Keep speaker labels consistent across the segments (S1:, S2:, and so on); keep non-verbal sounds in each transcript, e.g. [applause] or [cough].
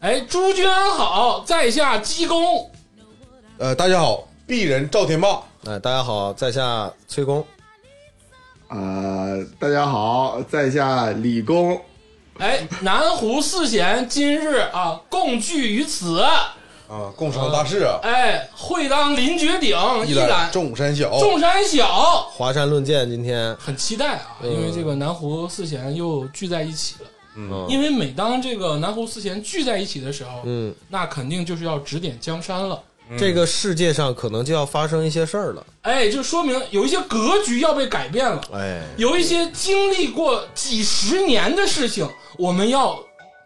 S1: 哎，诸君安好，在下鸡公。
S2: 呃，大家好，鄙人赵天霸。
S3: 哎，大家好，在下崔工。
S4: 啊、大家好，在下李工。
S1: 哎， [laughs] 南湖四贤今日啊共聚于此，
S2: 啊，共商大事啊，
S1: 哎，会当临绝顶，一览
S2: 众山小。
S1: 众山小。
S3: 华山论剑，今天
S1: 很期待啊，因为这个南湖四贤又聚在一起了。
S3: 嗯
S1: 因为每当这个南湖四贤聚在一起的时候，
S3: 嗯，
S1: 那肯定就是要指点江山了。
S3: 这个世界上可能就要发生一些事儿了。
S1: 哎，就说明有一些格局要被改变了，
S3: 哎，
S1: 有一些经历过几十年的事情，我们要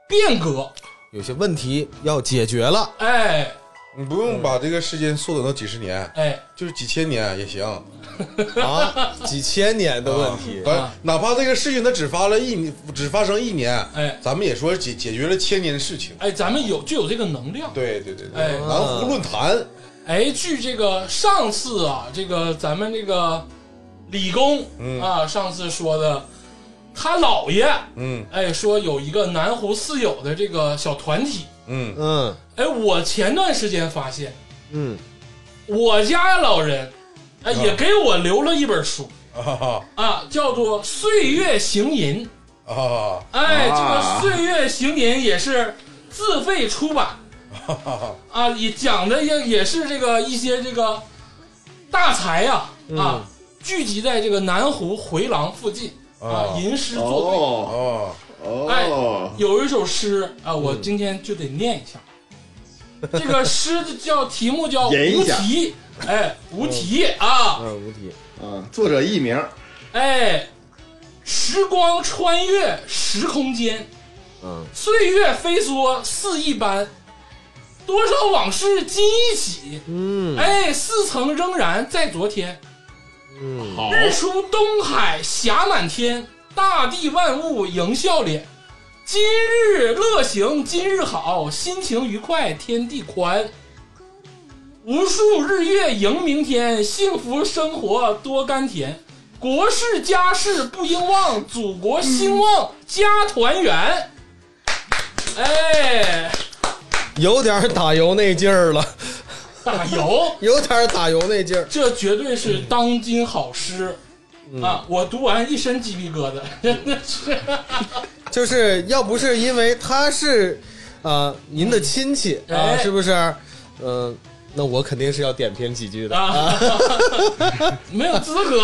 S1: 变革。
S3: 有些问题要解决了。
S1: 哎
S2: 你不用把这个时间缩短到几十年，
S1: 哎，
S2: 就是几千年也行。
S3: 啊，几千年的问题，
S2: 啊咱哪怕这个事情它只发了一，只发生一年，
S1: 哎
S2: 咱们也说解解决了千年的事情。
S1: 哎，咱们有就有这个能量。
S2: 对对对对，
S1: 哎
S2: 南湖论坛，
S1: 哎，据这个上次啊，这个咱们这个李工、啊，上次说的，他姥爷
S2: 嗯
S1: 哎说有一个南湖四友的这个小团体。
S2: 嗯
S3: 嗯
S1: 哎，我前段时间发现，
S3: 嗯，
S1: 我家老人哎
S2: 啊
S1: 也给我留了一本书
S2: 啊哈
S1: 啊，叫做《岁月行吟》。
S2: 啊哈
S1: 哎，
S4: 啊
S1: 这个《岁月行吟》也是自费出版
S2: 啊哈，
S1: 啊，也讲的也也是这个一些这个大才呀
S4: 嗯
S1: 啊聚集在这个南湖回廊附近啊
S2: 啊，
S1: 吟诗作对。
S4: 哦
S2: 啊
S4: 哦，嗯
S1: 有一首诗啊，我今天就得念一下。这个诗的叫题目叫
S4: 吟
S1: 无
S4: 一下嗯
S1: 题，哎，无题啊，
S3: 二无题。
S4: 啊，作者艺名，
S1: 哎，时光穿越时空间，
S3: 嗯，
S1: 岁月飞梭似一般，多少往事今一起。
S3: 嗯
S1: 哎，似曾仍然在昨天。
S3: 嗯，
S4: 好
S1: 日出东海霞满天，大地万物迎笑脸。今日乐行今日好，心情愉快天地宽。无数日月迎明天，幸福生活多甘甜。国事家事不应忘，祖国兴旺家团圆。哎，
S3: 有点打油那劲儿了， [laughs]
S1: 打油。
S3: 有点打油那劲儿。
S1: 这绝对是当今好诗、啊！我读完一身鸡皮疙瘩， [laughs] 真的是。
S3: 就是要不是因为他是，呃，您的亲戚啊，
S1: 哎
S3: 是不是？嗯、那我肯定是要点评几句的。
S1: 啊， [laughs] 没有资格，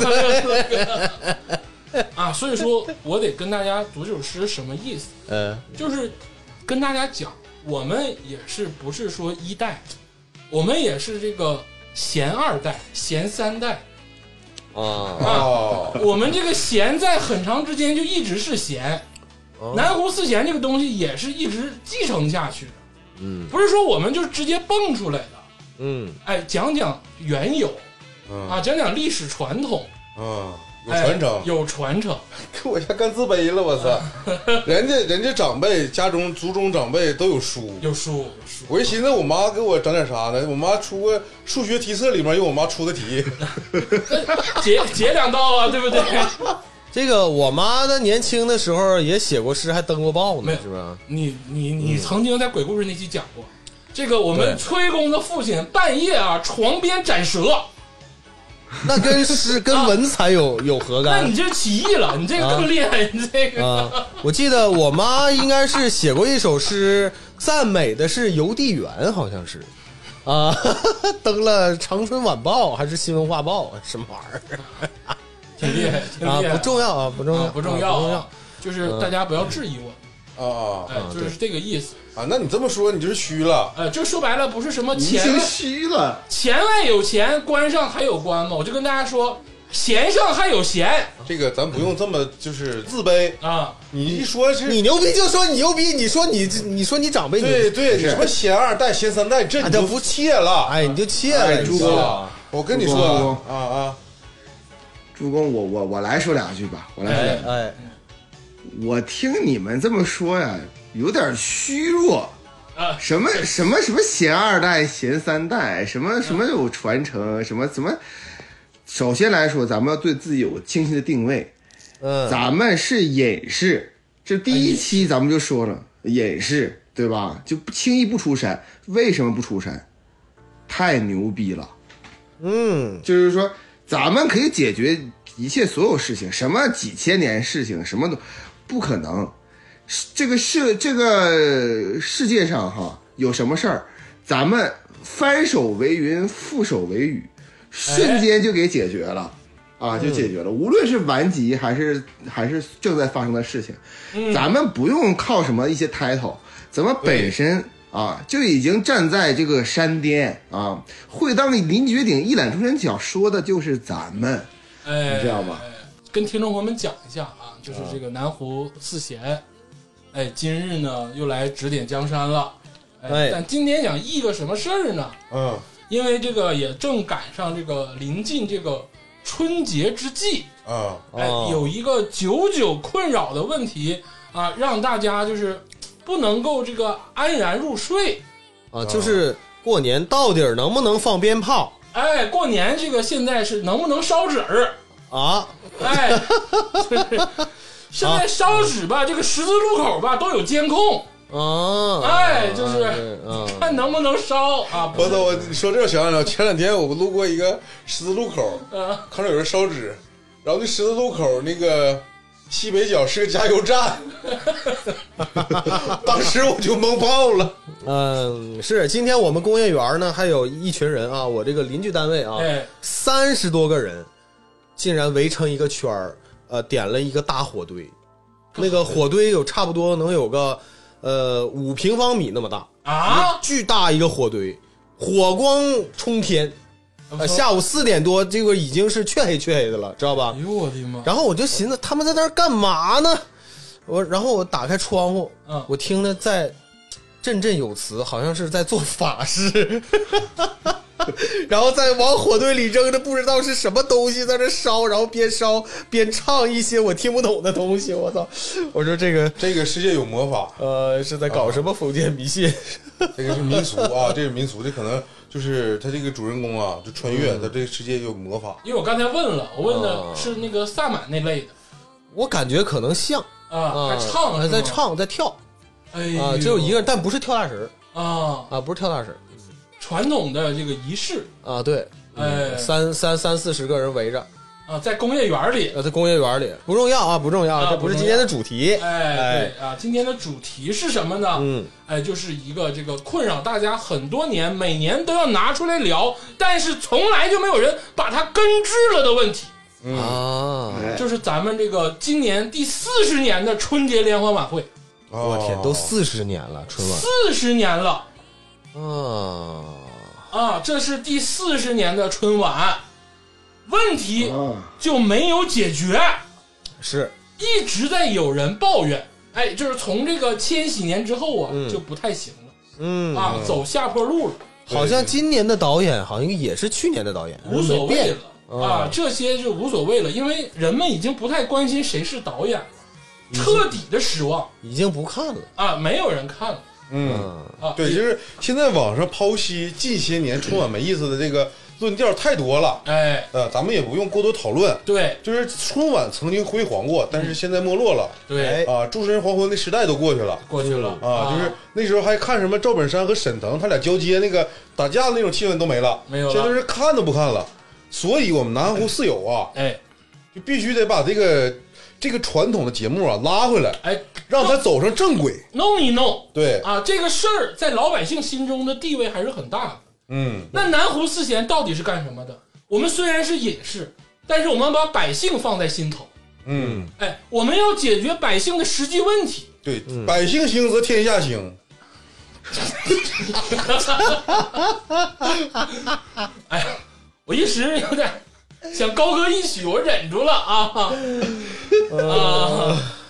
S1: 没有资格啊！所以说我得跟大家读这首诗什么意思，
S3: 嗯、
S1: 就是跟大家讲，我们也是不是说一代，我们也是这个贤二代、贤三代，
S3: 啊，
S2: 啊
S1: 我们这个贤在很长之间就一直是贤，南湖四贤这个东西也是一直继承下去的，
S3: 嗯
S1: 不是说我们就直接蹦出来的。
S3: 嗯，
S1: 哎，讲讲缘由
S2: 嗯
S1: 啊，讲讲历史传统，
S2: 嗯，有
S1: 哎
S2: 传承。
S1: 有传承。
S2: 给 [laughs] 我一下干自卑了，我操！人家人家长辈家中族中长辈都有书，
S1: 有书有书，
S2: 我一寻思我妈给我整点啥呢？我妈出个数学题册里面有我妈出的题，
S1: 截截两道啊，对不对？
S3: 这个我妈她年轻的时候也写过诗，还登过报
S1: 没
S3: 呢
S1: 有，
S3: 是不是？
S1: 你你你曾经在鬼故事那期讲过，这个我们
S3: 嗯对
S1: 崔公的父亲半夜啊床边斩蛇，
S3: 那跟诗跟文采有有何
S1: 那
S3: 干
S1: 你？这起义了，你这个更厉害，你这个
S3: 啊，我记得我妈应该是写过一首诗，赞美的是邮递员，好像是，啊， [laughs] 登了《长春晚报》还是《新文化报》啊什么玩意儿？
S1: [laughs] 挺厉害，挺
S3: 啊
S1: 厉，害，
S3: 不重要啊，不重要，
S1: 哎啊不重
S3: 啊
S1: 要
S3: 不重
S1: 啊，就是大家不要质疑我，
S2: 啊啊
S1: 哎，就是这个意思。
S2: 啊！那你这么说，你就是虚了。
S1: 呃，就说白了，不是什么
S4: 您
S1: 钱
S4: 姓虚了，
S1: 钱外有钱，官上还有官嘛。我就跟大家说，闲上还有闲
S2: 这个咱不用这么就是自卑，
S1: 啊。
S2: 你一说是，
S3: 你牛逼就说你牛逼，你说你你说你长辈牛
S2: 对
S3: 逼，
S2: 对，你
S4: 是
S2: 什么贤二代、贤三代，这
S3: 啊
S2: 你
S3: 这
S2: 就
S3: 不
S2: 不切了。
S3: 哎，你就切了，
S4: 哎
S3: 你
S4: 猪
S3: 知
S4: 哥
S3: 道
S1: 啊
S3: 吗
S2: 我跟你说
S4: 不
S2: 啊啊，
S4: 朱公，我我我来说两句吧，我来说两句。
S3: 哎，
S4: 我听你们这么说呀，有点虚弱。
S1: 啊
S4: 什么什么什么贤二代、贤三代，什么什么有传承，什么怎么？首先来说，咱们要对自己有清晰的定位。
S3: 嗯，
S4: 咱们是隐士，这第一期咱们就说了，隐士对吧？就不轻易不出山，为什么不出山？太牛逼了！
S3: 嗯，
S4: 就是说，咱们可以解决一切所有事情，什么几千年事情，什么都不可能。是这个世这个世界上哈，有什么事儿，咱们翻手为云，覆手为雨，瞬间就给解决了。啊，就解决了。无论是顽疾还是还是正在发生的事情，咱们不用靠什么一些 title，咱们本身啊就已经站在这个山巅啊，会当凌绝顶，一览众山小，说的就是咱们。
S1: 哎，
S4: 你知道吗
S1: 哎？跟听众朋友们讲一下啊，就是这个南湖四贤，哎，今日呢又来指点江山了，哎
S3: 哎，
S1: 但今天想议个什么事儿呢？
S2: 嗯，
S1: 因为这个也正赶上这个临近这个春节之际，
S2: 啊，
S1: 哎，
S3: 哦
S1: 有一个久久困扰的问题啊，让大家就是不能够这个安然入睡。
S3: 啊，就是过年到底儿能不能放鞭炮
S1: 哎，过年这个现在是能不能烧纸儿？
S3: 啊？
S1: [laughs] 哎，就是现在烧纸吧，这个十字路口吧都有监控，
S3: 啊，
S1: 哎就是
S3: 啊，
S1: 看能不能烧啊？不
S2: 我操！我你说这我想起来了，前两天我路过一个十字路口，
S1: 啊，
S2: 看到有人烧纸，然后那十字路口那个西北角是个加油站，当时我就懵爆了。
S3: 嗯，是。今天我们工业园呢，还有一群人啊，我这个邻居单位啊，
S1: 哎，
S3: 三十多个人，竟然围成一个圈儿，呃，点了一个大火堆，那个火堆有差不多能有个呃五平方米那么大，
S1: 啊，
S3: 巨大一个火堆，火光冲天。呃，下午四点多，这个已经是黢黑黢黑的了，知道吧
S1: 哎？呦我的妈！
S3: 然后我就寻思他们在那儿干嘛呢？我然后我打开窗户，
S1: 嗯
S3: 我听着在振振有词，好像是在做法事， [laughs] 然后再往火堆里扔着不知道是什么东西，在这烧，然后边烧边唱一些我听不懂的东西。我操！我说这个
S2: 这个世界有魔法，
S3: 呃是在搞什么封建迷信？
S2: 这个是民俗啊， [laughs] 这是民俗，这可能就是他这个主人公啊，就穿越，他这个世界有魔法。
S1: 因为我刚才问了，我问
S3: 啊
S1: 的是那个萨满那类的
S3: 我感觉可能像
S1: 啊，还
S3: 啊，
S1: 唱
S3: 还
S1: 了，
S3: 在
S1: 是吗，
S3: 唱在跳
S1: 哎呦
S3: 啊，只有一个人，但不是跳大神儿
S1: 啊，
S3: 啊，不是跳大神儿
S1: 传统的这个仪式
S3: 啊，对，
S1: 哎
S3: 三三三四十个人围着。
S1: 啊，在工业园里，
S3: 呃，在工业园里不重要啊，不重要，
S1: 啊
S3: 这不是今天的主题。
S1: 哎，对啊，今天的主题是什么呢？
S3: 嗯，
S1: 哎，就是一个这个困扰大家很多年，每年都要拿出来聊，但是从来就没有人把它根治了的问题，嗯
S3: 啊，
S4: 哎，
S1: 就是咱们这个今年第四十年的春节联欢晚会，
S3: 我
S2: 我
S3: 天，都四十年了，春晚
S1: 四十年了
S3: 啊，
S1: 啊，这是第四十年的春晚，问题
S4: 啊，
S1: 就没有解决，
S3: 是
S1: 一直在有人抱怨，哎，就是从这个千禧年之后啊，
S3: 嗯
S1: 就不太行了
S3: 嗯，
S1: 啊，走下坡路了。
S3: 好像今年的导演好像也是去年的导演，
S1: 嗯无所
S3: 没
S1: 谓
S3: 变
S1: 了啊，
S2: 嗯
S1: 这些就无所谓了，因为人们已经不太关心谁是导演了，彻底的失望
S3: 已经不看了。
S1: 啊，没有人看了
S2: 嗯，
S3: 嗯，
S1: 啊。
S2: 对，就是现在网上剖析近些年春晚没意思的这个论调太多了，
S1: 哎，
S2: 呃，咱们也不用过多讨论。
S1: 对
S2: 就是春晚曾经辉煌过，但是现在没落了
S1: 对，
S3: 哎
S2: 啊！诸神黄昏那时代都过去了
S1: 过去了
S2: 啊！就是那时候还看什么赵本山和沈腾他俩交接那个打架的那种气氛都没了，
S1: 没有了
S2: 现在是看都不看了。所以我们南湖四友啊，
S1: 哎
S2: 就必须得把这个这个传统的节目啊拉回来，
S1: 哎，
S2: 让它走上正轨。
S1: 弄一弄
S2: 对，
S1: 啊，这个事儿在老百姓心中的地位还是很大的。
S2: 嗯，
S1: 那南湖四贤到底是干什么的？我们虽然是隐士，但是我们把百姓放在心头。
S2: 嗯，
S1: 哎，我们要解决百姓的实际问题。
S2: 对，百姓兴则天下兴。
S1: 哎呀，我一时有点想高歌一曲，我忍住了啊啊！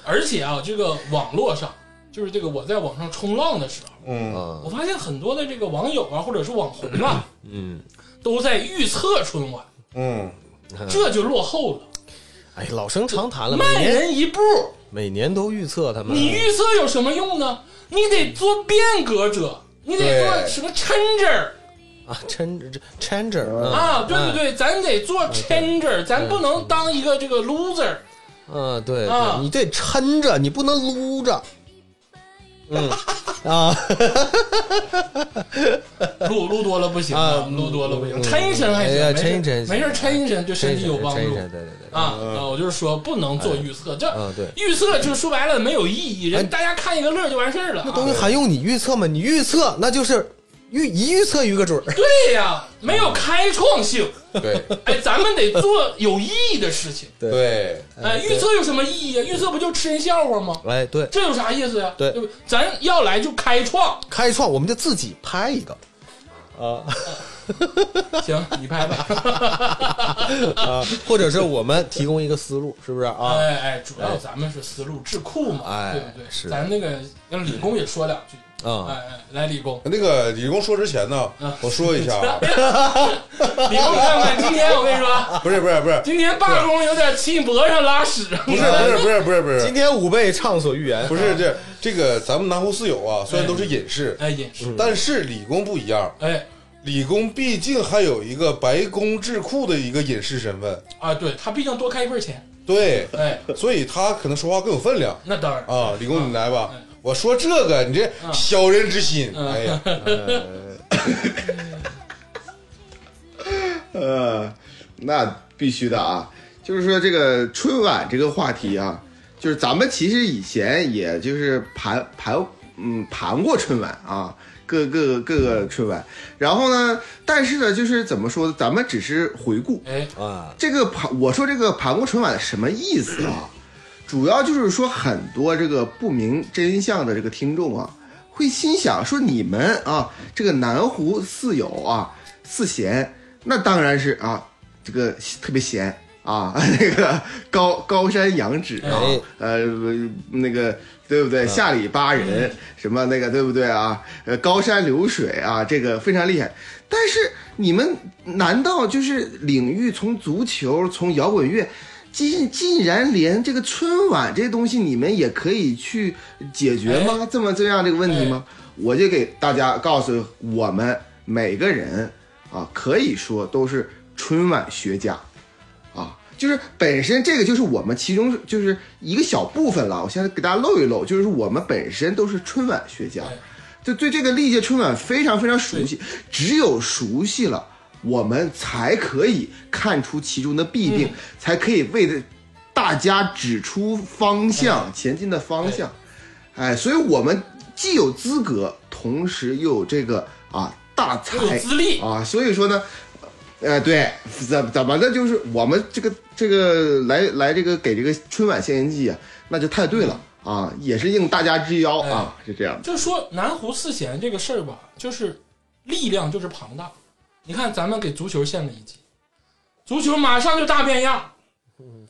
S1: 而且啊，这个网络上，就是这个我在网上冲浪的时候，
S2: 嗯，
S3: 啊
S1: 我发现很多的这个网友啊，或者是网红啊，
S3: 嗯，
S1: 都在预测春晚，
S2: 嗯，
S1: 这就落后了，
S3: 哎，老生常谈了，每
S1: 慢
S3: 年
S1: 人一步。
S3: 每年都预测他们。
S1: 你预测有什么用呢？你得做变革者，你得做
S2: 对
S1: 什么 changer
S3: 啊，changer changer
S1: 啊？对对
S3: 对，
S1: 对，咱得做 changer，咱不能当一个这个 loser。
S3: 嗯，对
S1: 啊
S3: 对，你得抻着，你不能撸着。啊，
S1: [laughs] 录录多了不行
S3: 啊
S1: 啊，录多了不行，抻一抻还
S3: 哎呀
S1: 行，
S3: 抻一
S1: 没事
S3: 抻
S1: 没事抻一抻对身体有帮
S3: 抻一
S1: 助
S3: 抻对对对，
S1: 啊啊！我就是说不能做预测，这
S3: 嗯对
S1: 预测就说白了没有意义，
S3: 哎
S1: 人大家看一个乐就完事儿了
S3: 东
S1: 啊。
S3: 西还用你预测吗？你预测那就是预一预测一个准儿。
S1: 对呀，没有开创性，
S2: 对
S1: 哎，咱们得做有意义的事
S3: [laughs]
S1: 情。
S3: 对
S2: 对，
S1: 哎，预测有什么意义啊？预测不就吃人笑话吗？
S3: 哎，对，
S1: 这有啥意思呀？
S3: 对
S1: 不咱要来就开
S3: [laughs]
S1: 创，
S3: 开创我们就自己拍一个
S1: 行，你拍吧。
S3: 啊，或者是我们提供一个思路，是不是啊？
S1: 哎哎，主要咱们是思路智库嘛，
S3: 哎
S1: 对不对？
S3: 是
S1: 咱那个让李工也说两句。
S3: 啊
S1: 哎哎，来李工，
S2: 那个李工说之前呢
S1: 啊，
S2: 我说一下
S1: [laughs]
S2: 啊，
S1: 李工，你看看今天我跟你说，
S3: [laughs]
S2: 不是不是不是
S1: 今天罢工有点气脖上拉屎。
S2: 不是不是不是不是不
S3: 今
S2: 是
S3: 天五倍畅所欲言，
S2: 不是这这个咱们南湖四友啊，虽然都是隐士，
S1: 哎，也是，
S2: 但是理工不一样，
S1: 哎
S2: 理工毕竟还有一个白宫智库的一个隐士身份，
S1: 啊，对他毕竟多开一份钱， [laughs]
S2: 对，
S1: 哎，
S2: 所以他可能说话更有分量
S1: 那当然。
S2: 啊。理工你来吧
S1: 嗯，
S2: 我说这个你这
S1: 嗯
S2: 小人之心，
S1: 嗯
S2: 哎呀，
S4: 呃，那必须的啊，就是说这个春晚这个话题啊，就是咱们其实以前也就是盘盘嗯盘过春晚啊，各各各个春晚，然后呢，但是呢，就是怎么说呢，咱们只是回顾
S1: 哎，
S3: 啊，
S4: 这个盘，我说这个盘过春晚什么意思啊？主要就是说很多这个不明真相的这个听众啊，会心想说你们啊，这个南湖四友啊，四贤，那当然是啊，这个特别闲啊， [laughs] 那个高高山仰止啊
S3: 哎，
S4: 呃，那个对不对？下里巴人、什么那个对不对啊？呃，高山流水啊，这个非常厉害。但是你们难道就是领域从足球从摇滚乐？竟竟然连这个春晚这东西你们也可以去解决吗？这么这样这个问题吗？我就给大家告诉我们每个人啊，可以说都是春晚学家啊，就是本身这个就是我们其中就是一个小部分了。我现在给大家露一露，就是我们本身都是春晚学家
S1: 哎，
S4: 就对这个历届春晚非常非常熟悉，只有熟悉了。我们才可以看出其中的弊
S1: 嗯
S4: 病，才可以为的大家指出方
S1: 嗯
S4: 向、前进的方向。哎，所以我们既有资格，同时又有这个啊大才
S1: 又有资历，
S4: 啊，所以说呢，呃，对，怎怎么的，就是我们这个这个来来这个给这个春晚献殷绩啊，那就太对了
S1: 嗯
S4: 啊，也是应大家之邀啊，
S1: 哎
S4: 是这样的。
S1: 就说南湖四贤这个事儿吧，就是力量就是庞大。你看，咱们给足球献了一计，足球马上就大变样，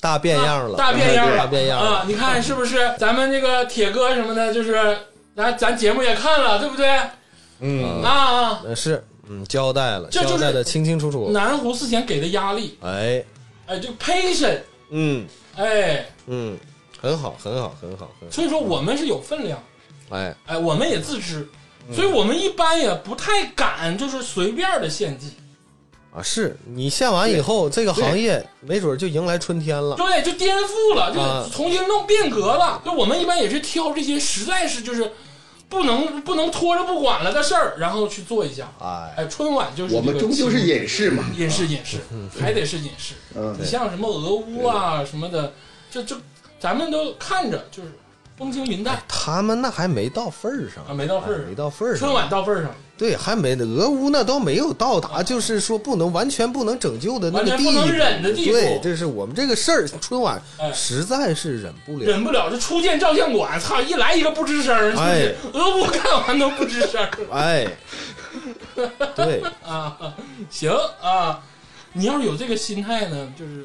S3: 大变样了，
S1: 啊大变样
S4: 对
S1: 了
S3: 大，变样了
S1: 啊！你看是不是？咱们这个铁哥什么的，就是咱咱节目也看了，对不对？
S2: 嗯，
S1: 啊啊！
S3: 呃是，嗯，交代了，
S1: 这就是
S3: 交代的清清楚楚。
S1: 南湖四贤给的压力，
S3: 哎，
S1: 哎，就 patient，
S3: 嗯
S1: 哎，
S3: 嗯，很好，很好，很好，很好。
S1: 所以说我们是有分量，
S3: 哎，
S1: 哎，我们也自知，
S3: 嗯
S1: 所以我们一般也不太敢就是随便的献祭，
S3: 啊，是你献完以后，这个行业没准就迎来春天了。
S1: 对，就颠覆了，
S3: 啊
S1: 就重新弄变革了。就我们一般也是挑这些实在是就是不能不能拖着不管了的事儿，然后去做一下。
S3: 哎，
S1: 哎，春晚就是
S4: 我
S1: 这
S4: 们
S1: 个
S4: 终究是
S1: 情
S4: 隐士嘛，
S1: 隐士隐士，
S3: 嗯
S1: 还得是隐士。
S4: 嗯
S1: 你，像什么俄乌啊什么的，这这咱们都看着就是风轻云淡
S3: 他们那还没到份儿上
S1: 啊，没到份
S3: 哎
S1: 儿上。
S3: 没到哎份儿上。
S1: 春晚到份儿上，
S3: 对，还没呢俄乌那都没有到达，就是说不能完全不能拯救的那
S1: 啊
S3: 个
S1: 完全
S3: 地
S1: 不
S3: 步，
S1: 能忍的地步
S3: 对，这是我们这个事儿，春晚
S1: 哎
S3: 实在是忍不了。
S1: 忍不了这初见照相馆，操，一来一个不吱声儿，
S3: 哎
S1: 就是俄乌干完都不吱声儿 [laughs]
S3: 哎，对，
S1: 啊。行啊，你要是有这个心态呢，就是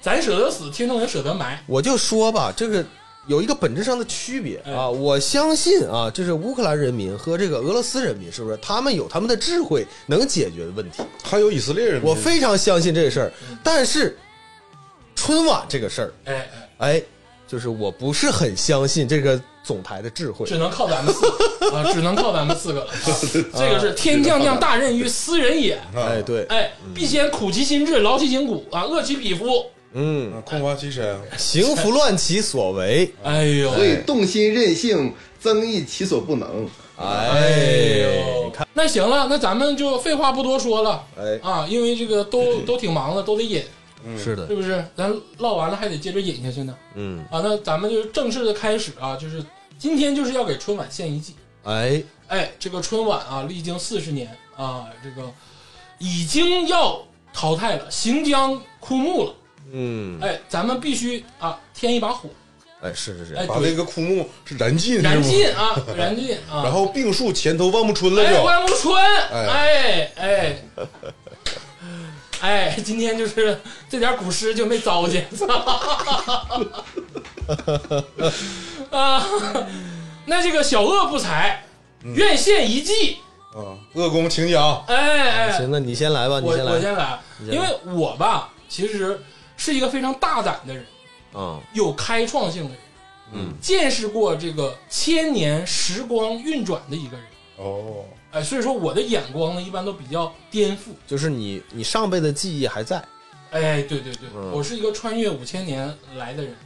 S1: 咱舍得死，听众也舍得埋。
S3: 我就说吧，这个有一个本质上的区别
S1: 哎
S3: 啊，我相信啊，这是乌克兰人民和这个俄罗斯人民，是不是？他们有他们的智慧，能解决问
S1: 嗯
S3: 题。
S2: 还有以色
S1: [laughs]
S2: 列人民，
S3: 我非常相信这个事儿，但是春晚这个事儿，
S1: 哎，哎
S3: 哎，就是我不是很相信这个总台的智慧。
S1: 只能靠咱们四个
S3: [laughs]
S1: 啊，只能靠咱们四个了。啊这个是天将降大任于斯人也，
S2: 啊
S3: 哎，对，
S1: 哎，必先苦其心志，劳其筋骨啊，饿其匹夫，
S2: 嗯，空乏其身，
S3: 行拂乱其所为，
S1: 哎呦，
S4: 所以动心任性，增益其所不能。
S1: 哎
S3: 哎，
S1: 呦
S3: 你看，，
S1: 那行了，那咱们就废话不多说了
S3: 哎，嗯
S1: 啊，因为这个
S3: [laughs]
S1: 都都挺忙的，都得引，
S3: 是的
S1: 是，不是？咱唠完了还得接着引下去呢
S3: 嗯，
S1: 啊。那咱们就正式的开始啊，就是今天就是要给春晚献一计。
S3: 哎，
S1: 哎，这个春晚啊，历经四十年啊，这个已经要淘汰了，行将枯木了。
S3: 嗯，
S1: 哎，咱们必须啊，添一把火，
S3: 哎，是是是，
S1: 哎，
S2: 把那个枯木是燃尽，
S1: 燃
S2: 是吗，
S1: 尽啊，燃尽
S3: [laughs]
S1: 啊，
S2: 然后病树前头望不春了
S1: 哎，
S2: 就，
S1: 万木春，哎哎哎，今天就是这点古诗就没糟践， [laughs] 啊，那这个小恶不才，
S3: 嗯
S1: 愿献一计，
S2: 啊，恶公请讲，
S1: 哎哎，
S3: 行，那你先来吧，你
S1: 我
S3: 先
S1: 我
S3: 来，
S1: 先来，
S3: 你
S1: 因
S3: 先来
S1: 为我吧，其实是一个非常大胆的人，
S3: 嗯
S1: 有开创性的人，
S3: 嗯，
S1: 见识过这个千年时光运转的一个人，
S2: 哦，
S1: 哎，所以说我的眼光呢，一般都比较颠覆。
S3: 就是你你上辈的记忆还在，
S1: 哎，对对对，
S3: 嗯
S1: 我是一个穿越五千年来的人啊。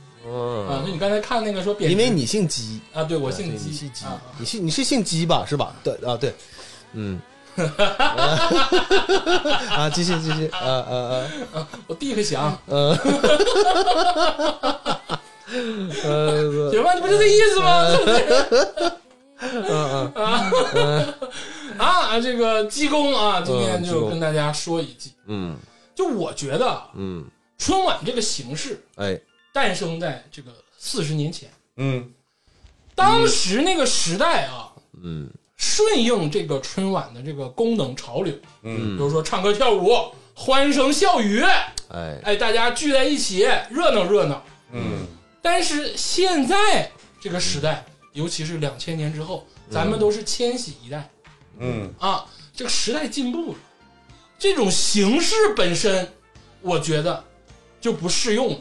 S1: 那，
S3: 嗯
S1: 你刚才看那个说贬值，
S3: 因为你姓姬，
S1: 啊，对我
S3: 我
S1: 姓
S3: 你
S1: 姬
S3: 姓姬
S1: 啊，，
S3: 你姓你是姓姬吧？是吧？对啊，对，
S1: [laughs]
S3: 嗯。啊，继续继续，啊啊啊，
S1: 我弟弟想， [laughs]
S3: 呃，呃，
S1: 行吧，你不就这意思吗？是不是
S3: 嗯
S1: 啊，这个鸡公啊，今天
S3: 嗯
S1: 就
S3: 鸡公
S1: 跟大家说一句，
S3: 嗯
S1: 就我觉得啊
S3: 嗯，
S1: 春晚这个形式
S3: 哎，
S1: 诞生在这个四十年前，
S2: 嗯，
S1: 当时那个时代啊，
S3: 嗯
S1: 顺应这个春晚的这个功能潮流，
S2: 嗯
S1: 比如说唱歌跳舞、欢声笑语，
S3: 哎，
S1: 哎，大家聚在一起热闹热闹。
S2: 嗯，
S1: 但是现在这个时代，尤其是两千年之后，咱们都是千禧一代
S2: 嗯，
S1: 啊，这个时代进步了，这种形式本身，我觉得就不适用了。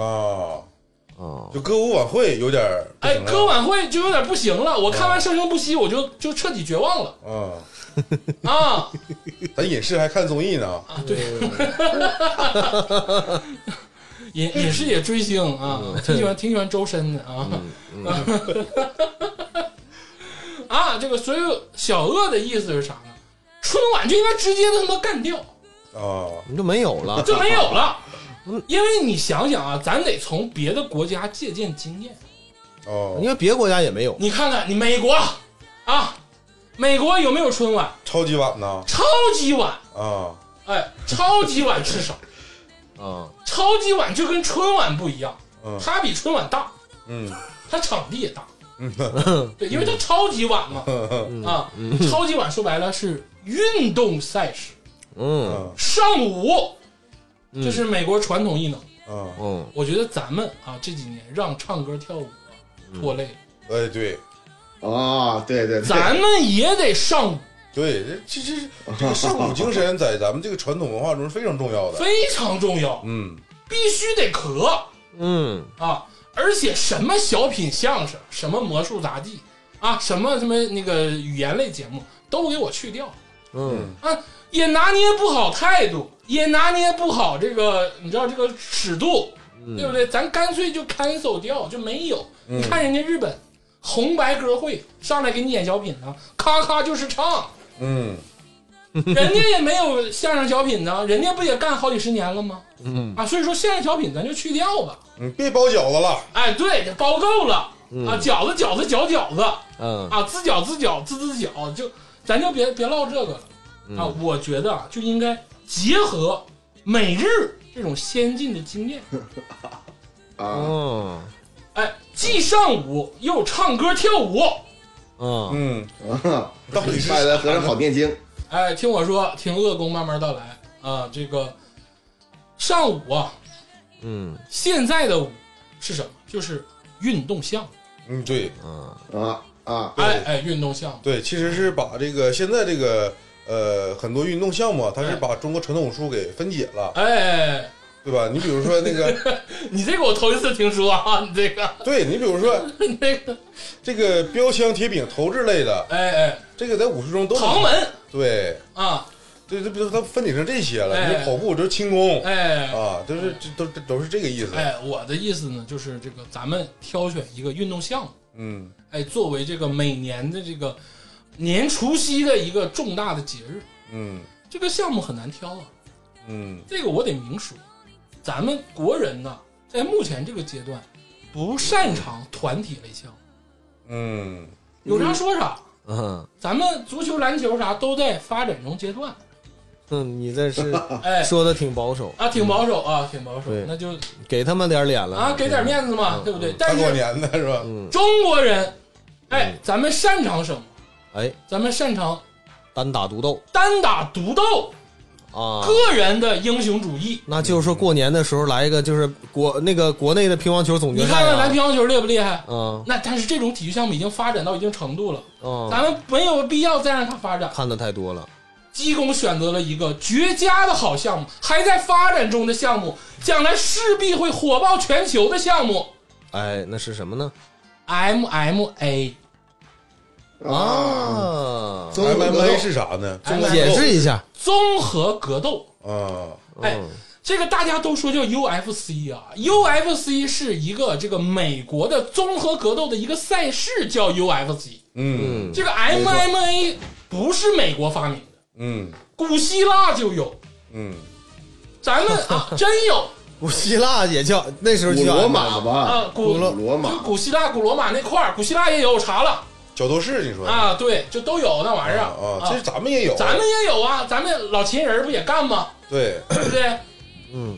S2: 啊，
S3: 哦，
S2: 就歌舞晚会有点儿不
S1: 哎
S2: 行，了，
S1: 歌晚会就有点不行了。我看完《生生不息》，我就就彻底绝望了
S2: 啊，
S1: 啊
S2: 咱影视还看综艺呢，
S1: 啊！对，也也是也追星啊， [laughs] 挺喜欢挺喜欢周深的啊。 [laughs] 啊，这个所有小恶的意思是啥呢？春晚就应该直接他妈干掉，
S2: 啊，
S3: 你就没有了，
S1: 就没有了。因为你想想啊，咱得从别的国家借鉴经验。
S2: 哦
S3: 因，为别的国家也没有，
S1: 你看看，你美国啊，美国有没有春晚？
S2: 超级晚呢，
S1: 超级晚，
S2: 啊，
S1: 哎，超级晚吃少，嗯
S3: 啊，
S1: 超级晚就跟春晚不一样，
S2: 嗯
S1: 它比春晚大，
S2: 嗯
S1: 它场地也大，
S2: 嗯
S1: 对，因为它超级晚嘛，啊，超级晚说白了是运动赛事，
S3: 嗯
S2: 嗯
S1: 上午这是美国传统艺能。
S2: 嗯，
S3: 嗯，
S1: 我觉得咱们啊这几年让唱歌跳舞啊拖累了，
S2: 哎，对
S4: 哦，对对对，
S1: 咱们也得上舞，
S2: 对，这其实这个上古精神在咱们这个传统文化中是非常重要的，
S1: 非常重要，
S2: 嗯
S1: 必须得咳
S3: 嗯，
S1: 啊！而且什么小品相声、什么魔术杂技啊、什么什么那个语言类节目都给我去掉
S3: 嗯，
S1: 啊！也拿捏不好态度，也拿捏不好这个，你知道这个尺度，对不对？咱干脆就 cancel 掉，就没有。你看人家日本红白歌会上来给你演小品呢，咔咔就是唱。
S2: 嗯
S1: 人家也没有相声小品呢，人家不也干好几十年了吗？嗯啊，所以说相声小品咱就去掉吧。
S2: 嗯，别包饺子了，
S1: 哎，对，这包够了、啊，饺子饺子饺饺子
S3: 嗯，
S1: 啊，滋饺滋饺滋滋饺，就咱就别别唠这个了、啊。我觉得啊，就应该结合美日这种先进的经验，
S4: 啊，
S3: 哦，
S1: 哎，既上舞又唱歌跳舞。
S3: 嗯，
S2: 嗯，到
S1: 哦
S4: 到
S2: 底是
S4: 外来和尚好念经，
S1: 哎，听我说，听恶公慢慢道来啊，这个上舞啊，
S3: 嗯，
S1: 现在的舞是什么？就是运动项目，
S2: 嗯，对
S4: 啊啊，
S2: 对
S1: 哎哎，运动项目，
S2: 对，其实是把这个现在这个呃很多运动项目啊，它是把中国传统武术给分解了，
S1: 哎哎，哎
S2: 对吧？你比如说那个，
S1: 你这个我头一次听说啊，你这个
S2: 对你比如说
S1: 你这个，
S2: 这个标枪、铁饼、投掷类的，
S1: 哎哎，
S2: 这个在武术中都
S1: 唐门
S2: 对，
S1: 啊，
S2: 对，这不他分解成这些了，
S1: 哎
S2: 你跑步就是轻功
S1: 哎
S2: 啊，都是这都都都是这个意思。
S1: 哎，我的意思呢，就是这个咱们挑选一个运动项目，
S2: 嗯，
S1: 哎，作为这个每年的这个年除夕的一个重大的节日，
S2: 嗯
S1: 这个项目很难挑啊，
S2: 嗯
S1: 这个我得明说，咱们国人呢，在目前这个阶段不擅长团体类项目，
S2: 嗯
S1: 有啥说啥。
S3: 嗯
S1: 咱们足球、篮球啥都在发展中阶段，
S3: 嗯，你这是
S1: [laughs] 哎
S3: 说的挺保守，
S1: 啊，挺保守啊，挺保守
S3: 对，嗯
S1: 那就
S3: 给他们点脸了
S1: 啊，给点面子嘛，对不对？
S2: 大
S1: 但
S2: 过
S1: 是
S2: 年的是吧？
S3: 嗯，
S1: 中国人，哎，咱们擅长什么？
S3: 哎，
S1: 咱们擅长
S3: 单打独斗
S1: 单打独斗，
S3: 啊，
S1: 个人的英雄主义。
S3: 那就是说过年的时候来一个就是国那个国内的乒乓球总
S1: 你
S3: 决
S1: 看
S3: 赛
S1: 看咱
S3: 啊，
S1: 乒乓球厉不厉害？
S3: 嗯
S1: 那但是这种体育项目已经发展到一定程度了，
S3: 嗯，
S1: 咱们没有必要再让它发展。
S3: 看的太多了，
S1: 鸡公选择了一个绝佳的好项目，还在发展中的项目，将来势必会火爆全球的项目
S3: 哎，那是什么呢？
S1: ，MMA。嗯
S3: 啊，
S4: 综合格斗
S2: MMA 是啥呢？
S1: 哎
S3: 解释一下，
S1: 综合格斗。
S2: 啊，
S3: 嗯
S1: 哎，这个大家都说叫 UFC 啊，UFC 是一个这个美国的综合格斗的一个赛事，叫 UFC。
S2: 嗯
S1: 这个 MMA 不是美国发明的，
S2: 嗯
S1: 古希腊就有，
S2: 嗯，
S1: 咱们啊真有
S3: 古希腊也叫那时候
S4: 古
S3: 就叫
S4: 罗马
S3: MMA
S4: 吧，
S1: 啊，古
S4: 古罗马
S1: 就古希腊、古罗马那块儿，古希腊也有，我查了
S2: 角斗士你说的
S1: 啊，对，就都有那玩意儿
S2: 啊，这咱们也有，
S1: 咱们也有啊，咱们老秦人不也干吗？
S2: 对，
S1: 对不对？
S3: 嗯，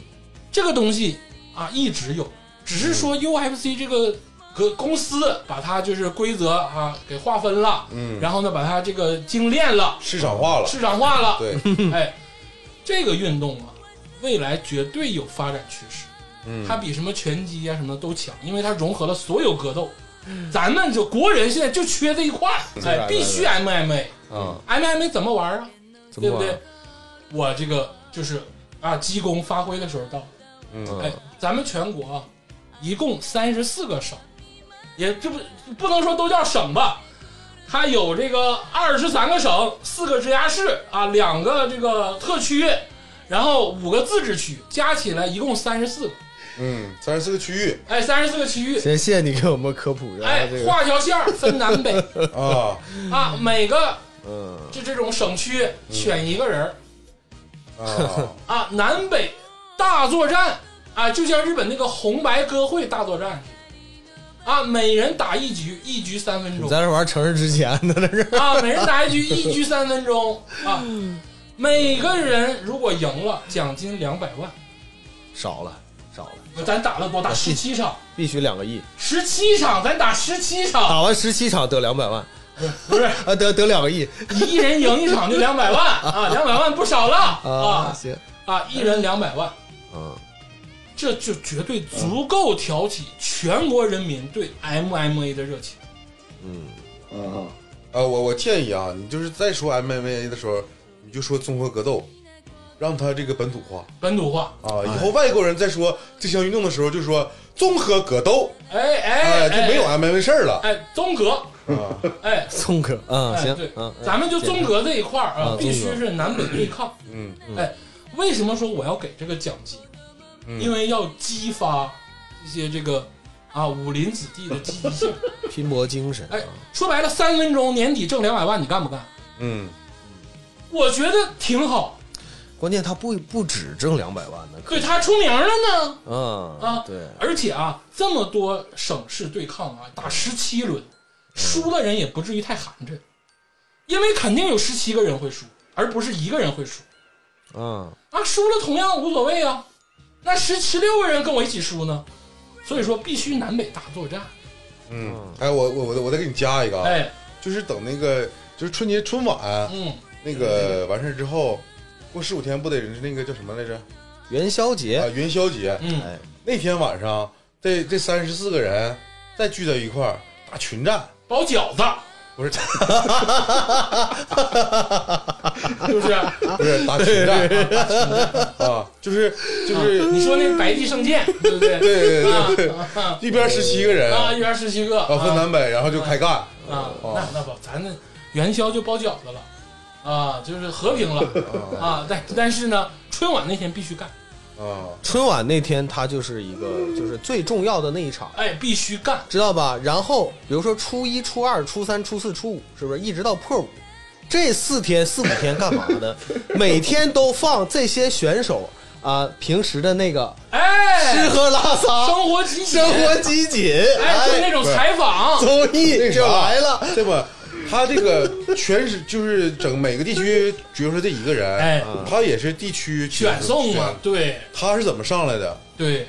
S1: 这个东西啊一直有，只是说 UFC 这个个公司把它就是规则啊给划分了，
S2: 嗯，
S1: 然后呢把它这个精炼了、
S2: 市场化了，
S1: 市场化了。
S2: 对，
S1: 哎，这个运动啊，未来绝对有发展趋势，
S2: 嗯，
S1: 它比什么拳击啊什么的都强，因为它融合了所有格斗。咱们就国人现在就缺这一块儿，哎，必须 MMA。
S3: 啊，
S1: MMA 怎么玩啊？
S3: 怎
S1: 对
S3: 么
S1: 不
S3: 玩
S1: 对？？我这个就是啊，鸡公发挥的时候到了。
S2: 嗯
S1: 哎，咱们全国啊，一共三十四个省，也这不不能说都叫省吧，它有这个二十三个省，四个直辖市啊，两个这个特区，然后五个自治区，加起来一共三十四个，
S2: 嗯，三十四个区域
S1: 哎，三十四个区域，
S3: 谢谢你给我们科普一下
S1: 哎
S3: 这，个， [laughs]
S1: 画条线儿分南北
S2: 啊
S1: 啊，每个
S3: 嗯，
S1: 就这种省区选一个人儿
S2: 啊，
S1: 啊，南北大作战啊，就像日本那个红白歌会大作战似的啊，每人打一局，一局三分
S3: 你
S1: 钟
S3: 在这玩城市之前呢，在这是
S1: 啊，每人打一局，一局三分钟啊，每个人如果赢了，奖金两百万。
S3: 少了少了，
S1: 咱打了多打十七场，
S3: 必须两个亿，
S1: 十七场，咱打十七场，
S3: 打完十七场得两百万，
S1: 不是
S3: 啊，得得两个亿
S1: 一人赢一场就两百万啊，两百万不少了
S3: 啊，
S1: 啊
S3: 行，
S1: 啊，一人两百万，
S3: 嗯，
S1: 这就绝对足够挑起全国人民对 MMA 的热情。
S4: 啊，
S2: 啊，我我建议啊，你就是再说 MMA 的时候，你就说综合格斗，让它这个本土化
S1: 本土化，
S2: 啊。以后外国人在说这项运动的时候，就说综合格斗，
S1: 哎哎，
S2: 哎，就没有 MMA 事儿了
S1: 哎综合，
S2: 啊。
S1: 哎
S3: 宋哥，嗯，
S1: 哎
S3: 行
S1: 对，
S3: 嗯，，嗯
S1: 咱们就综合这一块儿啊
S3: 嗯，
S1: 必须是南北对抗。
S2: 嗯
S1: 哎，为什么说我要给这个奖金？
S2: 嗯
S1: 因为要激发一些这个啊武林子弟的积极性。
S3: 拼搏精神，啊
S1: 哎，说白了，三分钟年底挣两百万，你干不干？
S2: 嗯，
S1: 我觉得挺好，
S3: 关键他不不止挣两百万呢，可
S1: 对他出名了呢
S3: 嗯
S1: 啊！
S3: 对，
S1: 而且啊，这么多省市对抗啊，打十七轮，输的人也不至于太寒碜，因为肯定有十七个人会输，而不是一个人会输。
S3: 嗯，
S1: 啊，输了同样无所谓啊。那十十六个人跟我一起输呢，所以说必须南北大作战。
S2: 嗯，哎，我我我再我再给你加一个啊，
S1: 哎，
S2: 就是等那个就是春节春晚
S1: 嗯，
S2: 那个完事儿之后，过十五天不得是那个叫什么来着？
S3: 元宵节
S2: 啊，，元宵节
S1: 嗯
S3: 哎，
S2: 那天晚上，这这三十四个人再聚在一块儿打群战，
S1: 包饺子
S2: 不是
S1: 是 [laughs] 啊不是？
S2: 不是打群战啊，就是就是
S1: 你说那个白帝圣剑，对不对？
S2: 对对对对，
S1: 啊啊
S2: 一边十七个人
S1: 啊，
S2: 啊
S1: 一边十七个
S2: 分
S1: 啊
S2: 南北，然后就开干
S3: 哦
S1: 啊，那那不，咱那元宵就包饺子了，啊，就是和平了 [laughs]
S3: 哦
S1: 啊，但但是呢，春晚那天必须干，
S2: 啊，
S3: 春晚那天他就是一个就是最重要的那一场，
S1: 哎，必须干，
S3: 知道吧？然后比如说初一、初二、初三、初四、初五，是不是一直到破五？这四天四五天干嘛
S1: [laughs]
S3: 呢？每天都放这些选手啊、平时的那个
S1: 哎，
S3: 吃喝拉撒、
S1: 生活集锦
S3: 生活集锦，
S1: 哎，就是那
S3: 哎，
S1: 种采访，
S3: 综艺就来了。
S2: 这不，他这个全是就是整每个地区，比如说这一个人，
S1: 哎
S2: 他也是地区
S1: 选送嘛
S2: 选，
S1: 对
S2: 他是怎么上来的？
S1: 对，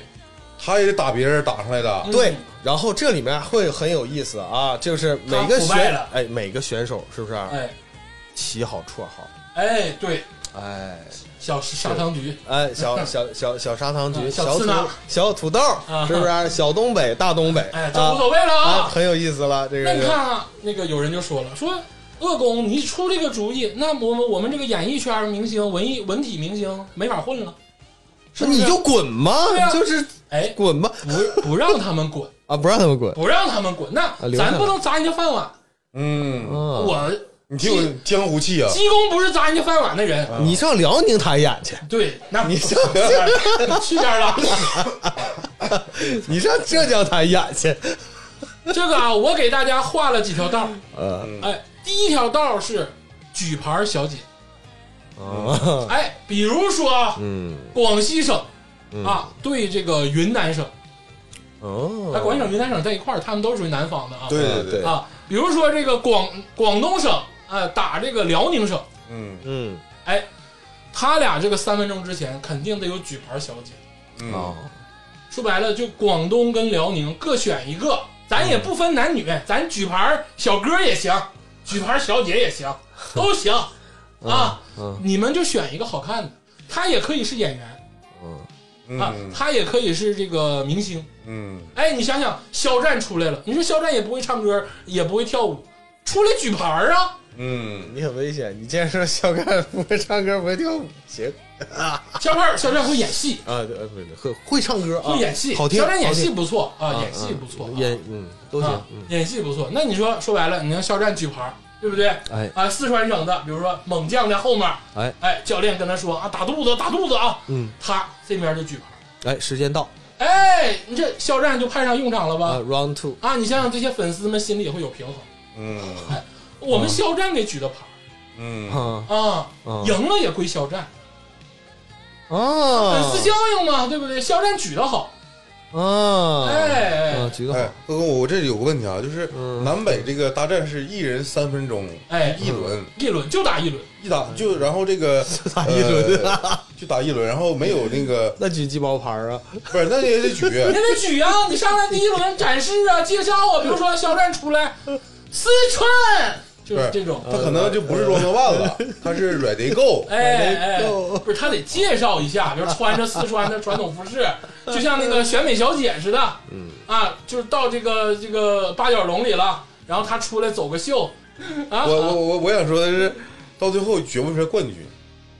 S2: 他也是打别人打上来的，
S1: 哦
S3: 对，然后这里面会很有意思啊，就是每
S1: 他
S3: 个
S1: 腐败
S3: 选
S1: 了
S3: 哎每个选手是不是、
S1: 哎
S3: 起好绰号？
S1: 哎，对，
S3: 哎
S1: 小砂糖橘，
S3: 哎，小小小小砂糖橘，
S1: 嗯小
S3: 小
S1: 刺
S3: 土
S1: 呢
S3: 小土豆，是不是？小东北，大东北，
S1: 哎，这无
S3: 啊
S1: 所谓了
S3: 啊，
S1: 啊。
S3: 很有意思了，这
S1: 那
S3: 个
S1: 你
S3: 是
S1: 看啊，那个有人就说了，说恶公你出这个主意，那我们我们这个演艺圈明星、文艺文体明星没法混了，是不是
S3: 你就滚嘛，
S1: 对啊
S3: 你就是
S1: 哎，
S3: 滚吧
S1: 不不让他们滚，
S3: 啊，不让他们滚。
S1: 不让他们滚，那
S3: 啊留下
S1: 咱
S3: 来
S1: 不能砸人家饭碗，
S2: 嗯，
S3: 嗯，
S1: 我
S2: 你挺有江湖气啊，
S1: 鸡公不是砸人家饭碗的人，
S3: 你上辽宁台演去， [laughs]
S1: 对，那
S3: 啊
S1: [laughs]
S3: 你上
S1: 去边儿了。
S3: 你上浙江台演去，
S1: 这个啊，我给大家画了几条道儿。
S3: 呃
S1: 哎，第一条道儿是举牌儿小姐。
S3: 啊，
S1: 哎，比如说啊，
S3: 嗯
S1: 广西省啊，对这个云南省，
S3: 嗯
S1: 哎，
S3: 哦，
S1: 广西省、云南省在一块儿，他们都属于南方的啊。
S2: 对
S3: 啊
S2: 对
S3: 对，
S1: 啊，比如说这个广广东省，哎，打这个辽宁省，
S2: 嗯
S3: 嗯
S1: 哎，他俩这个三分钟之前肯定得有举牌儿小姐。哦
S2: 嗯，
S3: 啊，
S1: 说白了，就广东跟辽宁各选一个，咱
S3: 嗯
S1: 也不分男女，咱举牌儿小哥也行，举牌儿小姐也行，都
S3: [laughs]
S1: 行
S3: 嗯
S1: 啊。你们就选一个好看的，他也可以是演员啊，
S2: 嗯
S1: 他也可以是这个明星。
S2: 嗯，
S1: 哎，你想想，肖战出来了，你说肖战也不会唱歌，也不会跳舞，出来举牌儿啊，
S2: 嗯，
S3: 你很危险，你竟然说小干不会唱歌不会跳舞，行
S1: 肖战，肖战会演戏，
S3: 啊，对，不是会会唱歌啊，
S1: 会演戏，
S3: 好听，
S1: 肖战演
S3: 好听
S1: 戏不错啊，
S3: 啊
S1: 演戏不错，
S3: 嗯演嗯都
S1: 啊
S3: 行，嗯，
S1: 演戏不错。那你说说白了，你让肖战举牌儿，对不对？
S3: 哎
S1: 啊，四川省的，比如说猛将在后面，
S3: 哎
S1: 哎，教练跟他说啊，打肚子，打肚子啊，
S3: 嗯，
S1: 他这边就举牌。
S3: 哎，时间到
S1: 哎，你这肖战就派上用场了
S3: 啊
S1: 吧？
S3: ，round two，
S1: 啊，你想想这些粉丝们心里也会有平衡。
S2: 嗯
S1: 我们肖战给举的牌
S2: 嗯，
S3: 啊
S1: 儿啊，
S3: 啊
S1: 赢了也归肖战，粉
S3: 啊
S1: 丝效应嘛，对不对？肖战举的好，
S3: 啊，
S1: 哎
S3: 啊，举个
S2: 哎
S3: 好，，
S2: 哥哥，我这里有个问题啊，就是
S3: 嗯
S2: 南北这个大战是一人三分钟，
S1: 哎
S2: 一轮
S1: 一轮就打一轮，
S2: 一打就，然后这
S3: [laughs]
S2: 个就
S3: 打一轮
S2: 就打一轮，然后没有那个
S3: 那举鸡毛牌啊，
S2: 不是，那也得
S1: [laughs]
S2: 举，
S1: 你得举啊！你上来第一轮展示啊，介绍啊，比如说肖战出来，四川就是这种，
S2: 他可能就不是 Round One 了，他是 Ready Go，
S1: 哎哎
S3: 够，
S1: 不是他得介绍一下，就是穿着四川的传统服
S3: [laughs]
S1: 饰，就像那个选美小姐似的，嗯啊，就是到这个这个八角笼里了，然后他出来走个秀，啊，
S2: 我我我我想说的是，到最后决不出来冠军，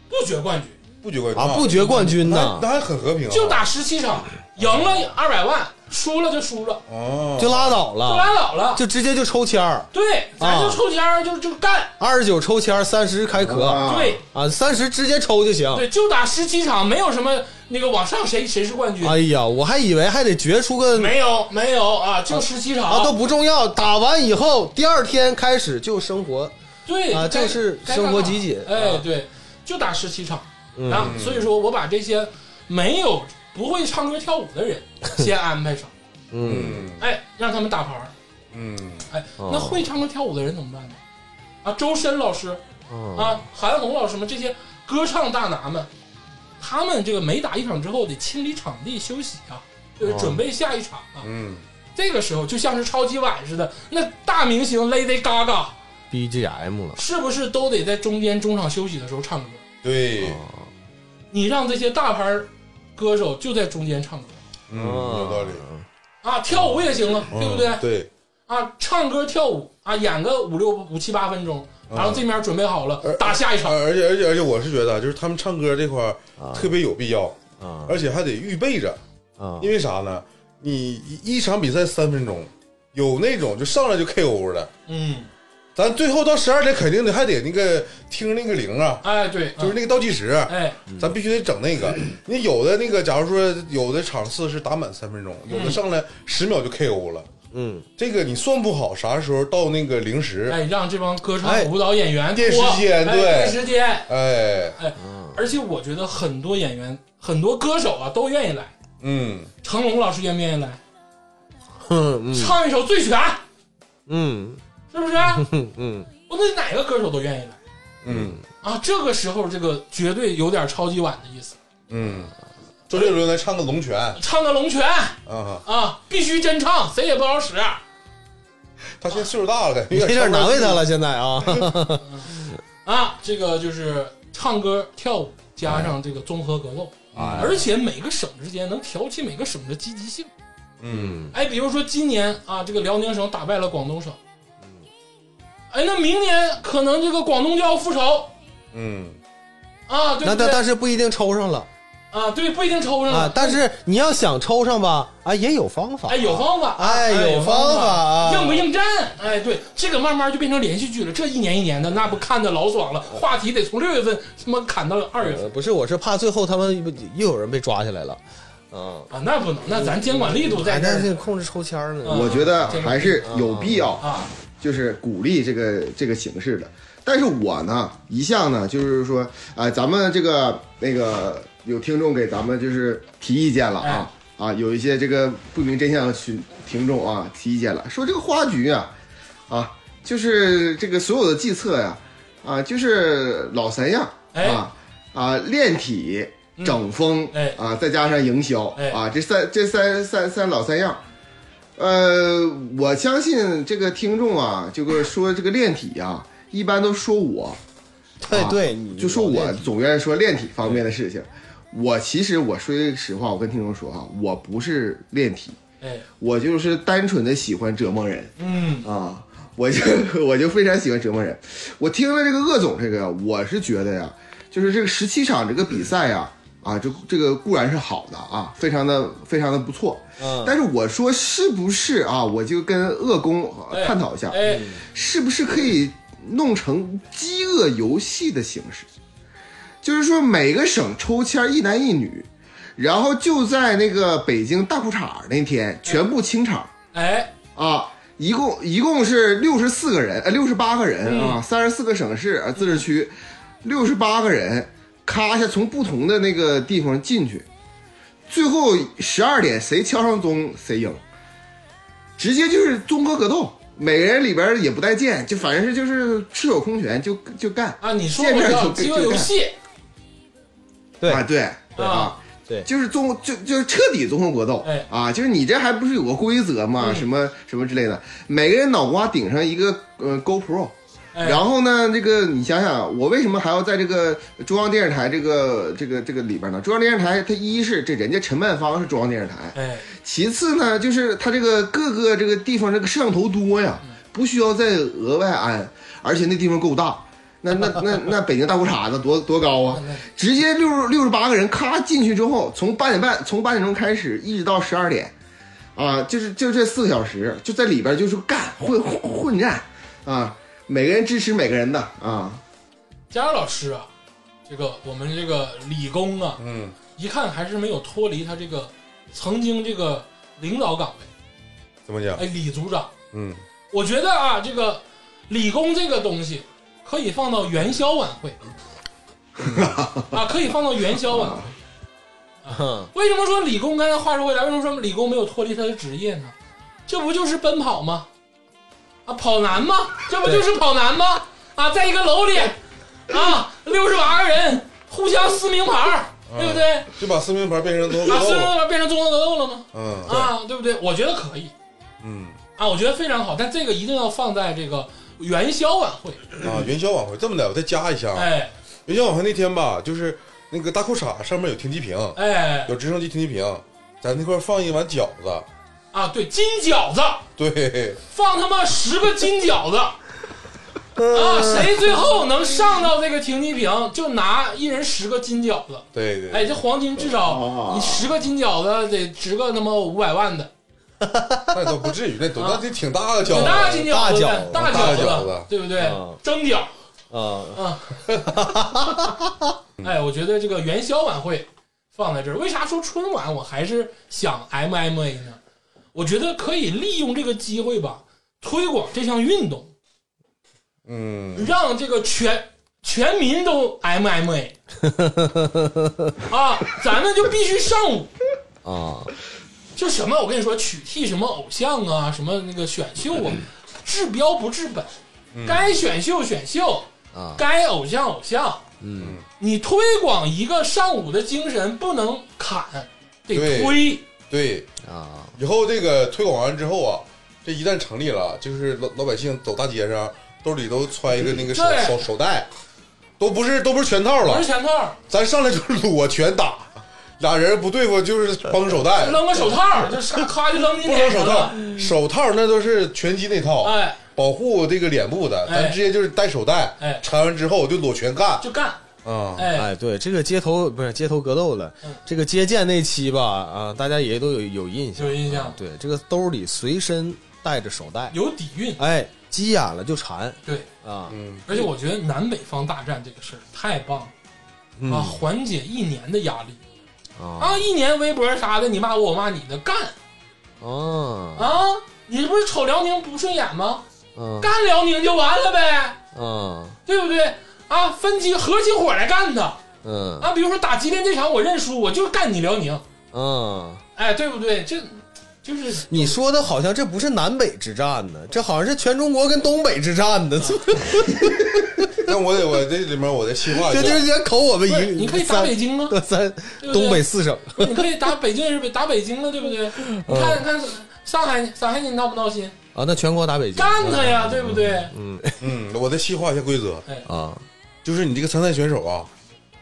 S1: 不决冠军，
S2: 不决冠军
S3: 啊，不决冠军
S2: 那
S3: 呐，
S2: 那还很和平啊，
S1: 就打十七场，赢了二百万，输了就输了，
S2: 哦，
S3: 就拉倒
S1: 就
S3: 了，
S1: 拉倒了，
S3: 啊就直接就抽签儿，
S1: 对，咱就
S3: 啊
S1: 抽签儿就就干，
S3: 二十九抽签儿，三十开壳
S4: 啊
S1: 对
S3: 啊，三十直接抽就行。
S1: 对，就打十七场，没有什么那个往上谁谁是冠军，
S3: 哎呀，我还以为还得决出个
S1: 没有没有啊，就十七场
S3: 啊，都不重要。打完以后，第二天开始就生活
S1: 对
S3: 啊
S1: 该
S3: 就是
S1: 该
S3: 生活
S1: 干嘛
S3: 集锦
S1: 哎
S3: 啊，嗯
S1: 对，就打十七场，然后所以说我把这些没有不会唱歌跳舞的
S3: [laughs]
S1: 人先安排上，
S2: 嗯
S1: 哎，让他们打牌儿，
S2: 嗯
S1: 哎，
S3: 哦
S1: 那会唱歌跳舞的人怎么办呢？啊，周深老师
S3: 啊，
S1: 啊，韩红老师们这些歌唱大拿们，他们这个每打一场之后得清理场地休息啊，就是
S3: 哦
S1: 准备下一场啊。
S2: 嗯
S1: 这个时候就像是超级碗似的，那大明星 Lady Gaga
S3: BGM 了
S1: 是不是都得在中间中场休息的时候唱歌？
S2: 对，
S3: 哦
S1: 你让这些大牌歌手就在中间唱歌
S2: 嗯有道理，嗯
S1: 啊，跳舞也
S2: 哦
S1: 行了，对不对？
S2: 对，
S1: 啊，唱歌跳舞啊，演个五六五七八分钟，
S2: 哦
S1: 然后这面准备好了、
S2: 而
S1: 打下一
S2: 而
S1: 场，
S2: 而且而且而且我是觉得啊就是他们唱歌这块儿特别有必要，
S3: 啊
S2: 而且还得预备着，
S3: 啊
S2: 因为啥呢？你一一场比赛三分钟，有那种就上来就 KO 的，
S1: 嗯，
S2: 咱最后到十二点肯定得还得那个听那个铃啊，
S1: 哎，对，
S2: 就是那个倒计时，啊
S1: 哎，
S2: 咱必须得整那个。你有的那个，假如说有的场次是打满三分钟，有的上来十秒就 KO 了，
S3: 嗯，
S2: 这个你算不好啥时候到那个零时，
S1: 哎，让这帮歌唱
S2: 哎
S1: 舞蹈演员
S2: 电视
S1: 拖
S2: 间
S1: 哎
S2: 对
S1: 电视间，
S2: 哎，
S1: 哎，而且我觉得很多演员、很多歌手啊都愿意来，
S2: 嗯，
S1: 成龙老师愿不愿意来？
S3: 嗯
S1: 唱一首《醉拳》，
S3: 嗯
S1: 是不是？
S3: 嗯嗯，
S1: 我那哪个歌手都愿意来
S2: 嗯
S1: 啊！这个时候，这个绝对有点超级碗的意思，
S2: 嗯，周杰伦来唱个龙拳
S1: 唱个《龙拳》
S2: 啊，
S1: 啊，必须真唱，谁也不好使。
S2: 他现在岁数大了，感觉
S3: 你有点难为他
S2: 了。
S3: 了，现在啊，
S1: 啊，这个就是唱歌、跳舞加上这个综合格斗，
S3: 哎
S1: 而且每个省之间能挑起每个省的积极性。
S2: 嗯，
S1: 哎，比如说今年啊，这个辽宁省打败了广东省，
S3: 嗯
S1: 哎，那明年可能这个广东就要复仇
S2: 嗯，
S1: 啊，对
S3: 那
S1: 不
S3: 但
S1: 对？
S3: 但是不一定抽上了
S1: 啊，对，不一定抽上了
S3: 啊，但是你要想抽上吧，啊也有方法，
S1: 哎，有方法，
S3: 哎有
S1: 有
S3: 方法啊
S1: 应不应战？哎，对，这个慢慢就变成连续剧了。这一年一年的，那不看的老爽了。话题得从六月份他妈砍到二月份
S3: 呃不是，我是怕最后他们又有人被抓起来了，嗯，
S1: 啊，那不能，那咱监管力度在
S3: 哎
S1: 这
S3: 但
S1: 儿
S3: 是控制抽签儿呢，
S1: 嗯
S4: 我觉得还是有必要
S1: 啊。
S4: 就是鼓励这个这个形式的。但是我呢，一向呢，就是说，啊、咱们这个那个有听众给咱们就是提意见了
S1: 哎
S4: 啊、啊，有一些这个不明真相的群听众啊提意见了，说这个花局啊，啊，就是这个所有的计策呀、啊，就是老三样
S1: 哎
S4: 啊啊，练体、整风，
S1: 哎
S4: 啊，再加上营销，
S1: 哎
S4: 啊，这三这三三三老三样。呃，我相信这个听众啊，这个说这个练体啊，一般都说我，
S3: 对
S4: 啊
S3: 对，你
S4: 就说
S3: 嗯老
S4: 我
S3: 练
S4: 总愿意说练体方面的事情。我其实我说句实话，我跟听众说哈、我不是练体，
S1: 哎，
S4: 我就是单纯的喜欢折磨人
S1: 嗯，
S4: 啊，我就 [laughs] 我就非常喜欢折磨人。我听了这个鄂总这个，我是觉得呀，就是这个十七场这个比赛呀，啊，这这个固然是好的啊，非常的非常的不错，
S3: 嗯
S4: 但是我说是不是啊？我就跟恶公啊
S1: 哎
S4: 探讨一下，
S1: 哎，
S4: 是不是可以弄成饥饿游戏的形式？就是说每个省抽签一男一女，然后就在那个北京大裤衩儿那天全部清场
S1: 哎，
S4: 啊。一共一共是六十四个人，呃，六十八个人啊，
S1: 嗯
S4: 三十四个省市啊自治区，六十八个人，咔一下从不同的那个地方进去，最后十二点谁敲上钟谁赢，直接就是综合格斗，每个人里边也不带剑，就反正是就是赤手空拳就就干
S1: 啊，你说
S4: 见
S1: 我
S4: 面
S1: 叫
S4: 就
S1: 饥饿游戏
S3: 对
S4: 啊，对
S1: 对
S4: 啊。
S3: 对
S4: 就是综就就是彻底综合格斗，
S1: 哎嗯
S4: 啊，就是你这还不是有个规则吗？什么什么之类的，每个人脑瓜顶上一个呃 GoPro，、
S1: 哎
S4: 然后呢，这个你想想，我为什么还要在这个中央电视台这个这个这个里边呢？中央电视台它一是这人家陈曼芳是中央电视台，
S1: 哎，
S4: 其次呢，就是它这个各个这个地方这个摄像头多呀，不需要再额外安，而且那地方够大。那那那那北京大裤衩子
S3: [laughs]
S4: 多多高啊！直接六十六十八个人咔进去之后，从八点半从八点钟开始一直到十二点，啊，就是就这四个小时就在里边就是干混混混战啊，每个人支持每个人的啊，
S1: 佳儿老师啊，这个我们这个理工啊，
S2: 嗯，
S1: 一看还是没有脱离他这个曾经这个领导岗位。
S2: 怎么讲
S1: 哎，？李组长，
S2: 嗯，
S1: 我觉得啊，这个理工这个东西可以放到元宵晚
S4: [laughs]
S1: 会啊，可以放到元宵晚会。
S3: 哼
S1: 为什么说理工？刚才话说回来，为什么说理工没有脱离他的职业呢？这不就是奔跑吗？啊，跑男吗？这不就是跑男吗？啊，在一个楼里，啊，六十八个人互相撕名牌儿，对不对？
S2: 就把撕名牌变成多
S1: 把
S2: 格
S1: 撕
S2: 斗
S1: 名
S2: 了。
S1: 牌变成综合格斗了吗？
S2: 嗯
S1: 啊，对不对？我觉得可以
S2: 嗯
S1: 啊，我觉得非常好，但这个一定要放在这个元宵晚会。
S2: 啊，元宵晚会这么的，我再加一下啊。
S1: 哎
S2: 元宵晚会那天吧，就是那个大裤衩上面有停机坪，
S1: 哎
S2: 有直升机停机坪，在那块儿放一碗饺子。
S1: 啊，对，金饺子
S2: 对，
S1: 放他妈十个金饺子。啊，谁最后能上到这个停机坪，就拿一人十个金饺子。哎
S2: 对对，
S1: 哎，这黄金至少你十个金饺子得值个他妈五百万的，
S2: 那倒不至于，那多大
S1: 啊
S2: 得挺大个饺
S1: 挺
S2: 子，
S1: 大金饺子
S3: 大饺
S1: 呗
S3: 子，
S1: 大
S2: 大
S1: 饺
S2: 饺子
S1: 对不对
S3: 嗯？
S1: 蒸饺，
S3: 啊，
S1: 啊，哎，我觉得这个元宵晚会放在这儿，为啥说春晚？我还是想 MMA 呢？我觉得可以利用这个机会吧，推广这项运动，
S2: 嗯，
S1: 让这个全全民都 MMA 啊，咱们就必须上武。
S3: 啊，
S1: 就什么，我跟你说，取替什么偶像啊，什么那个选秀啊，治标不治本，该选秀选秀
S3: 嗯啊
S1: 该偶像偶像，
S3: 嗯，
S1: 你推广一个上午的精神，不能砍，得
S2: 对
S1: 推，
S2: 对，
S3: 啊，
S2: 以后这个推广完之后啊，这一旦成立了，就是老老百姓走大街上，兜里都揣一个那个手
S1: 嗯对嗯
S2: 手手袋，都不是都不是全套
S1: 不
S2: 了
S1: 是，全套，
S2: 咱上来就是裸拳打，俩人不对付就是崩手袋，
S1: 扔个手套，就上咔就扔你
S2: 不扔
S1: 脸
S2: 手
S1: 上
S2: 套
S1: 了，，
S2: 手套那都是拳击那套，
S1: 嗯哎，
S2: 保护这个脸部的，
S1: 哎
S2: 咱直接就是戴手袋，
S1: 哎
S2: 缠完之后就裸拳干
S1: 就干，
S2: 啊，
S1: 哎，
S3: 哎，对，这个街头不是街头格斗了
S1: 嗯，
S3: 这个接剑那期吧，啊，大家也都有有印象，
S1: 有印象
S3: 啊对，这个兜里随身带着手袋，
S1: 有底蕴，
S3: 哎，急眼了就缠
S1: 对，
S3: 啊，
S2: 嗯，
S1: 而且我觉得南北方大战这个事儿太棒了。啊，
S2: 嗯
S1: 缓解一年的压力
S3: 啊
S1: 啊！一年微博啥的，你骂我，我骂你的，干
S3: 啊
S1: 啊！你不是瞅辽宁不顺眼吗？
S3: 啊
S1: 干辽宁就完了呗，
S3: 啊
S1: 对不对？啊，分级合起伙来干他
S3: 嗯
S1: 啊！比如说打吉林这场，我认输，我就干你辽宁，
S3: 嗯，
S1: 哎，对不对？这就是
S3: 你说的好像这不是南北之战呢，这好像是全中国跟东北之战呢，这
S2: 那我得我这里面我再细化一
S3: [laughs] 这就
S2: 下，
S3: 是想口我们一
S1: 啊不
S3: 个
S1: 是？你可以打北
S3: 京
S1: 京啊，
S3: [laughs] 三
S1: 对不对
S3: 东北四省，
S1: 不是 [laughs] 你可以打北京是打北京了，对不对？
S3: 嗯
S1: 你看你看上海，上海你闹不闹心？
S3: 啊，那全国打北京，
S1: 干他呀，对不对？
S2: 嗯，我再细化一下规则，
S1: 哎，
S3: 啊
S2: 就是你这个参赛选手啊，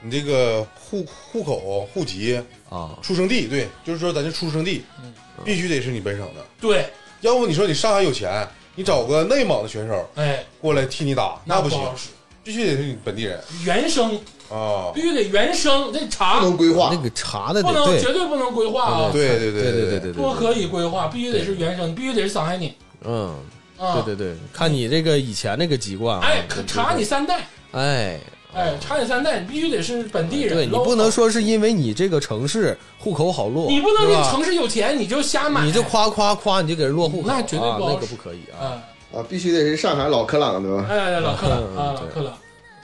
S2: 你这个户户口、户籍、
S3: 啊
S2: 出生地，对，就是说咱这出生地
S1: 嗯，
S2: 必须得是你本省的，
S1: 对，
S2: 要不你说你上海有钱，你找个内蒙的选手
S1: 哎，
S2: 过来替你打，那
S1: 不
S2: 不行，
S1: 好使，
S2: 必须得是你本地人
S1: 原生
S2: 啊
S1: 必。须得原生，这
S4: 不
S1: 查
S4: 能规划
S3: 那，个查的
S1: 不
S3: 得
S1: 能
S3: 对
S1: 绝对不能规划啊，
S2: 对对
S3: 对
S2: 对
S3: 对对
S1: 多可以规划，必须得是原生，必须得是上海人
S3: 嗯。
S1: 啊。
S3: 对对对，看你这个以前那个籍贯啊，
S1: 哎，可查你三代，
S3: 哎，
S1: 哎，查你三代，你必须得是本地人。
S3: 对你
S1: local
S3: 不能，说是因为你这个城市户口好落，
S1: 你不能你
S3: 是吧
S1: 城市有钱你就瞎买，
S3: 你就夸夸夸，你就给人落户口啊，
S1: 那绝对不好
S3: 那个
S1: 使
S3: 不可以啊，
S1: 啊，
S4: 啊，必须得是上海老克朗对吧？
S1: 哎哎，老克
S3: 嗯
S1: 了啊，老
S3: 对
S1: 克了。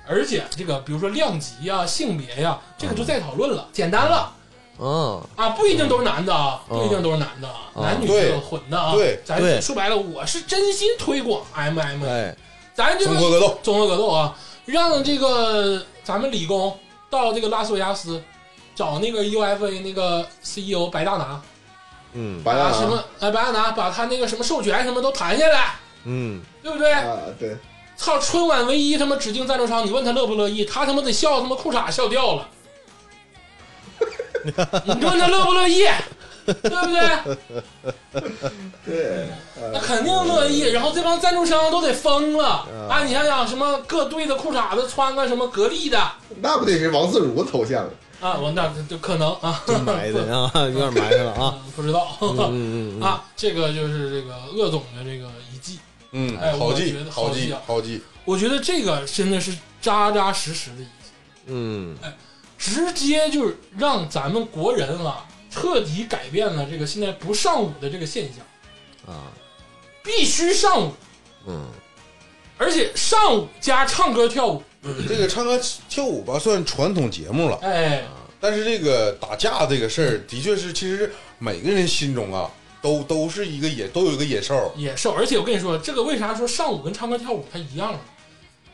S1: 而且这个，比如说量级呀、性别呀、这个就再讨论了，简单了
S3: 嗯，
S1: 啊，不一定都是男的啊，
S3: 嗯
S1: 不一定都是男的啊，
S3: 嗯
S1: 男女
S2: 对
S1: 是混的啊。
S2: 对
S1: 咱
S3: 对
S1: 说白了，我是真心推广 MMA，
S3: 哎，
S1: 咱就
S2: 综合格斗，
S1: 综合格斗啊，让这个咱们理工到这个拉斯维加斯找那个 UFA 那个 CEO 白大拿，
S3: 嗯
S4: 白
S1: 把
S4: 大
S1: 什
S4: 拿
S1: 么哎白大拿把他那个什么授权什么都谈下来，
S3: 嗯，
S1: 对不对？
S4: 啊，对，
S1: 操，春晚唯一他妈指定赞助商，你问他乐不乐意，他他妈得笑他妈裤衩笑掉
S3: [laughs]
S1: 了。你问他乐不乐意，对不对？
S4: 对，
S1: 那肯定乐意。然后这帮赞助商都得疯了啊！你想想，什么各队的裤衩子穿个什么格力的啊，
S4: 那不得是王自如头像？啊
S1: 我那就可能
S3: [laughs]
S1: 啊，[laughs]
S3: 埋汰啊，有点埋汰了啊，
S1: 不知道、
S3: 嗯嗯嗯
S1: [laughs]
S3: 嗯，
S1: 啊。这个就是这个鄂总的这个遗迹，
S2: 嗯
S1: 哎，
S2: 好
S1: 我
S2: 记
S1: 觉得，好
S2: 好
S1: 记
S2: 记
S1: 啊，
S2: 好记，
S1: 我觉得这个真的是扎扎实实的遗迹。
S3: 嗯
S1: 直接就是让咱们国人啊，彻底改变了这个现在不上武的这个现象，
S3: 啊，
S1: 必须上武，
S3: 嗯，
S1: 而且上武加唱歌跳舞，
S2: [laughs] 这个唱歌跳舞吧算传统节目了，
S1: 哎，
S3: 啊
S2: 但是这个打架这个事儿，的确是，其实每个人心中啊，都都是一个野，都有一个野兽，
S1: 野兽。而且我跟你说，这个为啥说上武跟唱歌跳舞它一样呢？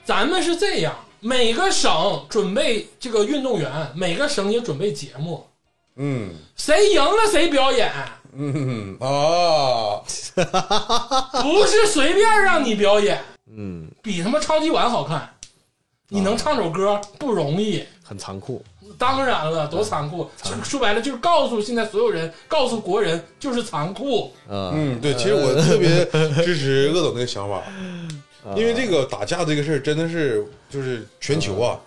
S1: 咱们是这样，每个省准备这个运动员，每个省也准备节目，
S2: 嗯
S1: 谁赢了谁表演，
S3: [laughs]
S2: 嗯啊，
S1: 不是随便让你表演，
S3: 嗯，
S1: 比他妈超级碗好看。你能唱首歌不容易，
S3: 很残酷，
S1: 当然了，多残酷！就说白了，就是告诉现在所有人，告诉国人，就是残酷。
S3: 啊，
S2: 嗯，对，其实我特别支持鄂总这个想法，因为这个打架这个事儿真的是就是全球啊，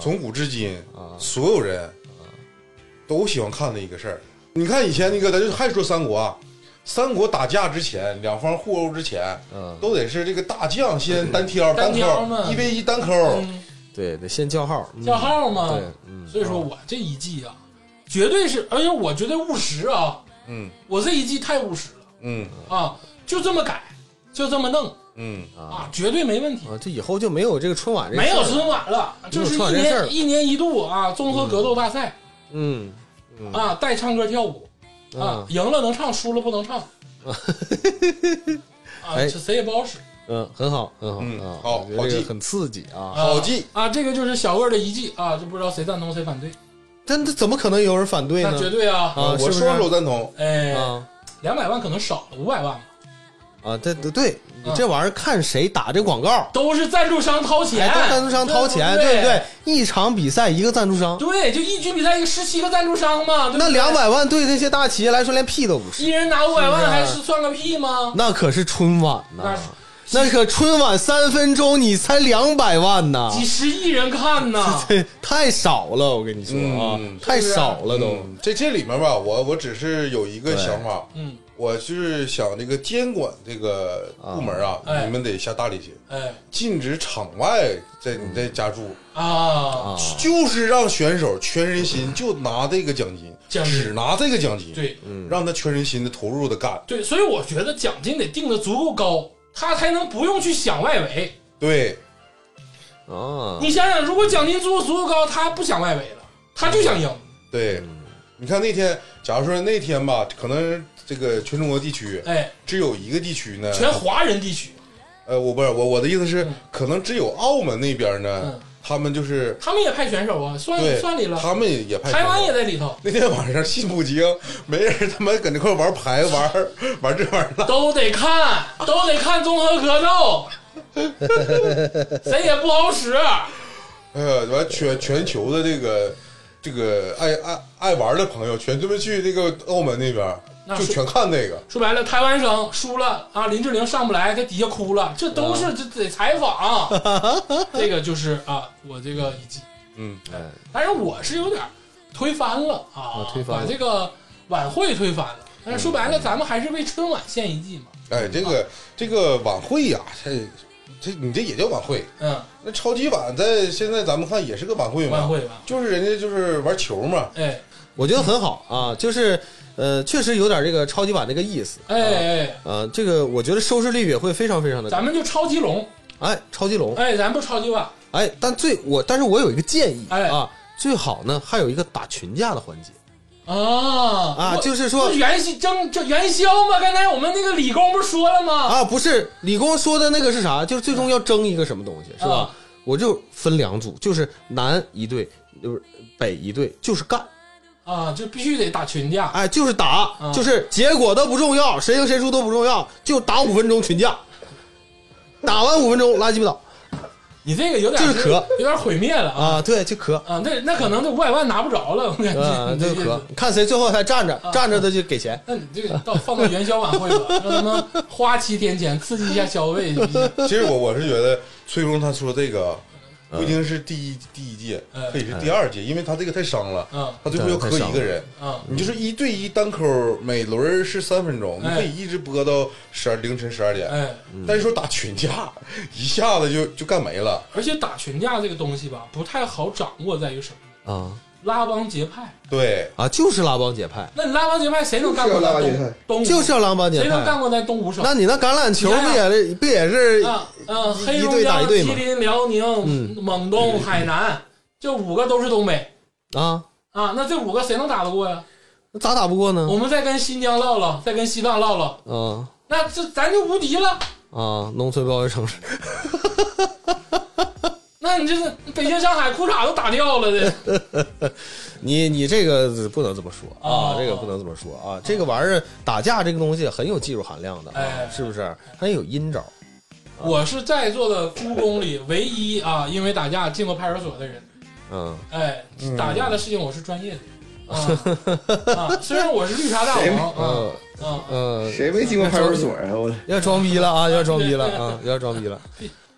S2: 从古至今，所有人都喜欢看的一个事儿。你看以前那个，咱就还说三国啊，三国打架之前，两方互殴之前，
S3: 嗯，
S2: 都得是这个大将先单挑，
S1: 单挑嘛
S2: 扣一 v 一单扣，
S1: 嗯
S3: 对，得先叫号，嗯
S1: 叫号嘛
S3: 对。，哦嗯，
S1: 所以说我这一季啊，绝对是，而且我绝对务实啊，
S2: 嗯
S1: 我这一季太务实了
S2: 嗯
S1: 啊，就这么改，就这么弄
S2: 嗯，
S1: 啊，绝对没问题。
S3: 啊，这以后就没有这个春晚这事儿
S1: 没有春晚了，就是
S3: 没有
S1: 一
S3: 春晚这事儿
S1: 年一年一度啊，综合格斗大赛
S3: 嗯
S1: 啊，带唱歌跳舞啊
S3: 啊，
S1: 赢了能唱，输了不能
S3: [laughs]
S1: 唱。啊，
S3: 哎
S1: 这谁也不好使
S3: 嗯，很好很好
S2: 嗯
S3: 啊，
S2: 好
S3: 我
S2: 好
S3: 觉得这
S2: 记
S3: 个很刺激啊。
S2: 好记，
S1: 啊！这个就是小二的一季啊，就不知道谁赞同谁反对，
S3: 但这怎么可能有人反对
S1: 那
S3: 呢？
S1: 绝对啊，
S3: 啊，
S2: 我
S3: 是不
S2: 说
S3: 是
S2: 罗赞同，
S1: 哎，
S3: 啊
S1: 两百万可能少了五百万吧，
S3: 啊，对对对，你
S1: 嗯
S3: 这玩意儿看谁打这广告，
S1: 都是赞助商掏钱，
S3: 哎，都赞助商掏钱，对
S1: 对
S3: 不对？一场比赛一个赞助商，
S1: 对，就一局比赛一个十七个赞助商嘛，对不对
S3: 那两，百万对那些大企业来说连屁都不是，
S1: 一人拿五百
S3: 是
S1: 万
S3: 啊
S1: 还是算个屁吗？
S3: 那可是春晚
S1: 那
S3: 呐
S1: 是，
S3: 那可春晚三分钟你才两百万呐，，
S1: 几十亿人看呐
S3: 这太少了，我跟你说啊
S2: 嗯，
S3: 太少了
S1: 啊
S3: 都。
S2: 嗯，这这里面吧，我我只是有一个
S3: 对
S2: 想法，
S1: 嗯，
S2: 我就是想这个监管这个部门啊，
S1: 哎
S2: 你们得下大力气，
S1: [laughs] 哎
S2: 禁止场外在你在家住，
S1: 啊，
S3: 嗯啊，
S2: 就是让选手全身心就拿这个奖金，
S1: 奖金
S2: 只拿这个奖金，，
S1: 对
S3: 嗯
S2: 让他全身心的投入的干，
S1: 对，所以我觉得奖金得定的足够高，他才能不用去想外围。
S2: 对，
S3: 啊，
S1: 你想想，如果奖金足够足够高，他不想外围了，他就想赢。
S2: 对，
S3: 嗯
S2: 你看那天，假如说那天吧，可能这个全中国地区
S1: 哎，
S2: 只有一个地区呢，
S1: 全华人地区，
S2: 呃，我不是我我的意思是
S1: 嗯，
S2: 可能只有澳门那边呢
S1: 嗯，
S2: 他们就是
S1: 他们也派选手啊，算
S2: 对
S1: 算里了，
S2: 他们也派
S1: 台湾也
S2: 的。
S1: 在里头，
S2: [laughs] 那天晚上信不精，没人他妈搁那块玩牌玩 [laughs] 玩这玩意儿了，
S1: 都得看，都得看综合格斗，谁也不好使。
S2: 哎呀，完全全球的这个这个爱爱爱玩的朋友，全他妈去那个澳门那边，
S1: 那
S2: 就是全看那个。
S1: 说白了，台湾省输了啊，林志玲上不来，在底下哭了，这都是这得采访。这个就是啊，我这个一季。
S2: 嗯，
S3: 哎，
S1: 但是我是有点推翻了啊，
S3: 啊推翻了
S1: 把这个晚会推翻了。但是说白了，咱们还是为春晚献一计嘛。
S2: 哎，这个这个晚会呀、这这你这也叫晚会？
S1: 嗯，
S2: 那超级碗在现在咱们看也是个晚会嘛，
S1: 晚会吧，
S2: 就是人家就是玩球嘛，
S1: 哎
S3: 我觉得很好啊，就是呃，确实有点这个超级碗这个意思。
S1: 哎哎，
S3: 啊，这个我觉得收视率也会非常非常的高
S1: 咱。们就超级龙，
S3: 哎，超级龙，
S1: 哎，咱不超级碗，
S3: 哎，但最我，但是我有一个建议
S1: 哎
S3: 啊，最好呢还有一个打群架的环节
S1: 啊
S3: 啊，
S1: 我
S3: 就是
S1: 不
S3: 说
S1: 是元宵蒸这元宵吗？刚才我们那个李工不是说了吗？
S3: 啊，不是李工说的那个是啥？就是最
S1: 嗯
S3: 终要争一个什么东西，是吧
S1: 啊？
S3: 我就分两组，就是南一队，就是北一队，就是干，
S1: 啊，就必须得打群架。
S3: 哎，就是打，
S1: 啊
S3: 就是结果都不重要，谁赢谁输都不重要，就打五分钟群架，打完五分钟拉鸡巴倒
S1: 你这个有点
S3: 就是咳，
S1: 有点毁灭了啊
S3: 啊！对，就磕，
S1: 啊！那那可能这五百万拿不着了，我感觉。
S3: 嗯，
S1: 你这啊
S3: 就磕，看谁最后还站着，站着的就给钱。
S1: 那你这个到放到元宵晚会吧，让他们花七天钱刺激一下消费。是不是 [laughs]
S2: 其实我我是觉得崔峰他说这个
S1: 嗯
S2: 不一定是第一第一届，可以是第二届，因为他这个太伤了，
S1: 嗯
S2: 他最后要磕一个人，
S1: 啊
S2: 你就是一对一单扣，每轮是三分钟，你
S1: 哎
S2: 可以一直播到十二凌晨十二点。
S1: 哎，
S2: 但是说打群架，一下子就就干没了。
S1: 而且打群架这个东西吧，不太好掌握，在于什么？
S3: 啊
S1: 拉帮结派。
S2: 对，
S3: 啊，就是拉帮结派，
S1: 那你拉帮结派谁能干过
S4: 是要
S1: 咱
S4: 拉帮结
S1: 东
S4: 派
S1: 东吴？
S3: 就是要拉帮结
S1: 谁能
S3: 派。
S1: 干过咱东吴省？
S3: [laughs] 那你那橄榄球
S1: 你看
S3: 不
S1: 啊
S3: 也不也是
S1: 啊，嗯，黑
S3: 一
S1: 龙
S3: 队打
S1: 江、
S3: 一队
S1: 吉
S3: 嘛嗯
S1: 林、辽宁、蒙东、海南，这五个都是东北
S3: 啊？
S1: 啊。那这五个谁能打得过呀？
S3: 那咋打不过呢
S1: 我？们再跟新疆唠唠，再跟西藏唠唠，
S3: 啊
S1: 那这咱就无敌了。
S3: 啊，农村包围城市， [laughs]
S1: 那你这是北京、上海裤衩都打掉了的。
S3: 你你这个不能这么说啊
S1: 哦，
S3: 这个不能这么说啊，这个玩意儿打架这个东西很有技术含量的啊
S1: 哎，
S3: 是不是？它也有阴招
S1: 我是在座的故宫里唯一啊，因为打架进过派出所的人。
S3: 嗯
S1: 哎，打架的事情我是专业的。
S3: [laughs]
S1: 啊啊！虽然我是绿茶大王
S3: 嗯
S1: 啊啊，
S3: 嗯，
S4: 谁没进过派出所啊？我
S3: 要装逼
S1: [laughs]
S3: 了啊，要装逼了啊，要装逼了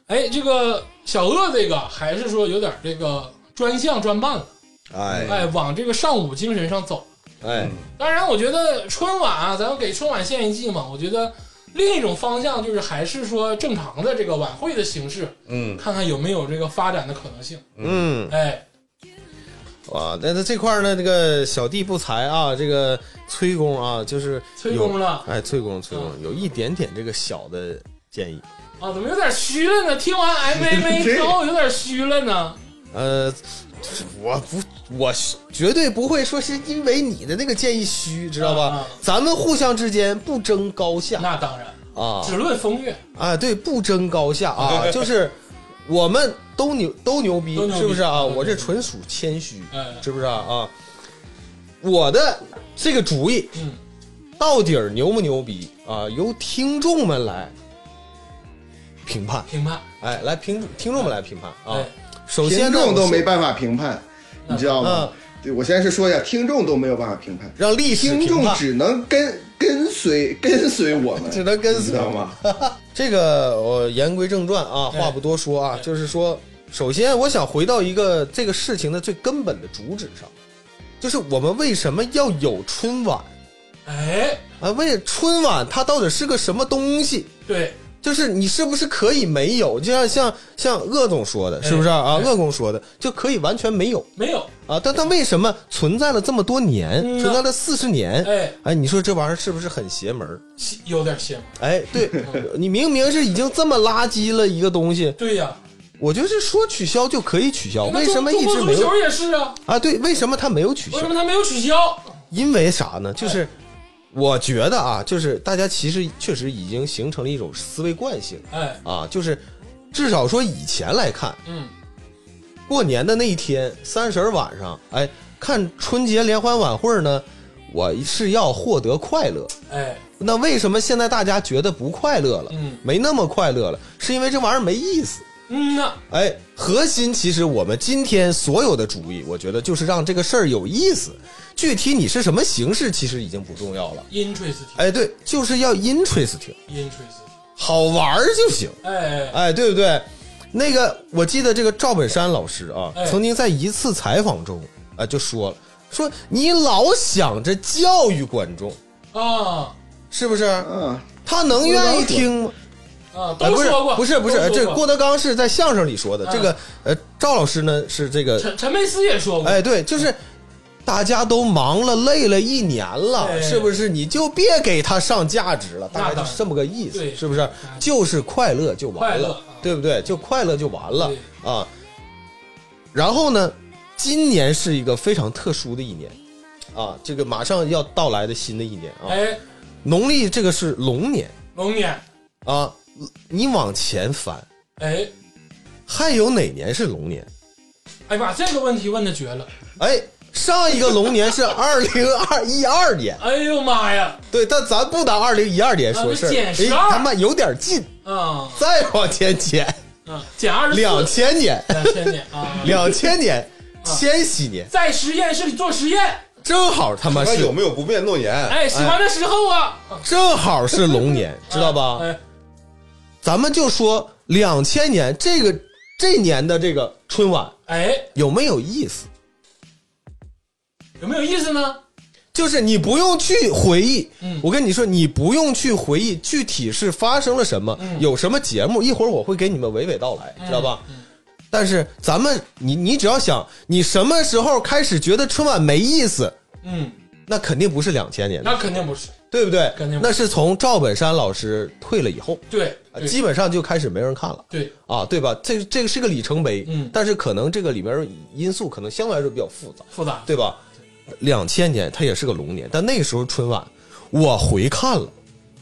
S1: 哎，这个小鳄这个还是说有点这个专项专办了，
S3: 哎
S1: 哎，往这个尚武精神上走。
S3: 哎，
S1: 当然，我觉得春晚啊，咱们给春晚献一计嘛。我觉得另一种方向就是还是说正常的这个晚会的形式，
S2: 嗯
S1: 看看有没有这个发展的可能性。
S3: 嗯，
S1: 哎，
S3: 哇，那那这块儿呢，这个小弟不才啊，这个崔工啊，就是
S1: 崔
S3: 有
S1: 工了嗯
S3: 哎，崔工，崔工有一点点这个小的建议，
S1: 啊，怎么有点虚了呢？听
S3: [laughs]
S1: 完 M A V 之后有点虚了呢。
S3: 呃，我不，我绝对不会说是因为你的那个建议虚，知道吧？
S1: 啊啊
S3: 咱们互相之间不争高下
S1: 那当然，
S3: 啊
S1: 只论风月，
S3: 啊，对，不争高下
S1: [laughs]
S3: 啊，就是我们都牛都牛逼
S1: 都，牛逼
S3: 是不是啊？
S1: 都牛逼
S3: 我这纯属谦虚，
S1: 哎
S3: 是不是啊？啊，我的这个主意
S1: 嗯，
S3: 到底儿牛不牛逼啊？由听众们来评判，
S1: 评判。
S3: 哎，来评听众们来评判啊
S1: 哎。
S3: 首先
S4: 听
S3: 呢，
S4: 众
S3: 我
S4: 都没
S3: 先
S4: 办法评判，你知道吗？对，我先是说一下，听众都没有办法评判，
S3: 让历史
S4: 听
S3: 评
S4: 众
S3: 判
S4: 只能跟跟随跟随我们，
S3: 只能跟
S4: 你
S3: 随
S4: 知道吗？
S3: 这个我言归正传啊，
S1: 哎
S3: 话不多说啊，就是说，首先我想回到一个这个事情的最根本的主旨上，就是我们为什么要有春晚
S1: 哎，
S3: 啊？为春晚它到底是个什么东西？
S1: 对，
S3: 就是你是不是可以没有？就像像像鄂总说的，
S1: 哎
S3: 是不是啊？
S1: 哎
S3: 鄂总说的就可以完全没有
S1: 没有。
S3: 啊？但它为什么存在了这么多年，
S1: 嗯啊
S3: 存在了四十年？
S1: 哎，
S3: 哎，你说这玩意儿是不是很邪门儿？
S1: 邪有点邪门。
S3: 哎，
S1: [laughs]
S3: 对你明明是已经这么垃圾了一个东西，
S1: 对呀、
S3: 我就是说取消就可以取消，
S1: 那
S3: 哦为
S1: 中
S3: 什么一直
S1: 中国
S3: 没
S1: 足
S3: 有
S1: 球也是啊？
S3: 啊？对，为什么他没有取消
S1: 为什？么他没有取消？
S3: 因为啥
S1: 哎
S3: 呢？就是我觉得啊，就是大家其实确实已经形成了一种思维惯性
S1: 哎，
S3: 啊，就是至少说以前来看，
S1: 嗯，
S3: 过年的那一天，三十儿晚上，哎，看春节联欢晚会呢，我是要获得快乐。
S1: 哎，
S3: 那为什么现在大家觉得不快乐了，
S1: 嗯
S3: 没那么快乐了？是因为这玩意儿没意思。
S1: 嗯呐，
S3: 哎，核心其实我们今天所有的主意，我觉得就是让这个事儿有意思。具体你是什么形式，其实已经不重要了。
S1: interesting，interesting，
S3: 哎，对，就是要 interesting，好玩儿就行。
S1: 哎哎
S3: 哎，对不对？那个我记得这个赵本山老师啊，
S1: 哎
S3: 曾经在一次采访中啊、就说了，说你老想着教育观众，
S1: 啊
S3: 是不是？
S4: 嗯，
S3: 他能愿意听吗？
S1: 啊，
S3: 哎
S1: 都说过，
S3: 不是不是不是，
S1: 都说
S3: 这
S1: 过
S3: 郭德纲是在相声里说的，
S1: 嗯
S3: 这个呃赵老师呢是这个
S1: 陈陈佩斯也说过，
S3: 哎，对，就是大家都忙了，累了一年了，
S1: 哎
S3: 是不是？你就别给他上价值了，
S1: 那
S3: 大概
S1: 当
S3: 就
S1: 然
S3: 是这么个意思
S1: 对，
S3: 是不是？就是快乐就完
S1: 快乐
S3: 了
S1: 啊，
S3: 对不对？就快乐就完了啊。然后呢，今年是一个非常特殊的一年啊，这个马上要到来的新的一年啊，
S1: 哎，
S3: 农历这个是龙年
S1: 龙年，
S3: 啊，你往前翻，
S1: 哎，
S3: 还有哪年是龙年？
S1: 哎妈，这个问题问的绝了，
S3: 哎，上一个龙年是二零二一二年。
S1: 哎呦妈呀，
S3: 对，但咱不拿二零一二年说事儿，
S1: 啊减
S3: 哎
S1: 12
S3: 他妈有点近，
S1: 啊
S3: 再往前减，
S1: 啊，减二十
S3: 两
S1: 四，
S3: 千年，
S1: 两千年啊，
S3: 两千年，千禧年，
S1: 在实验室里做实验，
S3: 正好他妈
S2: 那有
S3: 是，
S2: 没有不变诺言？
S1: 哎，喜欢的时候啊，
S3: 正哎好是龙年，知道吧？
S1: 哎，
S3: 咱们就说两千年这个这年的这个春晚
S1: 哎，
S3: 有没有意思？
S1: 有没有意思呢？
S3: 就是你不用去回忆，
S1: 嗯
S3: 我跟你说，你不用去回忆具体是发生了什么，
S1: 嗯
S3: 有什么节目，一会儿我会给你们娓娓道来，知道吧？
S1: 嗯
S3: 但是咱们，你你只要想，你什么时候开始觉得春晚没意思，
S1: 嗯，
S3: 那肯定不是两千年的，
S1: 那肯定不是，
S3: 对不对
S1: 肯定？不
S3: 那是从赵本山老师退了以后，
S1: 对
S3: 啊
S1: 对
S3: 基本上就开始没人看了。
S1: 对，
S3: 啊，对吧？这这个是个里程碑，
S1: 嗯
S3: 但是可能这个里面因素可能相对来说比较复杂，
S1: 复杂，
S3: 对吧？两千年它也是个龙年，但那时候春晚我回看了，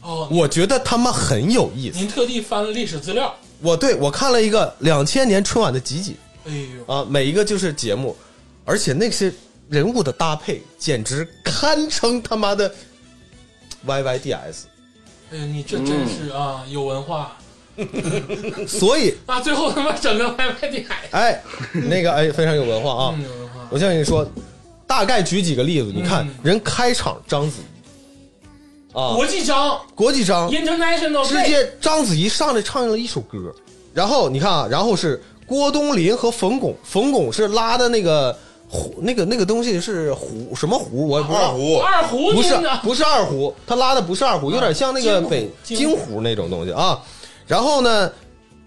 S1: 哦，
S3: 我觉得他妈很有意思。
S1: 您特地翻了历史资料，
S3: 我对我看了一个两千年春晚的集锦
S1: 哎呦，
S3: 啊，每一个就是节目，而且那些人物的搭配简直堪称他妈的 YYDS。
S1: 哎呦，你这
S3: 嗯
S1: 真是啊，有文化。
S3: 所以，
S1: 那啊最后他妈整个 YYDS，
S3: 哎，那个哎，非常有文化啊
S1: 嗯，！有文化，
S3: 我向你说，大概举几个例子，你看
S1: 嗯
S3: 人开场章子怡啊，
S1: 国际章
S3: 国际章
S1: International
S3: 直
S1: Day，
S3: 接章子怡上来唱了一首歌，然后你看啊，然后是郭冬临和冯巩，冯巩是拉的那个壶，那个那个东西是壶什么壶，我也不知
S2: 二
S3: 道。
S2: 胡，
S1: 二胡
S3: 不是
S1: 听着啊
S3: 不是二胡，他拉的不是二胡，有点像那个
S1: 京胡
S3: 北
S1: 京
S3: 京胡那种东西啊。然后呢，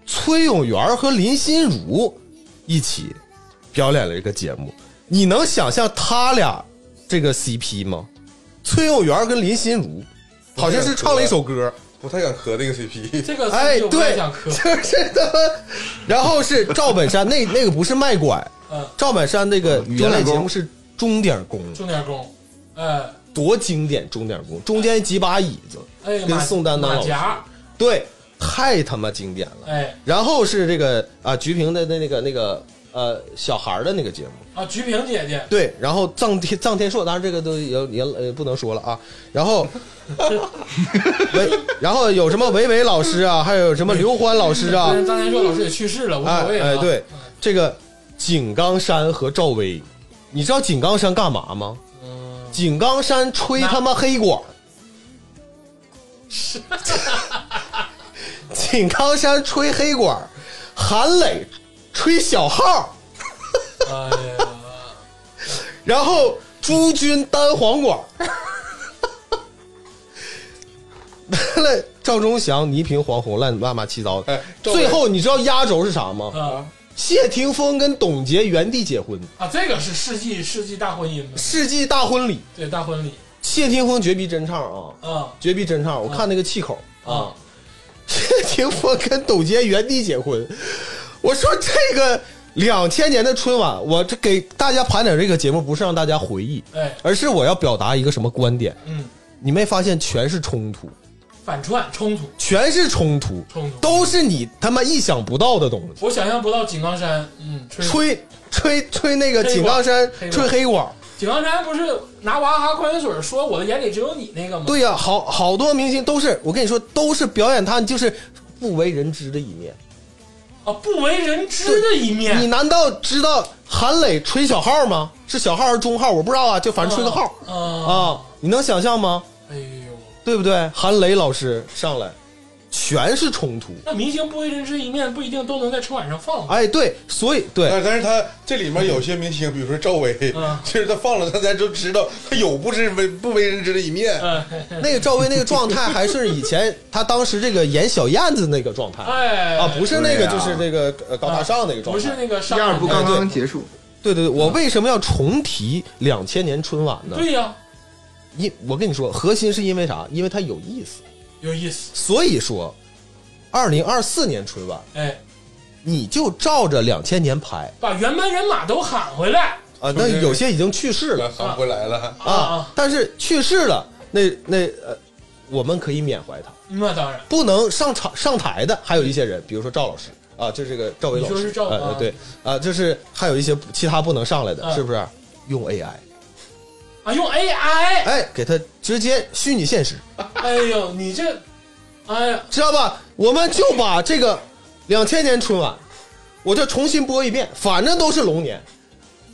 S3: 崔永元和林心如一起表演了一个节目，你能想象他俩这个 CP 吗？崔永元跟林心如好像是唱了一首歌，
S2: 不太敢磕那个 CP。
S1: 这个
S3: 哎，
S1: 就不太
S3: 对
S1: 想，磕，
S3: 就是他妈，然后是赵本山，那那个不是卖拐，
S1: 嗯，
S3: 赵本山那个原来节目是钟点工，
S1: 钟点工，哎
S3: 多经典钟点工，中间几把椅子，
S1: 哎，
S3: 跟
S1: 马
S3: 宋丹丹
S1: 马
S3: 老师
S1: 甲，
S3: 对，太他妈经典了。
S1: 哎
S3: 然后是这个啊，菊萍的那那个那个呃小孩儿的那个节目，
S1: 啊，菊萍姐姐，
S3: 对，然后臧天臧天朔，当然这个都也也呃不能说了啊。然后
S1: [laughs]
S3: 维，然后有什么维维老师啊，还有什么刘欢老师啊
S1: 当，然张天硕老师也去世了，无
S3: 哎
S1: 所谓了啊
S3: 哎，对，这个井冈山和赵薇，你知道井冈山干嘛吗？
S1: 嗯，
S3: 井冈山吹他妈黑管儿。井冈山吹黑管儿，韩磊吹小号儿，
S1: 哎呀，
S3: 然后朱军单簧管 [laughs] 儿。完了，赵忠祥、倪萍、黄宏、乱乱八七糟。
S2: 哎，赵薇
S3: 最后你知道压轴是啥吗？
S1: 啊
S3: 谢霆锋跟董洁原地结婚，
S1: 啊，这个是世纪世纪大婚姻嘛，
S3: 世纪大婚礼。
S1: 对，大婚礼，
S3: 谢霆锋绝逼真唱啊，
S1: 啊
S3: 绝逼真唱！我看那个气口
S1: 啊，
S3: 谢霆锋跟董洁原地结婚。我说这个两千年的春晚，我这给大家盘点这个节目，不是让大家回忆，
S1: 哎，
S3: 而是我要表达一个什么观点？
S1: 嗯，
S3: 你没发现全是冲突，
S1: 反串冲突
S3: 全是冲突，
S1: 冲突，
S3: 都是你他妈意想不到的东西。
S1: 我想象不到井冈山，嗯，吹
S3: 吹吹吹那个
S1: 黑管
S3: 井冈山
S1: 黑管
S3: 吹黑管，
S1: 井冈山不是拿娃哈哈矿泉水说我的眼里只有你那个吗？
S3: 对呀、好好多明星都是，我跟你说，都是表演他就是不为人知的一面。
S1: 啊，不为人知的一面，
S3: 你难道知道韩磊吹小号吗？是小号还是中号？我不知道啊，就反正吹个号
S1: 啊
S3: 啊，你能想象吗？
S1: 哎呦，
S3: 对不对？韩磊老师上来，全是冲突。
S1: 那明星不为人知一面不一定都能在春晚上放。
S3: 哎，对，所以对
S1: 哎
S2: 但但是他这里面有些明星，比如说赵薇，
S1: 嗯
S2: 其实他放了，大家就知道他有不知为不为人知的一面。
S1: 嗯，
S3: 那个赵薇那个状态，还是以前她当时这个演小燕子那个状
S1: [laughs]
S3: 态
S1: 哎啊
S3: 啊，不是那
S4: 对
S3: 个，
S4: 呀
S3: 就是这个呃高大上那个状
S1: 不是
S3: 态。
S1: 那个
S4: 第
S1: 上
S4: 二部刚
S3: 哎
S4: 刚结束，
S3: 对对对，我为什么要重提两千年春晚呢？
S1: 对呀、
S3: 因我跟你说，核心是因为啥？因为它有意思。
S1: 有意思。
S3: 所以说，二零二四年春晚。
S1: 哎，
S3: 你就照着两千年拍
S1: 把原班人马都喊回来
S3: 啊。
S2: 不
S3: 那
S2: 是
S3: 有些已经去世了
S2: 喊不回来了，
S3: 啊，但是去世了，那那呃，我们可以缅怀他。
S1: 嗯那当然，
S3: 不能上场上台的还有一些人，比如说赵老师啊，就这个赵薇老师，
S1: 你说是赵
S3: 呃
S1: 啊
S3: 对啊，就是还有一些其他不能上来的，
S1: 嗯
S3: 是不是？用 AI，
S1: 啊，用 AI。
S3: 哎，给他直接虚拟现实，
S1: 哎呦，你这，哎呀，
S3: 知道吧？我们就把这个两千年春晚，我就重新播一遍，反正都是龙年。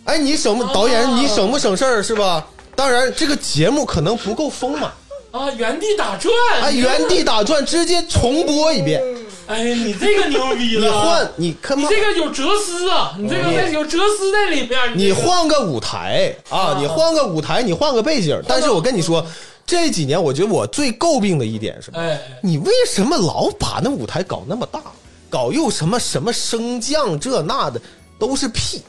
S3: 哎，你省不
S1: 啊
S3: 导演，你省不省事儿是吧？当然，这个节目可能不够丰满，
S1: 啊，原地打转。
S3: 哎，原地打转，直接重播一遍。
S1: 哎，你这个牛逼
S3: [laughs] 你
S1: 了。
S3: 换，你他
S1: 你
S3: 妈，
S1: 这个有哲思啊！你这个在有哲思在里面。
S3: 你
S1: 这个
S3: 换个舞台
S1: 哦
S3: 啊，你换个舞台，你换个背景。但是我跟你说，这几年我觉得我最诟病的一点是什么？
S1: 哎哎
S3: 你为什么老把那舞台搞那么大，搞又什么什么升降这那的，都是屁。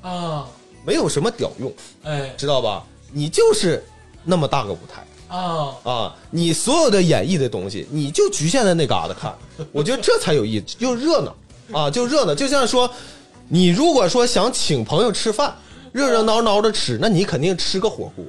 S1: 啊，
S3: 没有什么屌用，
S1: 哎
S3: 知道吧？你就是那么大个舞台
S1: 啊，
S3: 啊，你所有的演绎的东西，你就局限在那嘎达看，我觉得这才有意思，就热闹啊，就热闹。就像说，你如果说想请朋友吃饭，热热闹闹的吃，那你肯定吃个火锅，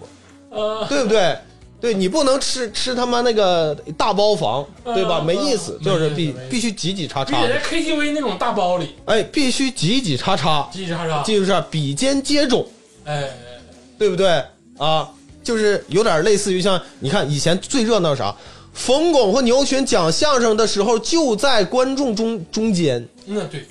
S3: [laughs]
S1: 呃，
S3: 对不对？对你不能吃吃他妈那个大包房，对吧？
S1: 嗯
S3: 没意思，
S1: 嗯
S3: 就
S1: 没意
S3: 是
S1: 思
S3: 必
S1: 没意思
S3: 必须挤挤叉
S1: 必
S3: 叉
S1: 须
S3: 的
S1: 在，KTV 那种大包里，
S3: 哎，必须挤挤叉叉，
S1: 叽叽喳喳。
S3: 就是啊比肩接踵。
S1: 啊哎哎，
S3: 对不对啊？就是有点类似于像你看以前最热闹啥，冯巩和牛群讲相声的时候就在观众中中间，
S1: 那对对，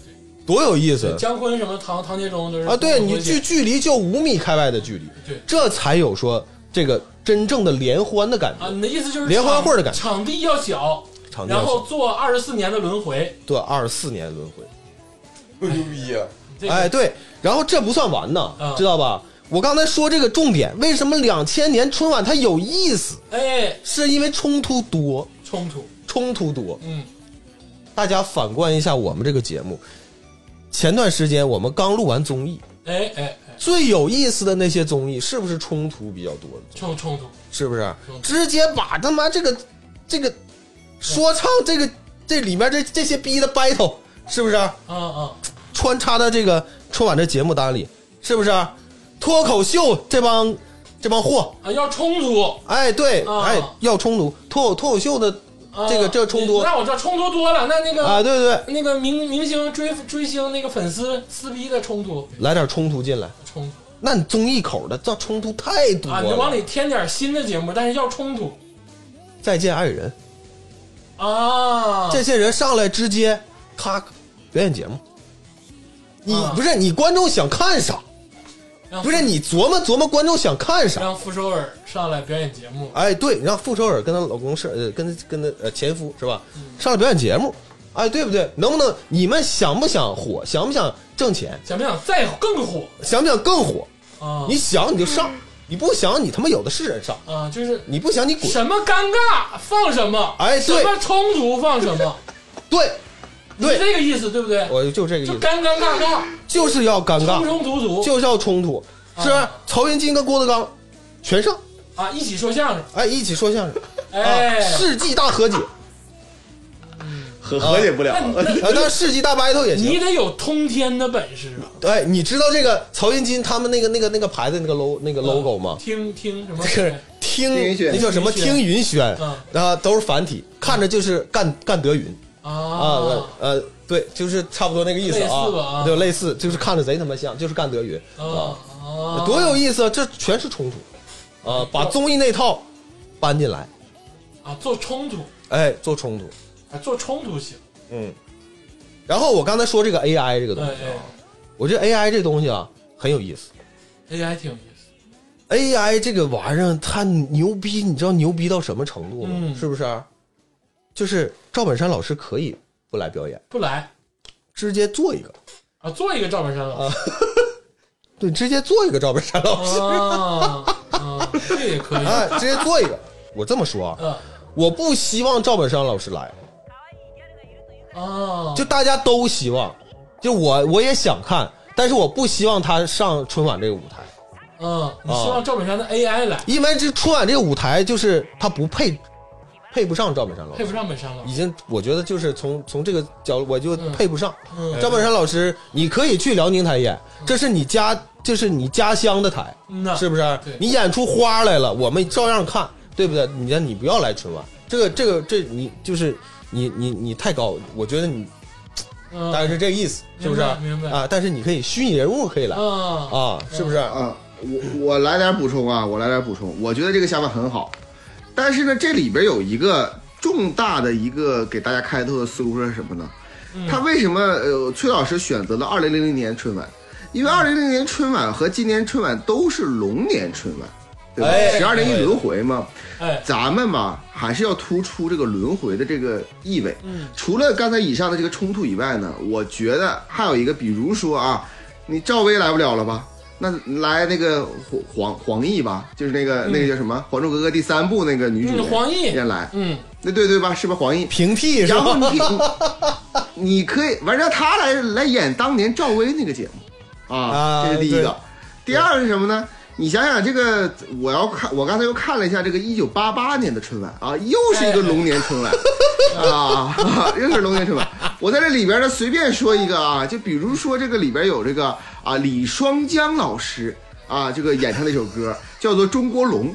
S3: 多有意思
S1: 姜昆什么唐唐杰忠都是
S3: 啊！对你距
S1: 去
S3: 距离就五米开外的距离，
S1: 对
S3: 这才有说这个真正的联欢的感
S1: 啊，
S3: 觉。
S1: 你的意思就是
S3: 联欢
S1: 场
S3: 会的感觉
S1: 场地要小，
S3: 场地要
S1: 然
S3: 小
S1: 后做二十四年的轮回，
S3: 对，二十四年轮回，
S2: 多牛逼啊！
S1: 这个、
S3: 哎，对，然后这不算完呢，
S1: 啊
S3: 知道吧？我刚才说这个重点，为什么两千年春晚它有意思，
S1: 哎，
S3: 是因为冲突多，
S1: 冲突，
S3: 冲突多。
S1: 嗯
S3: 大家反观一下我们这个节目，前段时间我们刚录完综艺，
S1: 哎哎哎，
S3: 最有意思的那些综艺是不是冲突比较多的？
S1: 冲冲突，
S3: 是不是
S1: 冲？
S3: 直接把他妈这个这个说唱这个这里面这这些逼的 battle 是不是
S1: 啊啊，
S3: 穿插到这个春晚这节目单里？是不是？脱口秀这帮这帮货，
S1: 啊，要冲突，
S3: 哎，对，
S1: 啊
S3: 哎，要冲突脱口脱口秀的
S1: 啊、
S3: 这个这个冲
S1: 你
S3: 突
S1: 那我这冲突多了，那那个、
S3: 啊，对对对，
S1: 那个明明星追追星那个粉丝撕逼的冲突，
S3: 来点冲突进来。
S1: 冲
S3: 那你综艺口的这冲突太
S1: 突
S3: 多
S1: 啊，你往
S3: 了。
S1: 里添点新的节目，但是要冲突
S3: 再见爱人，
S1: 啊，
S3: 这些人上来直接咔表演节目，你
S1: 啊
S3: 不是你观众想看啥？
S1: 让
S3: 不是你琢磨琢磨观众想看啥？
S1: 让傅首尔上来表演节目，
S3: 哎，对，让傅首尔跟她老公是呃，跟跟她呃前夫是吧，上来表演节目，哎，对不对？能不能你们想不想火？想不想挣钱？
S1: 想不想再更火
S3: 想不想更火？
S1: 啊？
S3: 你想你就上，你不想你他妈有的是人上，
S1: 啊，就是
S3: 你不想你滚。
S1: 什么尴尬放什么，
S3: 哎
S1: 什
S3: 对
S1: 么冲突放什么，
S3: 对，
S1: 你
S3: [laughs] 对，
S1: 这个意思对不对？
S3: 我就这个意
S1: 就
S3: 思，
S1: 干干尬尬，
S3: 就是要尴
S1: 冲
S3: 尬，
S1: 冲突突，
S3: 就是要冲突，是不是
S1: 啊
S3: 曹云金跟郭德纲全上，
S1: 啊，一起说相声，
S3: 哎，一起说相声，
S1: 哎
S3: 啊，，世纪大和解，
S4: 和和解不了
S1: 那。那
S3: 啊，当然世纪大 battle 也行
S1: 你。得有通天的本事啊
S3: 哎，你知道这个曹云金他们那个那个那个牌子那个 logo 那个 logo 吗？
S1: 听听什么？
S3: 就是听
S4: 听云轩
S3: 那叫什么？
S1: 嗯听云轩
S3: 听云轩
S1: 嗯，
S3: 然后都是繁体，看着就是干干德云啊
S1: 啊，，
S3: 呃，对，就是差不多那个意思
S1: 类似吧
S3: 啊
S1: 啊，
S3: 对，类似，就是看着贼他妈像，就是干德云啊
S1: 啊，啊
S3: 多有意思啊！这全是冲突
S1: 嗯
S3: 啊，把综艺那套搬进来，
S1: 啊！做冲突，
S3: 哎，做冲突，
S1: 啊做冲突行，
S3: 嗯。然后我刚才说这个 AI 这个
S1: 对
S3: 东西，我觉得 AI 这东西啊很有意思。
S1: ，AI 哎挺有意思。
S3: AI 这个玩意儿，它牛逼，你知道牛逼到什么程度吗？
S1: 嗯
S3: 是不是啊？就是赵本山老师可以不来表演，
S1: 不来
S3: 直接做一个，
S1: 啊，做一个赵本山老师
S3: 对，直接做一个赵本山老师，
S1: 啊，啊这也可以
S3: [laughs] 哎、直接做一个。我这么说啊，
S1: 啊
S3: 我不希望赵本山老师来，
S1: 啊，
S3: 就大家都希望，就我我也想看，但是我不希望他上春晚这个舞台，
S1: 嗯，你
S3: 哦
S1: 希望赵本山的 AI 来，
S3: 因为这春晚这个舞台就是他不配，配不上赵本山老师
S1: 配。不上本山老
S3: 已
S1: 师，
S3: 经，我觉得就是从从这个角度，我就
S1: 嗯
S3: 配不上。
S1: 嗯
S3: 赵本山老师，你可以去辽宁台演，这是你家，这是你家乡的台，
S1: 嗯呐，
S3: 是不是
S1: 对？
S3: 你演出花来了，我们照样看，对不对？你看，你不要来春晚，这个这个这你就是你你你太高，我觉得你
S1: 嗯
S3: 大概是这意思，是不是？
S1: 明白明白
S3: 啊，但是你可以虚拟人物可以来
S1: 啊
S3: 啊，是不是？
S4: 啊，我我来点补充啊，我来点补充。我觉得这个想法很好，但是呢，这里边有一个重大的一个给大家开拓的思路是什么呢？他为什么呃，崔老师选择了二零零零年春晚？因为二零零零年春晚和今年春晚都是龙年春晚，对吧？
S3: 哎
S4: 十二年一轮回嘛。
S1: 哎
S4: 咱们吧，还是要突出这个轮回的这个意味。嗯，除了刚才以上的这个冲突以外呢，我觉得还有一个，比如说啊，你赵薇来不了了吧？那来那个黄黄黄奕吧，就是那个、那个叫什么《还珠格格》第三部那个女主
S1: 嗯
S4: 人，
S1: 黄奕
S4: 先来，
S1: 嗯
S4: 那对对吧？是不是黄奕？
S3: 平替是
S4: 然后
S3: 吧？
S4: 你你 [laughs] 可以完让他来来演当年赵薇那个节目啊，
S3: 啊
S4: 这是第一
S3: 对
S4: 个。第二个是什么呢？你想想这个，我要看，我刚才又看了一下这个一九八八年的春晚啊，又是一个龙年春晚、啊， [laughs] 又是龙年春晚。我在这里边呢随便说一个啊，就比如说这个里边有这个啊李双江老师啊，这个演唱的一首歌叫做《中国龙》。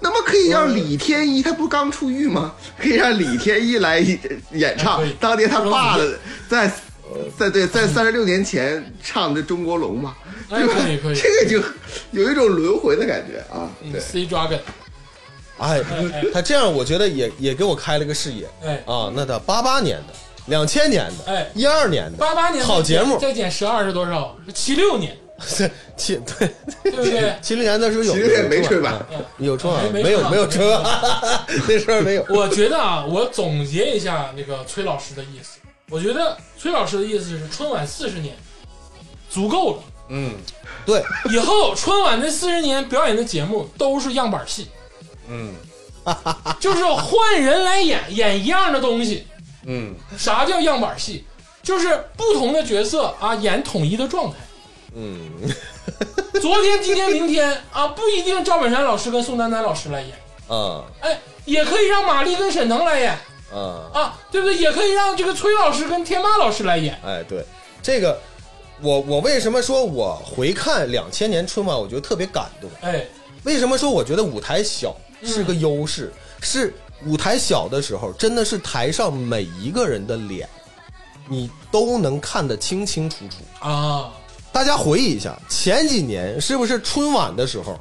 S4: 那么可以让李天一，他不刚出狱吗？ [laughs] 可以让李天一来演唱
S1: 可以
S4: 当年他爸的，在
S1: 呃
S4: 在对在三十六年前唱的《中国龙》嘛，
S1: 哎
S4: 对吧
S1: 可以可以
S4: 这个就有一种轮回的感觉啊。
S1: 嗯
S4: 对，
S1: ，C Dragon， [laughs]
S3: 哎，他这样我觉得也也给我开了个视野
S1: 哎
S3: 啊。那他八八年的、两千年
S1: 哎
S3: 的、一二年的，
S1: 八八年
S3: 好节目
S1: 再减十二是多少？是七六年，
S3: 是 [laughs] 七对？
S1: 对不对
S3: [laughs] 七零年的时候有啊
S4: 其实也没春晚，
S1: 嗯
S3: 有春晚
S1: 没
S3: 没有啊
S1: 没啊
S3: 没有春晚，那时候没有。
S1: 我觉得啊，我总结一下那个崔老师的意思，我觉得崔老师的意思是春晚四十年，足够了。
S2: 嗯
S3: 对，
S1: 以后春晚这四十年表演的节目都是样板戏，
S2: 嗯
S1: [laughs] 就是换人来演，演一样的东西。
S2: 嗯
S1: 啥叫样板戏？就是不同的角色啊，演统一的状态。
S5: 嗯
S1: [laughs] 昨天、今天、明天啊，不一定赵本山老师跟宋丹丹老师来演，
S5: 啊
S1: 哎，也可以让马丽跟沈腾来演
S5: 啊，
S1: 啊，对不对？也可以让这个崔老师跟天霸老师来演。
S5: 哎对，
S3: 这个我我为什么说我回看两千年春晚，我觉得特别感动？
S1: 哎，
S3: 为什么说我觉得舞台小
S1: 嗯
S3: 是个优势？是舞台小的时候，真的是台上每一个人的脸，你都能看得清清楚楚。
S1: 啊，
S3: 大家回忆一下，前几年是不是春晚的时候，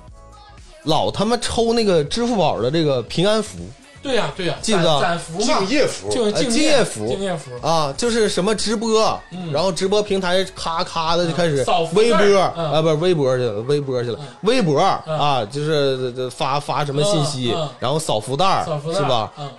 S3: 老他妈抽那个支付宝的这个平安符
S1: 对呀、对呀、
S3: 记得
S1: 攒攒福嘛
S2: 嗯敬，业福，
S1: 就
S3: 呃
S1: 敬
S3: 敬业福
S1: 敬业福，
S3: 啊？就是什么直播，
S1: 嗯
S3: 然后直播平台咔咔的就开始
S1: 嗯扫福
S3: 微
S1: 字儿
S3: 博、
S1: 嗯
S3: 啊，不是微博去了，微博去了，
S1: 嗯
S3: 微博、
S1: 嗯
S3: 啊，就是这这发发什么信息，
S1: 嗯嗯
S3: 然后扫福袋儿
S1: 扫福袋
S3: 是吧？？
S1: 嗯，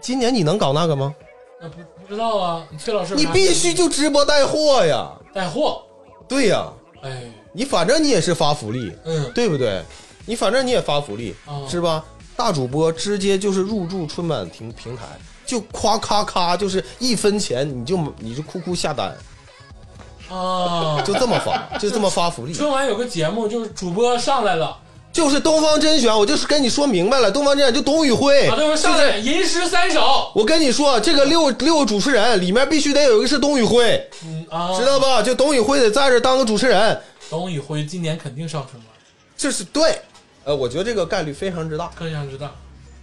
S3: 今年你能搞那个吗？
S1: 那不不知道啊，你崔老师有
S3: 你
S1: 啥
S3: 必须就直播带货呀，
S1: 带货，
S3: 对呀、
S1: 哎，
S3: 你反正你也是发福利，
S1: 嗯，
S3: 对不对？你反正你也发福利，
S1: 哦
S3: 是吧？大主播直接就是入驻春晚平平台，就夸咔咔，就是一分钱你就你就库库下单，
S1: 啊，
S3: 就这
S1: [laughs]
S3: 么发，就这么发福利。
S1: 春晚有个节目，就是主播上来了，
S3: 就是东方甄选，我就是跟你说明白了，东方甄选就董宇辉，
S1: 啊，他们
S3: 就
S1: 上
S3: 是
S1: 来吟诗三首，
S3: 我跟你说，啊这个六六个主持人里面必须得有一个是董宇辉，
S1: 嗯啊，
S3: 知道吧？就董宇辉得在这当个主持人，
S1: 董宇辉今年肯定上春晚，
S3: 就是对，呃，我觉得这个概率非常之大，
S1: 更想知道，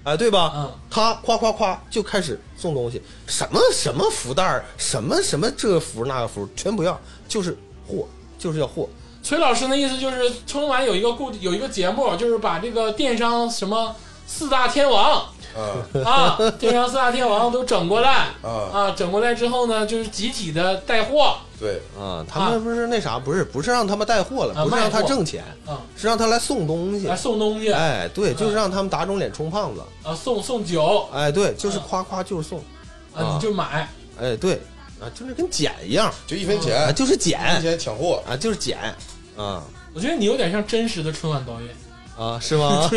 S3: 哎，对吧？
S1: 嗯，
S3: 他夸夸夸就开始送东西，什么什么福袋儿，什么什么这个福那个福，全不要，就是货，就是要货。
S1: 崔老师那意思就是春晚有一个固有一个节目，就是把这个电商什么四大天王
S3: [laughs]
S2: 啊
S1: 啊，电商四大天王都整过来
S3: [laughs]
S2: 啊，
S1: 啊，整过来之后呢，就是集体的带货
S2: 对，
S3: 啊，他们不是那啥，不是不是让他们带货了，
S1: 啊
S3: 不是让他
S1: 卖货
S3: 挣钱，
S1: 啊，
S3: 是让他来送东西
S1: 来。送东西啊，
S3: 哎，对，就是让他们打肿脸充胖子。
S1: 送送酒
S3: 哎，对，
S1: 嗯
S3: 就是夸夸就是送。
S1: 啊，你就买，
S3: 哎，对，啊，就是跟捡一样，
S2: 就一分
S3: 啊，
S2: 钱，
S3: 就是捡，
S2: 一分钱抢货，
S3: 啊，就是捡，啊
S1: 我觉得你有点像真实的春晚导演，
S3: 啊，是吗？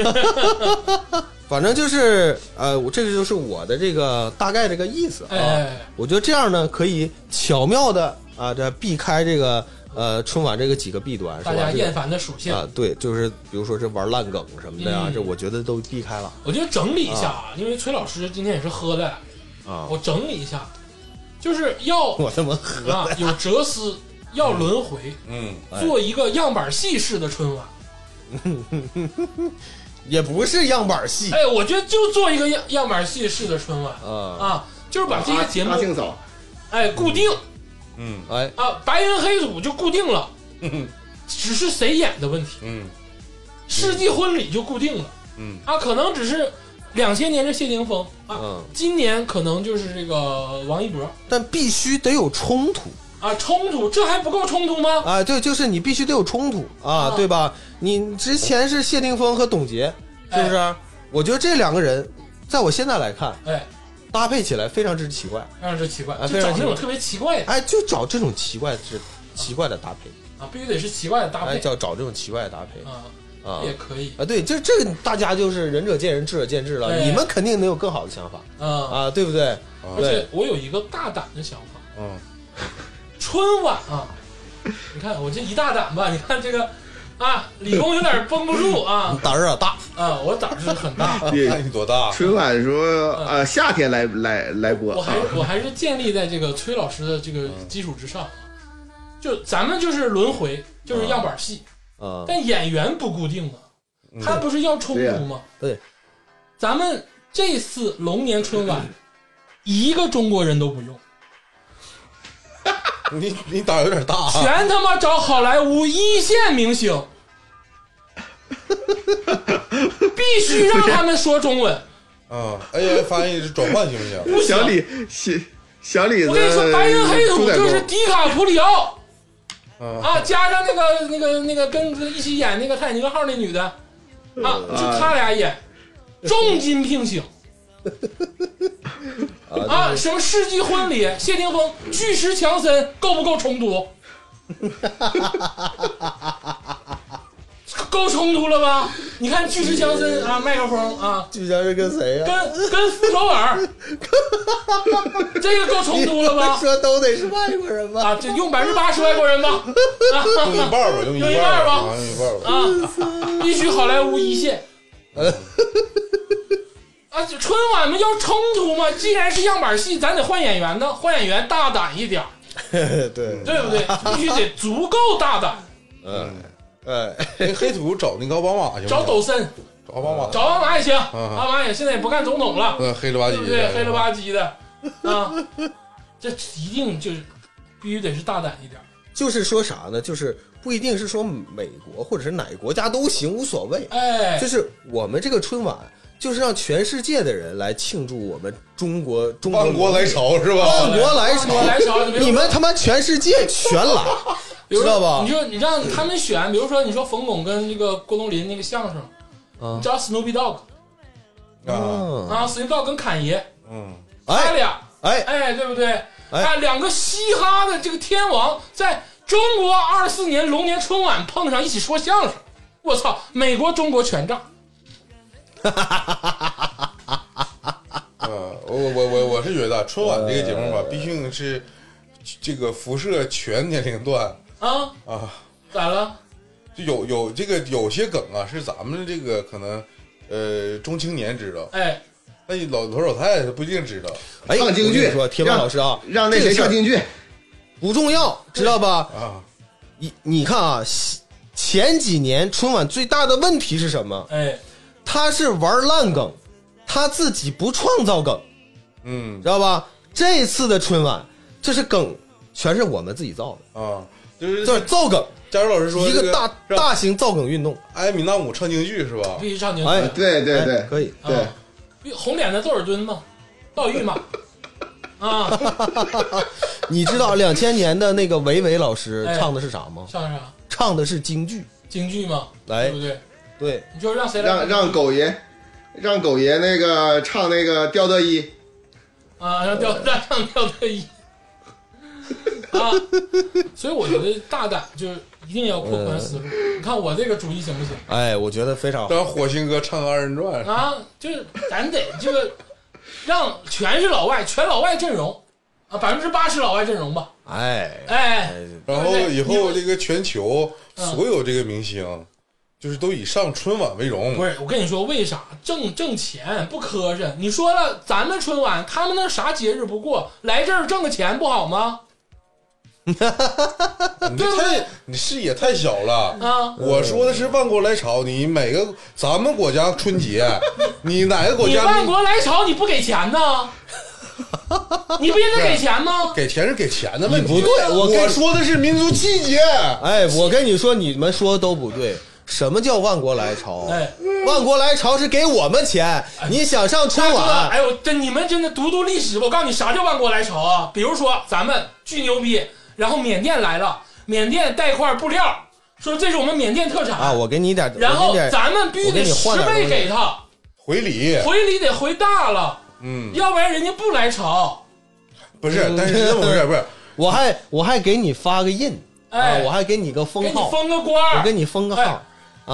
S3: 反正就是，呃，我这个就是我的这个大概这个意思啊。
S1: 哎哎哎
S3: 我觉得这样呢，可以巧妙的啊，这避开这个呃春晚这个几个弊端，是
S1: 大
S3: 吧
S1: 家？
S3: 这
S1: 厌
S3: 个
S1: 烦的属性。
S3: 啊，对，就是比如说这玩烂梗什么的呀、
S1: 嗯
S3: 这我觉得都避开了
S1: 我觉得整理一下啊，因为崔老师今天也是喝的，
S3: 啊。
S1: 我整理一下，就是要
S3: 我他妈喝
S1: 啊有哲思，要轮回，
S2: 嗯，
S3: 哎
S1: 做一个样板戏式的春晚。
S3: 也不是样板戏
S1: 哎，我觉得就做一个样样板戏式的春晚
S3: 啊，
S1: 啊，就是把这些节目
S4: 阿庆嫂，
S1: 哎固定
S2: 嗯
S3: 哎，
S1: 啊，白云黑土就固定了，
S2: 嗯
S1: 只是谁演的问题。
S2: 嗯
S1: 世纪婚礼就固定了
S2: 嗯
S1: 啊，可能只是两千年是谢霆锋啊，
S3: 嗯，
S1: 今年可能就是这个王一博
S3: 但必须得有冲突
S1: 啊，冲突这还不够冲突 [laughs] 吗？
S3: 啊，对，就是你必须得有冲突啊，
S1: 啊
S3: 对吧？你之前是谢霆锋和董洁，是不是？我觉得这两个人，在我现在来看，
S1: 哎，
S3: 搭配起来非常之奇怪，
S1: 让这奇怪，
S3: 啊
S1: 就
S3: 非常
S1: 找那
S3: 奇
S1: 种
S3: 怪
S1: 特别奇怪的
S3: 哎，就找这种奇怪之奇怪的搭配，
S1: 啊，必须得是奇怪的搭
S3: 哎，
S1: 配
S3: 叫找这种奇怪的搭配
S1: 啊，
S3: 啊
S1: 也可以
S3: 啊，对，这这个大家就是仁者见仁，智者见智了，
S1: 哎
S3: 你们肯定能有更好的想法
S1: 啊。
S3: 啊，对不对？
S1: 而
S3: 对
S1: 且我有一个大胆的想法，
S2: 嗯，
S1: 春晚啊，你看我这一大胆吧，你看这个啊，李工有点绷不住啊
S3: 胆儿有点大，
S1: 啊，我胆儿是很大，
S2: 看啊你多大，
S4: 春晚说呃夏天来来来播
S1: 我
S4: 啊
S1: 还，我还是建立在这个崔老师的这个基础之上，啊就咱们就是轮回，就是样板戏，
S3: 嗯，
S1: 但演员不固定啊，他不是要冲突吗？
S3: 对呀对，
S1: 咱们这次龙年春晚，一个中国人都不用，
S2: 你你胆有点大啊，
S1: 全他妈找好莱坞一线明星，必须让他们说中文。
S2: 嗯，AI 翻译转换行不行？
S1: 不行
S4: 小李小小李子，
S1: 我跟你说，白人黑土
S4: 猪仔
S1: 就是
S4: 沟
S1: 迪卡普里奥
S2: 嗯
S1: 啊，加上那个那个那个跟一起演那个《泰坦尼克号》那女的啊，就他俩演，重金聘请
S3: 啊
S1: 啊，什么世纪婚礼，谢霆锋、巨石强森够不够冲突？ [laughs] 够冲突了吧？你看巨石强森啊，麦克风啊，
S3: 巨像是跟谁啊呀、
S1: 跟跟福楼尔，这个够冲突了吧？
S3: [laughs] 说都得是外国人吧？
S1: 啊，就用百分之八十外国人吧，
S2: 用一半吧，用一
S1: 用一
S2: 半
S1: 半吧
S2: 啊用一半吧。
S1: 啊，必须好莱坞一
S3: [laughs]
S1: 线。啊，就春晚嘛，要冲突嘛，既然是样板戏，咱得换演员呢，换演员大胆一点儿，
S3: 对，
S2: 嗯
S1: 对
S3: [laughs]
S1: 不对？必须得足够大胆，
S3: 嗯，哎，
S2: 那黑土找那个奥巴马去吧，
S1: 找抖森，
S2: 找奥巴马，
S1: 找奥巴马也行，
S2: 嗯
S1: 奥巴马也现在也不干总统了，
S2: 嗯，黑了吧
S1: 对
S2: 唧的，
S1: 不对？黑了吧唧的啊，这一定就是必须得是大胆一点儿。
S3: 就是说啥呢？就是不一定是说美国或者是哪个国家都行，无所谓。
S1: 哎
S3: 就，是我们这个春晚，就是让全世界的人来庆祝我们中国中国
S2: 万国来朝是
S3: 万
S2: 吧？
S3: 国来
S1: 万国来朝
S3: 朝，你们他妈全世界全来，
S1: [laughs] 比如说
S3: 知道吧
S1: 你？说你让他们选，比如说你说冯巩跟这个郭冬临那个相声，
S3: 啊
S1: 你找 Snoopy Dogg
S2: 啊，
S3: 啊，
S1: 啊，Snoopy Dogg 跟侃爷，
S2: 嗯，
S1: 他
S3: 哎
S1: 俩，
S3: 哎，
S1: 哎，对不对？
S3: 哎
S1: 啊，两个嘻哈的这个天王在中国二四年龙年春晚碰上一起说相声，我操，美国中国全炸。
S2: 啊，我我我我是觉得春晚这个节目
S3: 呃
S2: 吧，毕竟是这个辐射全年龄段
S1: 啊，
S2: 啊，
S1: 咋了？
S2: 就有有这个有些梗啊，是咱们这个可能呃中青年知道，
S1: 哎，
S2: 但老头老太太不一定知道。
S3: 哎，
S4: 唱京
S3: 我跟你
S4: 剧
S3: 说，铁板
S4: 让
S3: 老师啊，
S4: 让那
S3: 这
S4: 谁
S3: 个事儿
S4: 上京剧，
S3: 不重要，知道吧？
S2: 啊，
S3: 你你看啊，前几年春晚最大的问题是什么？
S1: 哎，
S3: 他是玩烂梗，他自己不创造梗，
S2: 嗯
S3: 知道吧？这次的春晚，这是梗，全是我们自己造
S2: 啊，就是
S3: 的，就是造梗，
S2: 佳茹老师说
S3: 一
S2: 这
S3: 个大
S2: 让
S3: 大型造梗运动。
S2: 艾米纳姆唱京剧是吧？
S1: 必须唱京剧。
S3: 哎，
S4: 对对
S3: 哎
S4: 对
S3: 可以。
S1: 啊
S4: 对，
S1: 红脸的窦尔敦嘛，道玉嘛，啊，
S3: 你知道两千年的那个维维老师
S1: 哎
S3: 唱的是啥吗？
S1: 像啥
S3: 唱的是京剧。
S1: 啊京剧嘛，
S3: 哎
S1: 对不对？
S3: 对，
S1: 你说让谁来
S4: 让让狗爷，让狗爷那个唱那个刁德一，
S1: 啊，让吊让让吊带 [laughs] 衣啊，所以我觉得大胆就是一定要扩宽思路。你看我这个主意行不行？
S3: 哎，我觉得非常好。
S2: 让火星哥唱个二人转，
S1: 啊，就是咱得这个让全是老外，全老外阵容啊，百分之八十老外阵容吧。
S3: 哎，
S1: 哎，
S2: 然后以后
S1: 对
S2: 这个全球
S3: 嗯
S2: 所有这个明星，就是都以上春晚为荣
S1: 不。是，我跟你说，为啥挣挣钱不磕碜？你说了，咱们春晚他们那啥节日不过，来这儿挣个钱不好吗？
S2: 你这太你视野太小
S3: 嗯
S2: 了。
S1: 啊，
S2: 我说的是万国来朝，你每个咱们国家春
S3: [laughs]
S2: 节，你哪个国
S1: 你
S2: 家
S1: 万国来朝你不给钱
S2: [laughs]
S1: 呢？你不应该给钱吗？
S2: 给钱是给钱的问题？
S3: 你不对我
S2: 我
S3: 跟
S2: 说的是民族气节。
S3: 哎，我跟你说，你们说的都不对。什么叫万国来朝？
S1: 哎，
S3: 万国来朝是给我们钱，你想上春
S1: 大哥，
S3: 晚？
S1: 哎呦，这你们真的读读历史吧！我告诉你，啥叫万国来朝啊？比如说咱们巨牛逼，然后缅甸来了，缅甸带块布料，说这是我们缅甸特产，
S3: 啊，我给你点，
S1: 然
S3: 我
S1: 后
S3: 给你点，
S1: 咱们必须得十倍给他，
S2: 回礼，
S1: 回礼得回大了，
S2: 嗯，
S1: 要不然人家不来朝。
S2: 不是，
S3: 嗯
S2: 但是这么回事，不
S3: [laughs]
S2: 是，
S3: 我还我还给你发个印，啊
S1: 哎，，
S3: 我还给你个
S1: 给
S3: 封
S1: 你
S3: 号，
S1: 封个官儿，
S3: 我给你封个号
S1: 哎，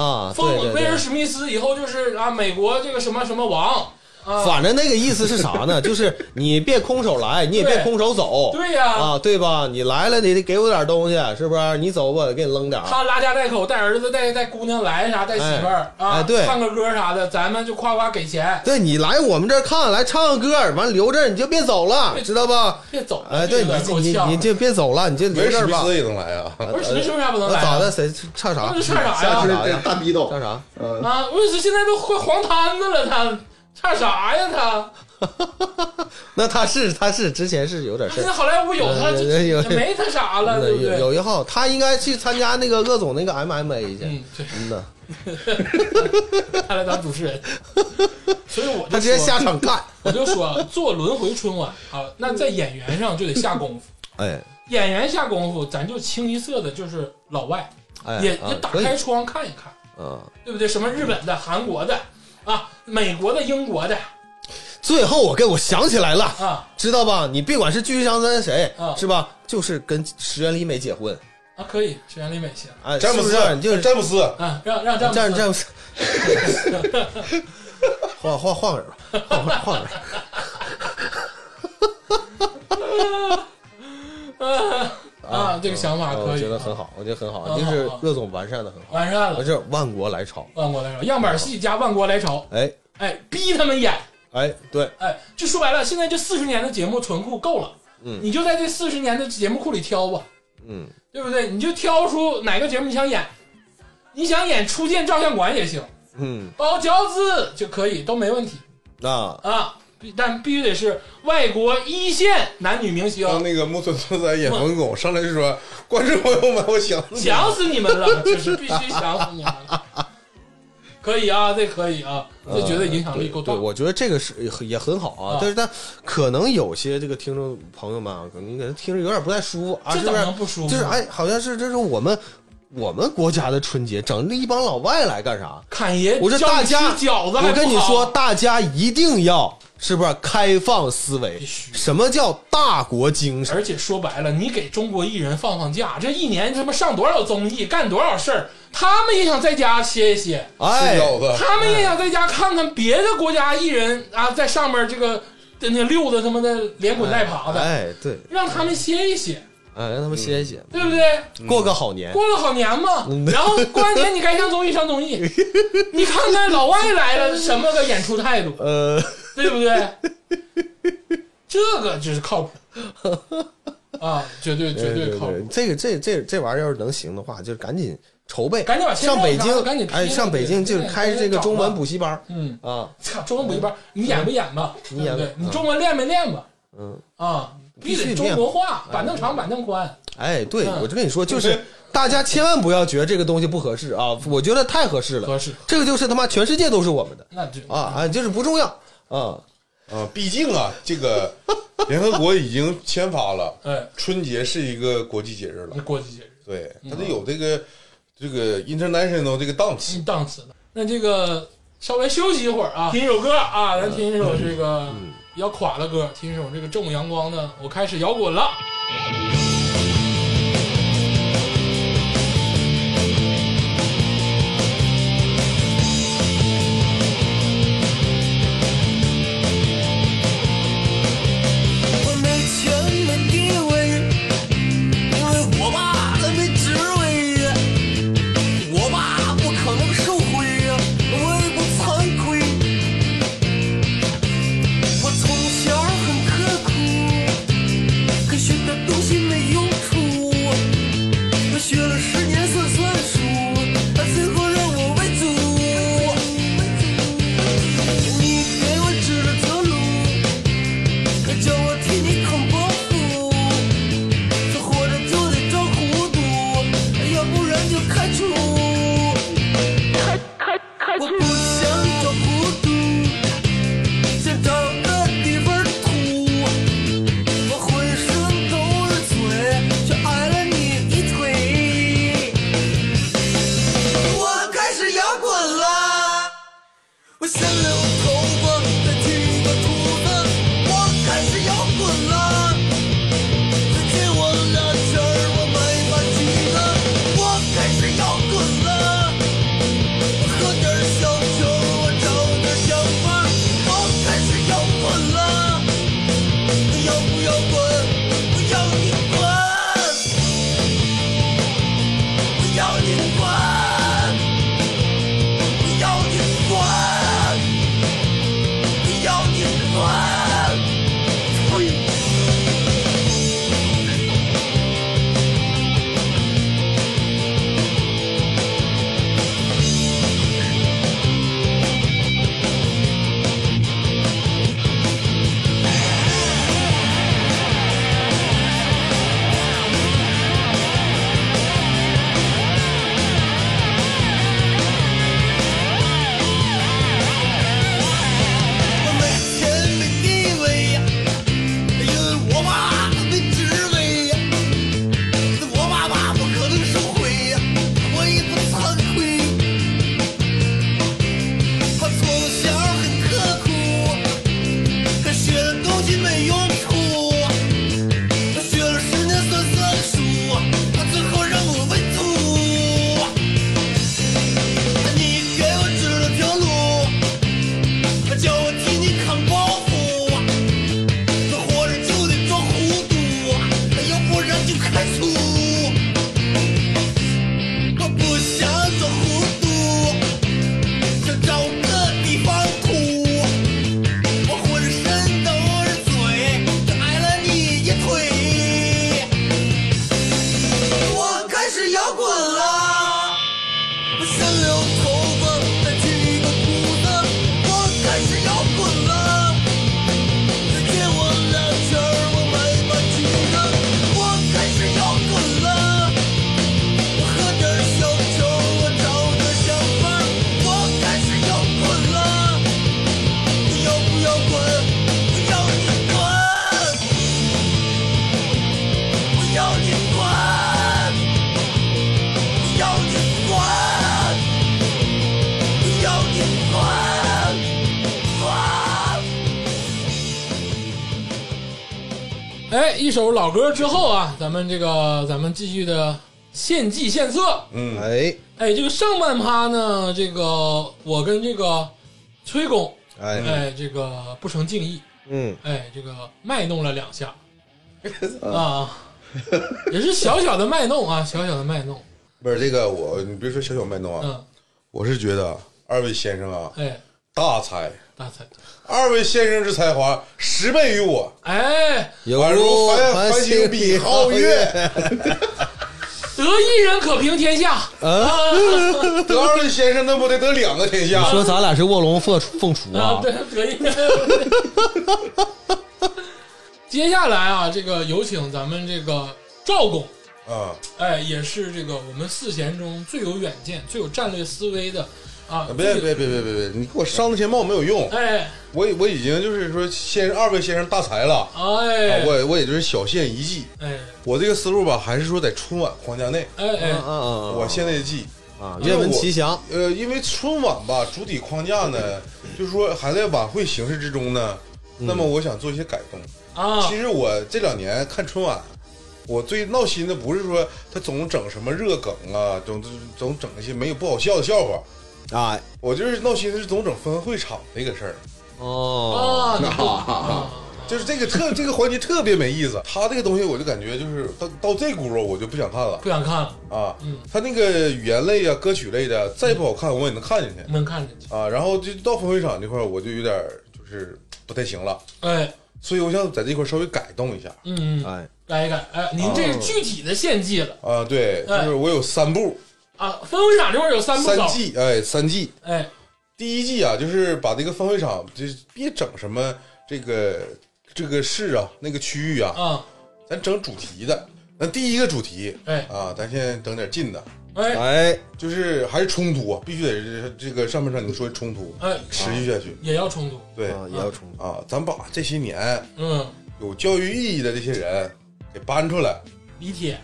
S3: 啊，对
S1: 封
S3: 对
S1: 威尔
S3: 对。
S1: 史密斯以后就是啊，美国这个什么什么王啊，
S3: 反正那个意思是啥
S1: [laughs]
S3: 呢？就是你别空手来，你也别
S1: 对
S3: 空手走，
S1: 对呀，
S3: 啊，对吧？你来了，你得给我点东西，是不是？你走吧，给你扔点儿。
S1: 他拉家带口带儿子带带姑娘来啥带媳妇儿
S3: 哎
S1: 啊，
S3: 哎对
S1: 唱个歌啥的，咱们就夸夸给钱。
S3: 对你来我们这儿看，来唱个歌，完留这儿你就别走了，
S1: 对
S3: 知道吧？
S1: 别走了，
S3: 哎，对
S1: 这
S3: 你
S1: 个够
S3: 你
S1: 呛
S3: 你就别呃走了，你就
S2: 没
S3: 留这
S2: 史
S3: 儿
S2: 密
S3: 吧
S2: 斯。也能来啊。
S1: 不是史密斯为啥不能
S3: 那
S1: 来、啊？
S3: 咋的？谁唱啥
S1: 那？是唱啥
S3: 下
S1: 呀
S4: 就
S3: 去
S4: 是
S3: 了？啥呀
S4: 大逼斗
S3: 唱，啥？
S4: 嗯，
S1: 啊，威斯现在都快黄摊子了，他唱啥呀他？
S3: 那他是他是之前是有点
S1: 他
S3: 事
S1: 现
S3: 儿
S1: 在。好莱坞有他，
S3: 有
S1: 就
S3: 呃有
S1: 也没他啥了，对
S3: 有
S1: 不对？
S3: 有一号，他应该去参加那个鄂总那个 MMA 去。
S1: 嗯，对，
S3: 真的，
S1: 他来当主持人，
S3: [laughs]
S1: 所以我就
S3: 他直接
S1: 说
S3: 下，场干。
S1: 我就说做轮回春晚啊，那在演员上就得下功夫，
S3: 哎
S1: 演员下功夫，咱就清一色的就是老外，
S3: 哎，
S1: 也
S3: 啊
S1: 也打
S3: 可以
S1: 开窗看一看，
S3: 啊。
S1: 对不对？什么日本的、韩国的啊，美国的、英国的
S3: 最后我跟我想起来了，
S1: 啊，
S3: 知道吧？你别管是巨石强森谁
S1: 啊，
S3: 是吧？就是跟石原里美结婚，
S1: 啊，可以是袁立美写的。
S3: 哎，
S2: 詹姆
S3: 是
S2: 斯呃
S3: 不是你就，
S2: 詹姆斯，
S1: 啊，让让
S3: 詹
S1: 詹姆斯
S3: 詹姆斯， [laughs] 换换换个人吧，换换换个人。
S1: 啊，这个想法
S3: 嗯
S1: 可
S3: 我
S1: 以，
S3: 觉得很好，我觉得很好，
S1: 很好
S3: 就是
S1: 啊
S3: 乐总完善的很好，
S1: 完善
S3: 我
S1: 了。
S3: 这万国来朝，
S1: 万国来朝，样板戏加万国来朝，
S3: 哎
S1: 哎，逼他们演，
S3: 哎，对，
S1: 哎，就说白了，现在这四十年的节目存库够了，
S3: 嗯
S1: 你就在这四十年的节目库里挑吧，
S3: 嗯
S1: 对不对？你就挑出哪个节目你想演，你想演初见照相馆也行，
S3: 嗯，
S1: 包饺子就可以，都没问题
S3: 那
S1: 啊。必但必须得是外国一线男女明星，
S2: 当那个木村拓哉演冯巩上来就说：“观众朋友们，我想死你了
S1: [laughs] 想死你们了，就是必须想死你们了。可以啊，这可以啊，这绝对影响力够大
S3: 呃对，。我觉得这个是也也很好啊
S1: 啊，
S3: 但是但可能有些这个听众朋友们啊，可能你可能听着有点不太舒服啊，
S1: 这
S3: 是
S1: 怎么
S3: 不是？
S1: 能不舒服？
S3: 就是哎，好像是这是我们我们国家的春节，整了一帮老外来干啥？
S1: 侃爷，
S3: 我说
S1: 叫
S3: 大
S1: 你
S3: 家，
S1: 吃哎饺子还
S3: 我跟
S1: 不
S3: 你
S1: 好
S3: 说，，大家一定要是不是开放思维
S1: 必？须
S3: 什么叫大国精神？
S1: 而且说白了，你给中国艺人放放假，这一年他妈上多少综艺，干多少事儿，他们也想在家歇一歇，
S3: [laughs] 哎
S2: 吃，饺子。
S1: 他们也想在家看看别的国家艺人啊，在上面这个那溜达他妈的连滚带爬的，
S3: 哎，对，
S1: 让他们歇一歇，
S3: 哎，让他们歇一歇，
S1: 对不对？
S3: 过个好年。
S1: 嗯 [laughs] 过了好年嘛，
S3: 嗯
S1: 然后过完年你该上综艺上综
S3: [laughs]
S1: 艺，你看看老外来了什么个演出态度，
S3: 呃，
S1: 对不对？这个就是靠谱啊，绝对绝
S3: 对
S1: 靠谱。
S3: 这个这这这玩意儿要是能行的话，就是赶紧筹备，
S1: 赶紧把签
S3: 上
S1: 证
S3: 北
S1: 啥
S3: 京
S1: 的，赶紧批
S3: 哎，
S1: 了
S3: 上北京就是开这个中文补习班
S1: 嗯，
S3: 啊，
S1: 操，中文补习班，你演不演吧？对
S3: 你演
S1: 不
S3: 吧
S1: 对？你
S3: 嗯
S1: 中文练没练吧？
S3: 嗯
S1: 啊，必
S3: 必须
S1: 须得
S3: 练嗯
S1: 中国话，板凳长板凳宽，
S3: 哎，对
S1: 嗯
S3: 我就跟你说，就是大家千万不要觉得这个东西不合适啊，我觉得太合适了，
S1: 合适。
S3: 这个就是他妈全世界都是我们的
S1: 那就
S3: 啊啊，就是不重要啊，
S2: 啊，毕竟啊，这个联合国已经签发了，
S1: 哎，
S2: 春节是一个国际节日了
S1: 那，国际节日，
S2: 对，它得有这个这个 international 这个档次
S1: 你。档次的。那这个稍微休息一会儿
S3: 嗯
S1: 啊，听一首歌啊，咱听一首这个比较垮的歌，听一首这个正午阳光的《我开始摇滚了》。
S5: 我没权没地位，因为我爸他没职位，我爸不可能受贿，我也不惭愧。我从小很刻苦，可学的东西没太粗，我不想装糊涂，想找个地方哭，我浑身都是嘴，这挨了你一腿。我开始摇滚了，我想留头发，再剃个胡子。我开始摇滚了，再借我两圈儿，我买把吉他。我开始摇滚了，我喝点小酒，我找点小贩儿。我开始摇滚了，你摇不摇滚？我要你滚！我要你滚！我要你滚！我要你滚！
S1: 哎，一首老歌之后啊，咱们这个咱们继续的献计献策。
S2: 嗯，
S3: 哎
S1: 哎，这个上半趴呢，这个我跟这个崔工，
S3: 哎
S1: 哎，这个不成敬意，
S3: 嗯，
S1: 哎，这个卖弄了两
S3: [laughs]
S1: 下，啊，也是小小的卖弄啊，小小的卖弄，
S2: 不是这个我，你别说小小卖弄啊，
S1: 嗯，
S2: 我是觉得二位先生啊，
S1: 哎，
S2: 大才，
S1: 大才，
S2: 二位先生之才华十倍于我，
S1: 哎，
S2: 宛如
S3: 哦
S2: 繁繁星比皓月。
S1: 得一人可平天下，
S3: 啊！
S2: 得二位先生那不得得两个天下？
S3: 说咱俩是卧龙凤凤雏
S1: 啊
S3: 啊，
S1: 对，得一人。接下来啊，这个有请咱们这个赵公，
S2: 啊，
S1: 哎，也是这个我们四贤中最有远见、最有战略思维的啊，
S2: 别
S1: 最
S2: 别别别别别，你给我上那些帽没有用，
S1: 哎
S2: 我我已经就是说先二位先生大才了，啊
S1: 哎
S2: 我我也就是小县一计。
S1: 哎
S2: 我这个思路吧，还是说在春晚框架内，
S1: 哎
S3: 嗯
S1: 哎，
S3: 嗯
S2: 我现在记。
S3: 啊，愿闻其详。
S2: 呃，因为春晚吧，主体框架呢，就是说还在晚会形式之中呢。那么我想做一些改动。
S1: 啊
S2: 嗯其实我这两年看春晚，我最闹心的不是说他总整什么热梗啊，总总整一些没有不好笑的笑话，
S3: 哎，
S2: 我就是闹心的是总整分会场这个事儿，
S3: 哦，
S1: 啊，你
S4: 哈哈，
S2: 就是这个特 [laughs] 这个环节特别没意思。他这个东西我就感觉就是到到这轱辘我就不想看了
S1: 不想看了，
S2: 啊
S1: 嗯。
S2: 他那个语言类啊、歌曲类的，再不好看我也能看进去。
S1: 能看进去，
S2: 啊，然后就到分会场这块儿，我就有点儿就是不太行了，
S1: 哎，
S2: 所以我想在这块儿稍微改动一下
S1: 嗯，
S3: 哎，
S1: 改一改，哎，您这是具体的献祭了
S2: 啊。对，就
S1: 哎
S2: 是我有三步，
S1: 啊，分会场这块有三不
S2: 三
S1: 少，
S2: 季，哎，三季。
S1: 哎，
S2: 第一季啊，就是把这个分会场，就是别整什么这个这个市啊，那个区域啊，
S1: 啊，
S2: 咱整主题的。咱第一个主题
S1: 哎
S2: 啊，咱先整点近的，
S1: 哎
S3: 哎，
S2: 就是还是冲突啊，必须得是这个上面上你说冲突
S1: 哎，
S2: 持续下去。
S1: 也要冲突，
S2: 对
S3: 啊，也要冲突。
S2: 啊，咱把这些年
S1: 嗯，
S2: 有教育意义的这些人给搬出来。
S1: 李铁、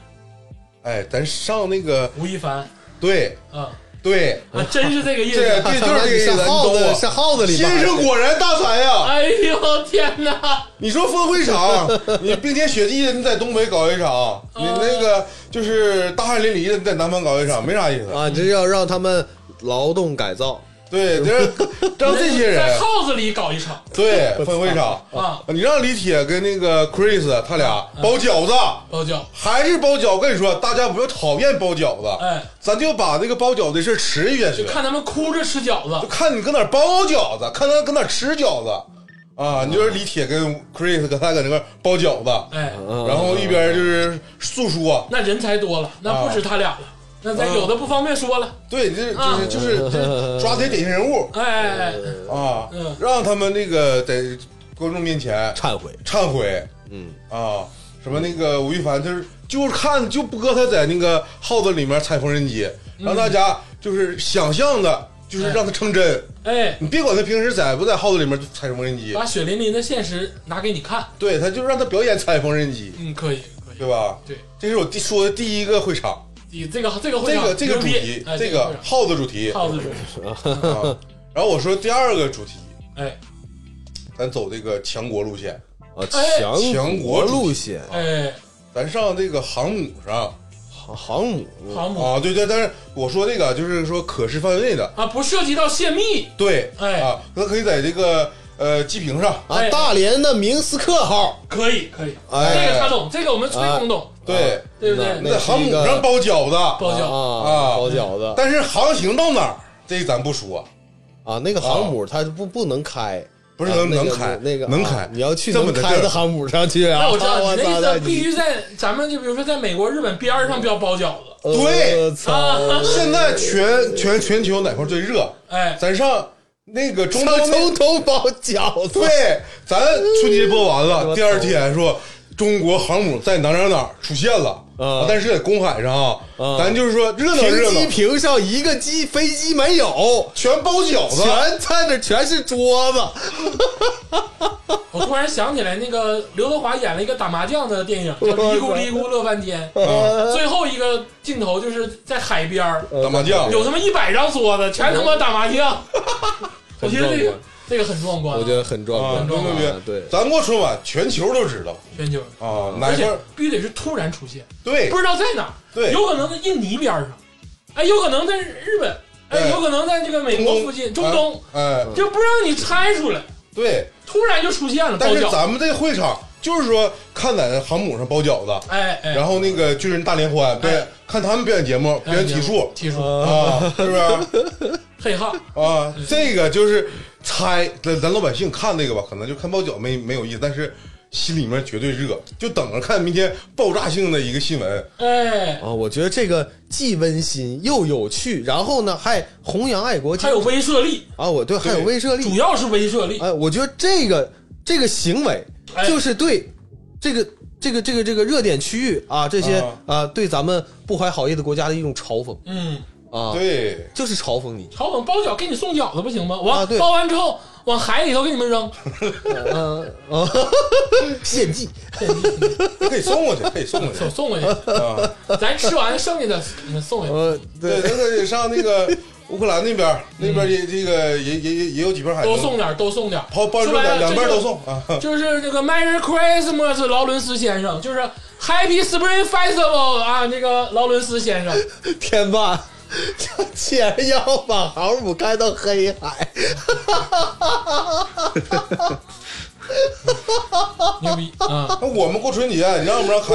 S2: 哎，咱上那个
S1: 吴亦凡，
S2: 对
S1: 啊，
S2: 对，
S1: 啊，真是这个意
S2: [laughs] 这对
S1: [laughs] 思，
S2: 就是这个意思，
S3: 上
S2: 你懂
S3: 耗子，
S2: 我。
S3: 上耗子里吧。
S2: 先生果然大才呀！
S1: 哎呦天哪！
S2: [laughs] 你说分会场，你冰天雪地的，你在东北搞一场；你那个就是大汗淋漓的，你在南方搞一场，没啥意思。
S3: [laughs] 啊，这要让他们劳动改造。
S2: 对， [laughs] 就是让这些
S1: 在
S2: 人
S1: 耗子里搞一场
S2: 对分会场。
S1: 啊，
S2: 你让李铁跟那个 Chris 他俩包饺子，
S1: 包饺，
S2: 还是包饺子？跟你说，大家不要讨厌包饺子，
S1: 哎，
S2: 咱就把这个包饺子的事儿持续下去
S1: 就。看他们哭着吃饺
S2: 就
S1: 子，
S2: 看你搁哪儿包饺子，看他搁哪儿吃饺子啊！你就是李铁跟 Chris 搁他搁那块儿包饺子，
S1: 哎，
S2: 然后一边就是诉说，
S1: 那人才多了，那不止他俩了，那咱有的不方便说了，
S2: 对，就是就
S1: 啊
S2: 是就是就是抓这些典型人物
S1: 哎，
S2: 啊
S1: 嗯，
S2: 让他们那个在观众面前
S3: 忏悔，
S2: 忏悔
S3: 嗯，
S2: 啊，什么那个吴亦凡就是就是看就播他在那个耗子里面踩缝纫机，
S1: 嗯
S2: 让大家就是想象的，就是让他成真，
S1: 哎，
S2: 你别管他平时在不在耗子里面踩缝纫机，
S1: 把血淋淋的现实拿给你看，
S2: 对他就让他表演踩缝纫机，
S1: 嗯，可以，可以
S2: 对，吧？
S1: 对，
S2: 这是我第说的第一个会场，
S1: 你这个这个会
S2: 这
S1: 场
S2: 个这个
S1: 牛
S2: 主
S1: 逼
S2: 题，
S1: 哎，
S2: 这
S1: 这
S2: 个
S1: 会场
S2: 耗子主题。
S1: 耗子主题，
S2: 啊然后我说第二个主题，
S1: 哎
S2: 咱走这个强国路线，
S3: 啊，
S1: 哎
S3: 强
S2: 强国
S3: 国
S2: 主
S3: 路
S2: 义
S3: 线，
S1: 哎，
S2: 咱上这个航母上
S3: 航航母，
S1: 航母
S2: 啊。对对，但是我说这个就是说可视范围内的，
S1: 啊，不涉及到泄密，
S2: 对，
S1: 哎
S2: 啊，它可以在这个呃机坪上，
S3: 啊
S1: 哎，
S3: 大连的明斯克号，
S1: 可以，可以，
S2: 哎
S1: 这个他懂，这个我们崔总懂，
S2: 对，
S1: 对不对？
S3: 啊那
S2: 在航母
S3: 是一个
S2: 上包饺子，
S1: 包饺子，
S3: 啊，
S2: 啊
S3: 包饺子
S2: 但是航行到哪儿，这咱不说，
S3: 啊，那个航母它不不能开，
S2: 不是
S3: 啊
S2: 能
S3: 那个
S2: 能开
S3: 那个
S2: 能
S3: 啊
S2: 开
S3: 你要去
S2: 这么
S3: 能
S2: 的
S3: 开
S2: 地儿
S3: 的航母上去啊！
S1: 哎那我知道
S3: 我
S1: 你
S3: 操
S1: 那意思，必须
S3: 你
S1: 在咱们就比如说在美国、日本边儿上标包饺子，
S2: 对
S1: 啊
S3: 我操！
S2: 现在全全全球哪块最热？
S1: 嗯哎，
S2: 咱上那个中东
S3: 从
S2: 那
S3: 从头包饺子，
S2: 对，咱春节播完了，
S3: 我
S2: 第二天说中国航母在哪儿哪儿哪儿出现了，
S1: 嗯
S3: 啊
S2: 但是在公海上啊，
S3: 啊
S2: 咱就是说热闹
S3: 停
S2: 热闹
S3: 机，坪上一个机飞机没有，
S2: 全包饺子，
S3: 全在那全是桌
S2: 啊
S3: 子。
S1: 我突然想起来，那个刘德华演了一个打麻将的
S3: [laughs]
S1: 电影，叫《嘀咕嘀咕乐半天》，
S3: 啊
S1: 最后一个镜头就是在海边儿，
S2: 打麻将，
S1: 有他妈一百张桌子，全他妈打麻将。我觉得这
S3: 很壮
S1: 个
S3: 观
S1: 这个很壮观，
S3: 我觉得很壮
S2: 啊，
S3: 观，
S1: 很壮
S2: 牛
S1: 观
S2: 逼
S3: 啊！对
S2: 咱过春晚全球都知道
S1: 全球，
S2: 啊，哪
S1: 而
S2: 块
S1: 且
S2: 儿
S1: 必须得是突然出现，嗯
S2: 对
S1: 不知道在哪儿，
S2: 对
S1: 有可能在印尼边儿上，哎，有可能在日本，哎，
S2: 哎
S1: 有可能在这个美
S2: 中
S1: 国
S2: 东
S1: 附近，中东，，
S2: 哎哎
S1: 就不让你猜出来，
S2: 对，
S1: 突然就出现了包
S2: 但是
S1: 饺子，
S2: 咱们这会场就是说看咱航母上包饺子，
S1: 哎哎，
S2: 然后那个军人大联欢表演，看他们表演节目，表演体术
S1: 体术，
S2: 啊，是不是
S1: 嘿哈，
S2: 啊？这个就是猜，咱咱老百姓看这个吧，可能就看包饺没没有意思，但是心里面绝对热，就等着看明天爆炸性的一个新闻。嗯
S1: 哎，
S3: 啊，我觉得这个既温馨又有趣，然后呢还弘扬爱国精
S1: 还有威慑力，
S3: 啊，我对还有
S2: 对
S3: 威慑力
S1: 主，要是威慑
S2: 嗯
S1: 力，
S3: 哎，我觉得这个这个行为
S1: 哎
S3: 就是对这个这个这个这个热点区域啊这些
S2: 啊
S3: 啊对咱们不怀好意的国家的一种嘲讽
S1: 嗯，
S3: 啊，
S2: 对，
S3: 就是嘲讽你，
S1: 朝我包饺给你送饺子不行吗？我
S3: 啊对
S1: 包完之后往海里头给你们扔，
S3: 嗯啊，献祭
S2: 可以送过
S3: [laughs]
S2: 去，可以送过去
S1: 送送过
S2: [laughs]
S1: 去，
S2: 啊。
S1: 咱吃完剩下的你们送回
S3: 呃
S2: 对，
S3: 对
S2: 咱可以上那个乌克兰那边，那边也这个也也也也有几片海
S1: 去，
S2: 军
S1: 都送点儿，都送点儿，
S2: 包包出
S1: 说白
S2: 两
S1: 了
S2: 两边
S1: 这就
S2: 都送啊。
S1: [laughs] 就是那个 Merry Christmas 劳伦斯先生，就是 Happy Spring Festival 啊，那个劳伦斯先生，
S3: 天霸， [laughs] 既然要把航母开到黑海，
S1: 牛逼啊！
S2: 那我们过春节，你让不让开？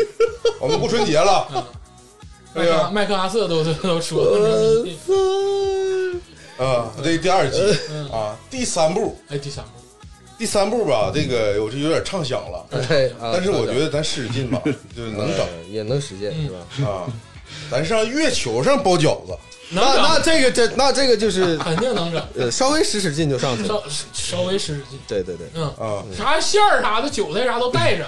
S1: [laughs]
S2: 我们过春节
S1: 嗯
S2: 了，
S1: 麦
S2: [laughs] 对啊呃呀
S1: 克麦克阿瑟都 [laughs] 都都说
S3: 呃
S1: 了，牛逼
S2: 啊，这第二季
S1: 嗯
S2: 啊，第三部，
S1: 哎，第三部，
S2: 第三部吧，这个我就有点畅想了，
S3: [laughs] 啊对，
S2: 但是我觉得咱使劲
S3: [laughs]
S2: 吧，就是能整
S3: 也能实
S1: 嗯
S3: 现，是吧？
S2: 啊，咱上月球上包饺子，
S1: 能
S3: 那那
S1: 整，
S3: 这个这那这个就是
S1: 肯定能整，
S3: 呃稍微使使劲就上去了，
S1: 稍稍微使使劲，
S3: 对对对，
S1: 嗯，
S2: 啊，
S1: 啥馅儿啥的，韭菜啥都带着，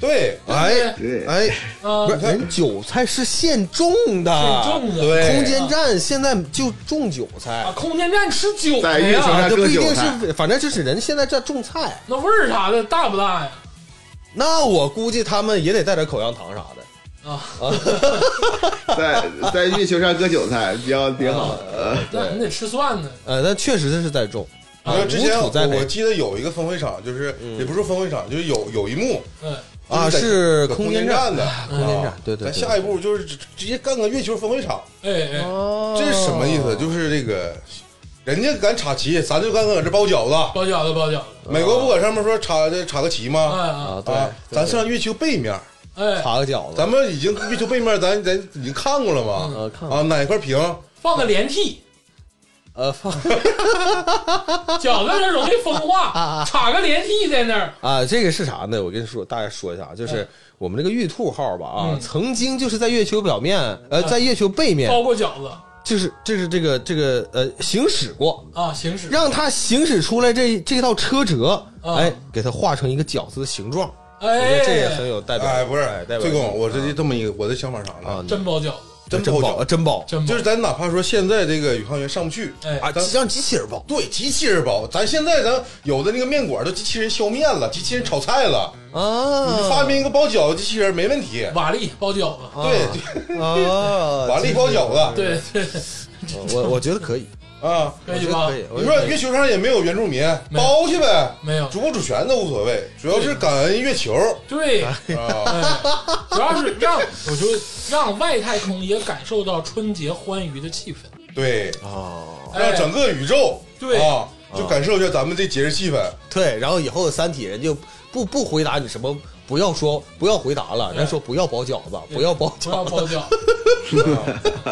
S2: 对
S3: 哎
S4: 对
S3: 哎，
S1: 啊
S3: 不，是人韭菜是现种的，
S1: 种的，
S2: 啊对
S3: 空间站现在就种韭菜
S1: 啊，，空间站吃韭菜
S4: 在月球
S1: 呀，
S4: 上
S3: 就不
S4: 割
S3: 一定
S4: 韭菜，
S3: 是，反正就是人现在在种菜，
S1: 那味儿啥的大不大呀？
S3: 那我估计他们也得带点口香糖啥的。
S1: 啊，
S4: 在在月球上割韭菜，比较挺好的。
S1: 那你得吃蒜呢，
S3: 呃，但确实是在种，
S2: 你看之前
S3: 啊无土栽培
S2: 我记得有一个分会场，就是也不是分会场，就是有有一幕
S1: 嗯，
S3: 嗯啊
S2: 就是是在
S3: 空
S2: 空
S3: 间
S2: 间站
S3: 站
S2: 的
S3: 空间站
S2: 啊
S3: 对对
S2: 咱
S3: 对
S2: 下一步就是直直接干个月球分会场。
S1: 哎哎，
S3: 哦
S2: 这是什么意思？就是这个，人家敢插旗，咱就敢搁这包饺
S3: 哦
S2: 子。
S1: 包饺子包饺子，
S2: 美国不搁上面说插这插个旗
S1: 哎
S2: 吗？
S1: 啊
S3: 啊，对
S2: 啊，，
S3: 对
S2: 咱上月球背面，
S1: 哎，
S3: 爬个饺子，
S2: 咱们已经月球背面，咱咱已经看过了
S3: 嗯啊
S2: 嘛？
S3: 看过
S2: 啊，哪块屏？
S1: 放个连屉。
S3: 呃放
S1: 饺子它容易风化，插个连屉在那儿，
S3: 啊，这个是啥呢？我跟你说，大概说一下啊，
S2: 嗯
S3: 就是我们这个玉兔号吧啊，
S1: 嗯
S3: 曾经就是在月球表面，呃，
S2: 嗯
S3: 在月球背面，
S2: 哦
S1: 包过饺子
S3: 就是就是这个这个呃行驶过，
S1: 啊，行驶，
S3: 让它行驶出来这这套车辙，
S2: 嗯
S1: 啊
S3: 哎，给它画成一个饺子的形状，我觉
S1: 哎
S3: 得，这也很有代表。
S2: 哎，不是
S3: 代，表
S2: 最
S3: 性
S2: 公，我这这么一个我的想法啥
S3: 啊
S2: 呢？，
S1: 真包饺子，
S2: 真
S3: 真
S2: 包
S3: 包
S2: 饺，
S3: 真包
S1: 真包
S2: 就是咱哪怕说现在这个宇航员上不去，
S1: 哎
S3: 啊，
S2: 咱
S3: 让机器人包
S2: 对，机器人包，咱现在咱有的那个面馆都机器人削面了，机器人炒菜了，
S3: 啊，
S2: 嗯发明一个包饺子机器人没问题。
S1: 瓦力包饺子，
S2: 对，
S3: 啊，
S2: 瓦力包饺子
S1: 对对，
S3: 子，我我觉得可以，
S2: 啊，
S1: 可以
S3: 我觉
S1: 吧
S3: 得可？以，我
S2: 你
S3: 觉得
S2: 说
S3: 可以
S2: 月球上也没有原住民，
S1: 没有
S2: 包去呗，
S1: 没有
S2: 主不主权都无所谓，主要是感恩月球
S1: 对，
S2: 啊，
S1: 哎主要是让我就让外太空也感受到春节欢愉的气氛，
S3: [laughs]
S2: 对，
S3: 啊，
S2: 让
S1: 哎
S2: 整个宇宙
S1: 对
S2: 啊，就感受一下咱们这节日气氛。
S3: 对，然后以后三体人就不不回答你什么。不要说不要回答了，咱说不要包饺子，不要包
S1: 不
S3: 饺
S1: [laughs] 要
S3: 子，
S1: 包饺，
S3: [laughs]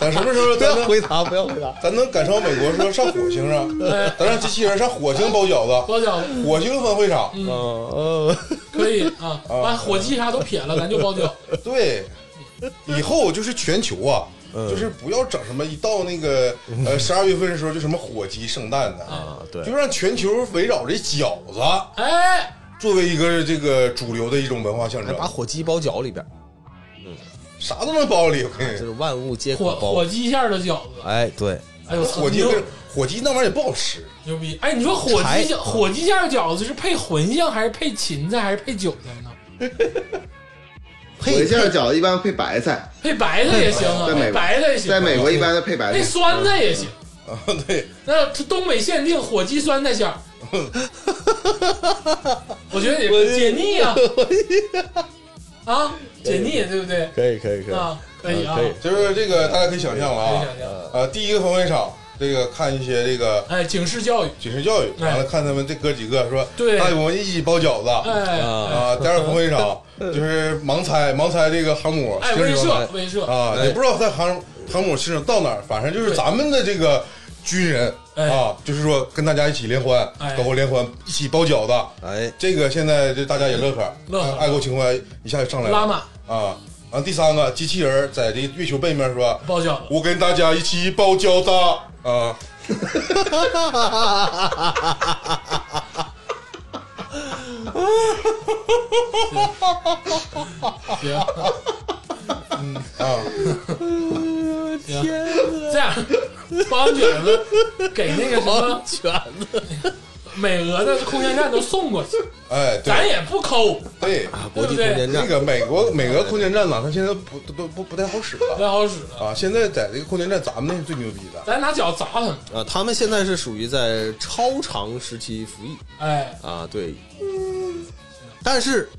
S2: 等什么时候
S3: 不
S2: 咱
S3: 要 [laughs]
S2: 能
S3: 回答，不要回答。
S2: 咱能赶上美国说上火星上，咱让机器人上火星包饺子，
S1: 包饺子
S2: 火星分会场，
S3: 嗯呃，
S1: 可以啊，
S3: 哦
S1: 把火鸡啥都撇了，咱就包饺。
S2: 对，以后就是全球啊，
S3: 嗯
S2: 就是不要整什么一到那个呃十二月份的时候就什么火鸡圣诞的，
S1: 啊
S3: 嗯呃对
S2: 就让全球围绕着饺子
S1: 哎，
S2: 作为一个这个主流的一种文化象
S3: 还
S2: 征，
S3: 把火鸡包饺里边，
S2: 啥都能包里。我跟
S3: 就
S2: 你说
S3: 是万物皆可
S1: 火
S3: 包
S1: 火。鸡馅儿的饺子，
S3: 哎，对，
S1: 哎呦，我操
S2: 火鸡
S1: 牛
S2: 跟火鸡那玩意儿也不好吃， [laughs]
S1: 牛逼！哎，你说火鸡
S3: 柴
S1: 馅火鸡馅儿的饺子是配茴香还是配芹菜还是配韭菜呢？
S4: 我
S3: 配
S4: 一下饺子一般配白菜，
S1: 配白菜也行啊，
S4: 在美
S1: 配白菜也行啊，
S4: 在美国一般都配白
S1: 配
S4: 菜。
S1: 酸菜也行。
S2: 啊，对，
S1: 那东北限定火鸡酸菜馅儿，我觉得也是解腻
S3: [laughs]
S1: 啊，啊解腻对不对？
S3: 可以可以可
S1: 啊，可以啊，
S3: 可以
S2: 就是这个大家可以想象了
S1: 可以
S3: 哎
S2: 啊，
S1: 想象。
S2: 呃，第一个分会场这个看一些这个
S1: 哎，警示教育，
S2: 警示教育，
S1: 哎
S2: 完了看他们这哥几个说，
S1: 对
S2: 大我们一起包饺子。
S1: 哎哎
S2: 啊，第二个会场就是盲猜，盲猜这个航母
S1: 哎，
S2: 行
S1: 威
S2: 驶状态
S1: 慑威慑，
S2: 啊，
S3: 哎
S2: 也不知道在航航母行驶到哪儿，反正就是
S1: 对
S2: 咱们的这个军人
S1: 哎
S2: 啊，就是说跟大家一起联欢，
S1: 哎
S2: 搞活联欢，一起包饺子。
S3: 哎，
S2: 这个现在这大家也乐呵，哎
S1: 乐呵
S2: 爱国情怀一下就上来
S1: 拉
S2: 了
S1: 满
S2: 啊。然后第三个机器人在这月球背面说
S1: 包饺：“子，
S2: 我跟大家一起包饺子啊
S1: 行。
S2: 啊！”
S1: 这样，包完卷子给那个什么
S3: 卷子
S1: 美俄的空间站都送过去，
S2: 哎，
S1: 咱
S2: 对
S1: 也不抠，
S2: 对，
S3: 国际空间
S2: 那
S3: 站，
S2: 个美国美俄空间站呢，它现在不都都不不太好使
S1: 不
S2: 了
S1: 太好使了。
S2: 啊。现在在这个空间站，咱们那是最牛逼的。
S1: 咱拿脚砸他们，
S3: 呃，他们现在是属于在超长时期服役
S1: 哎，
S3: 啊，对，但是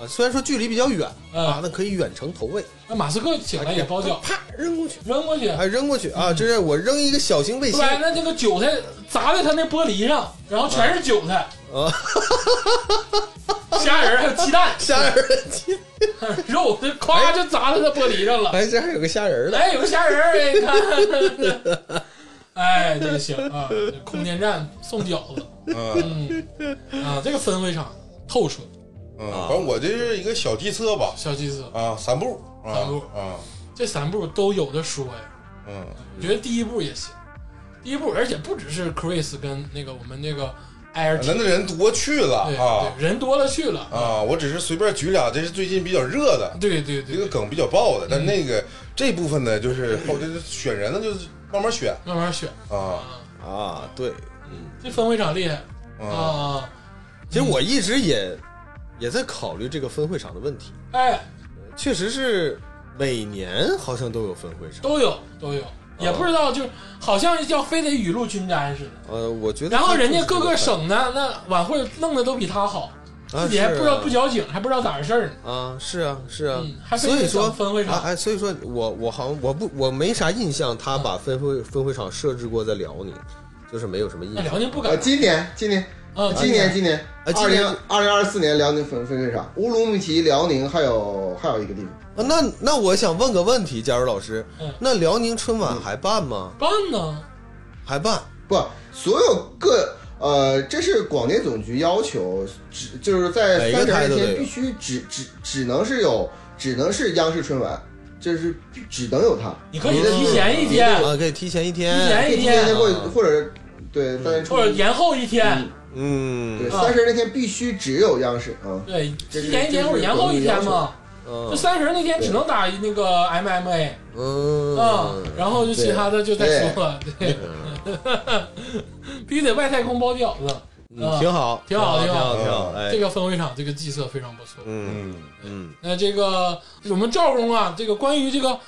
S3: 啊，虽然说距离比较远
S1: 嗯
S3: 啊，那可以远程投喂，
S1: 那马斯克醒来也包饺，
S3: 啪扔过去，
S1: 扔过去，
S3: 哎，扔过去啊，这是我扔一个小型卫
S1: 不
S3: 星
S1: 然那这个韭菜砸在他那玻璃上，然后全是韭菜，
S3: 啊，
S1: 虾仁儿还有鸡蛋
S3: 虾仁儿的，
S1: 肉，这咵就砸在他玻璃上了。
S3: 哎，这还有个虾仁儿的，
S1: 哎，有个虾仁儿，哎，看，哎，这个行啊，这空间站送饺子，
S2: 嗯
S1: 嗯，啊，这个分会场透彻，
S2: 嗯，反正我这是一个小计策吧，
S1: 小鸡子，
S2: 啊，三步，啊
S1: 三步
S2: 啊，
S1: 这三步都有的说呀。
S2: 嗯，
S1: 我觉得第一步也行，第一步，而且不只是 Chris 跟那个我们那个 Air，
S2: 咱的人多去了
S1: 对
S2: 啊
S1: 对，人多了去了，
S2: 啊，我只是随便举俩，这是最近比较热的，
S1: 对对
S2: 这个
S1: 对，
S2: 梗比较爆的，
S1: 嗯
S2: 但那个这部分呢，就是后就是选人呢，就是慢慢选
S1: 慢慢选
S2: 啊
S1: 啊，
S3: 啊，对，
S1: 这分会场厉害
S2: 啊，
S1: 啊，
S3: 其实我一直也也在考虑这个分会场的问题，
S1: 哎，
S3: 确实是每年好像都有分会场，
S1: 都有都有，也不知道就好像要非得雨露均沾似的。
S3: 呃，我觉得，
S1: 然后人家各个省呢，那晚会弄得都比他好，
S3: 啊
S1: 自己还
S3: 是啊
S1: 不知道不交警，还不知道咋回事儿呢。
S3: 啊，是啊，是啊，
S1: 嗯还非
S3: 所
S1: 得
S3: 以说
S1: 整分会场
S3: 啊哎，所以说我我好像我不我没啥印象，他把分会分会场设置过在辽宁，就是没有什么印
S1: 那
S3: 象。
S1: 辽宁不
S4: 呃，
S1: 敢，
S4: 今年今年
S1: 嗯，
S4: 今年今年二
S3: 呃今年
S4: 零二零二四年辽宁分分会场，乌鲁木齐、辽宁还有还有一个地方，
S3: 啊那那我想问个问题，佳茹老师，
S1: 嗯
S3: 那辽宁春晚还办吗？
S1: 办呢，
S3: 还办？
S4: 不，所有各呃，这是广电总局要求，只就是在
S3: 每
S4: 三
S3: 个
S4: 十
S3: 台
S4: 二
S3: 都得
S4: 天
S3: 有
S4: 必须只只只能是有，只能是央视春晚，这是必只能有它。
S1: 你
S3: 嗯
S1: 可以
S4: 的
S1: 提前一天，
S3: 啊，可以提前一天。
S1: 提前一
S4: 提前一
S1: 天啊嗯
S4: 天或者或者对三十
S1: 或者延后一天，
S4: 嗯
S3: 嗯
S4: 对
S1: 啊
S4: 三十那天必须只有央视啊。
S1: 对，
S4: 这是
S1: 提前一天
S4: 这是
S1: 或者延后一天
S4: 广东
S1: 嘛
S4: 要。
S1: 就
S3: 嗯
S1: 三十那天只能打那个 MMA 啊
S3: 嗯，，
S1: 然后就其他的就再说了，对， [laughs] 必须得外太空包饺子，
S3: 嗯挺好，
S1: 挺好
S3: 挺
S1: 挺好
S3: 挺好。
S1: 这
S3: 哎，
S1: 个分会场这个计策非常不错。
S3: 嗯
S2: 嗯，
S3: 嗯，
S1: 那这个我们赵工啊，这个关于这个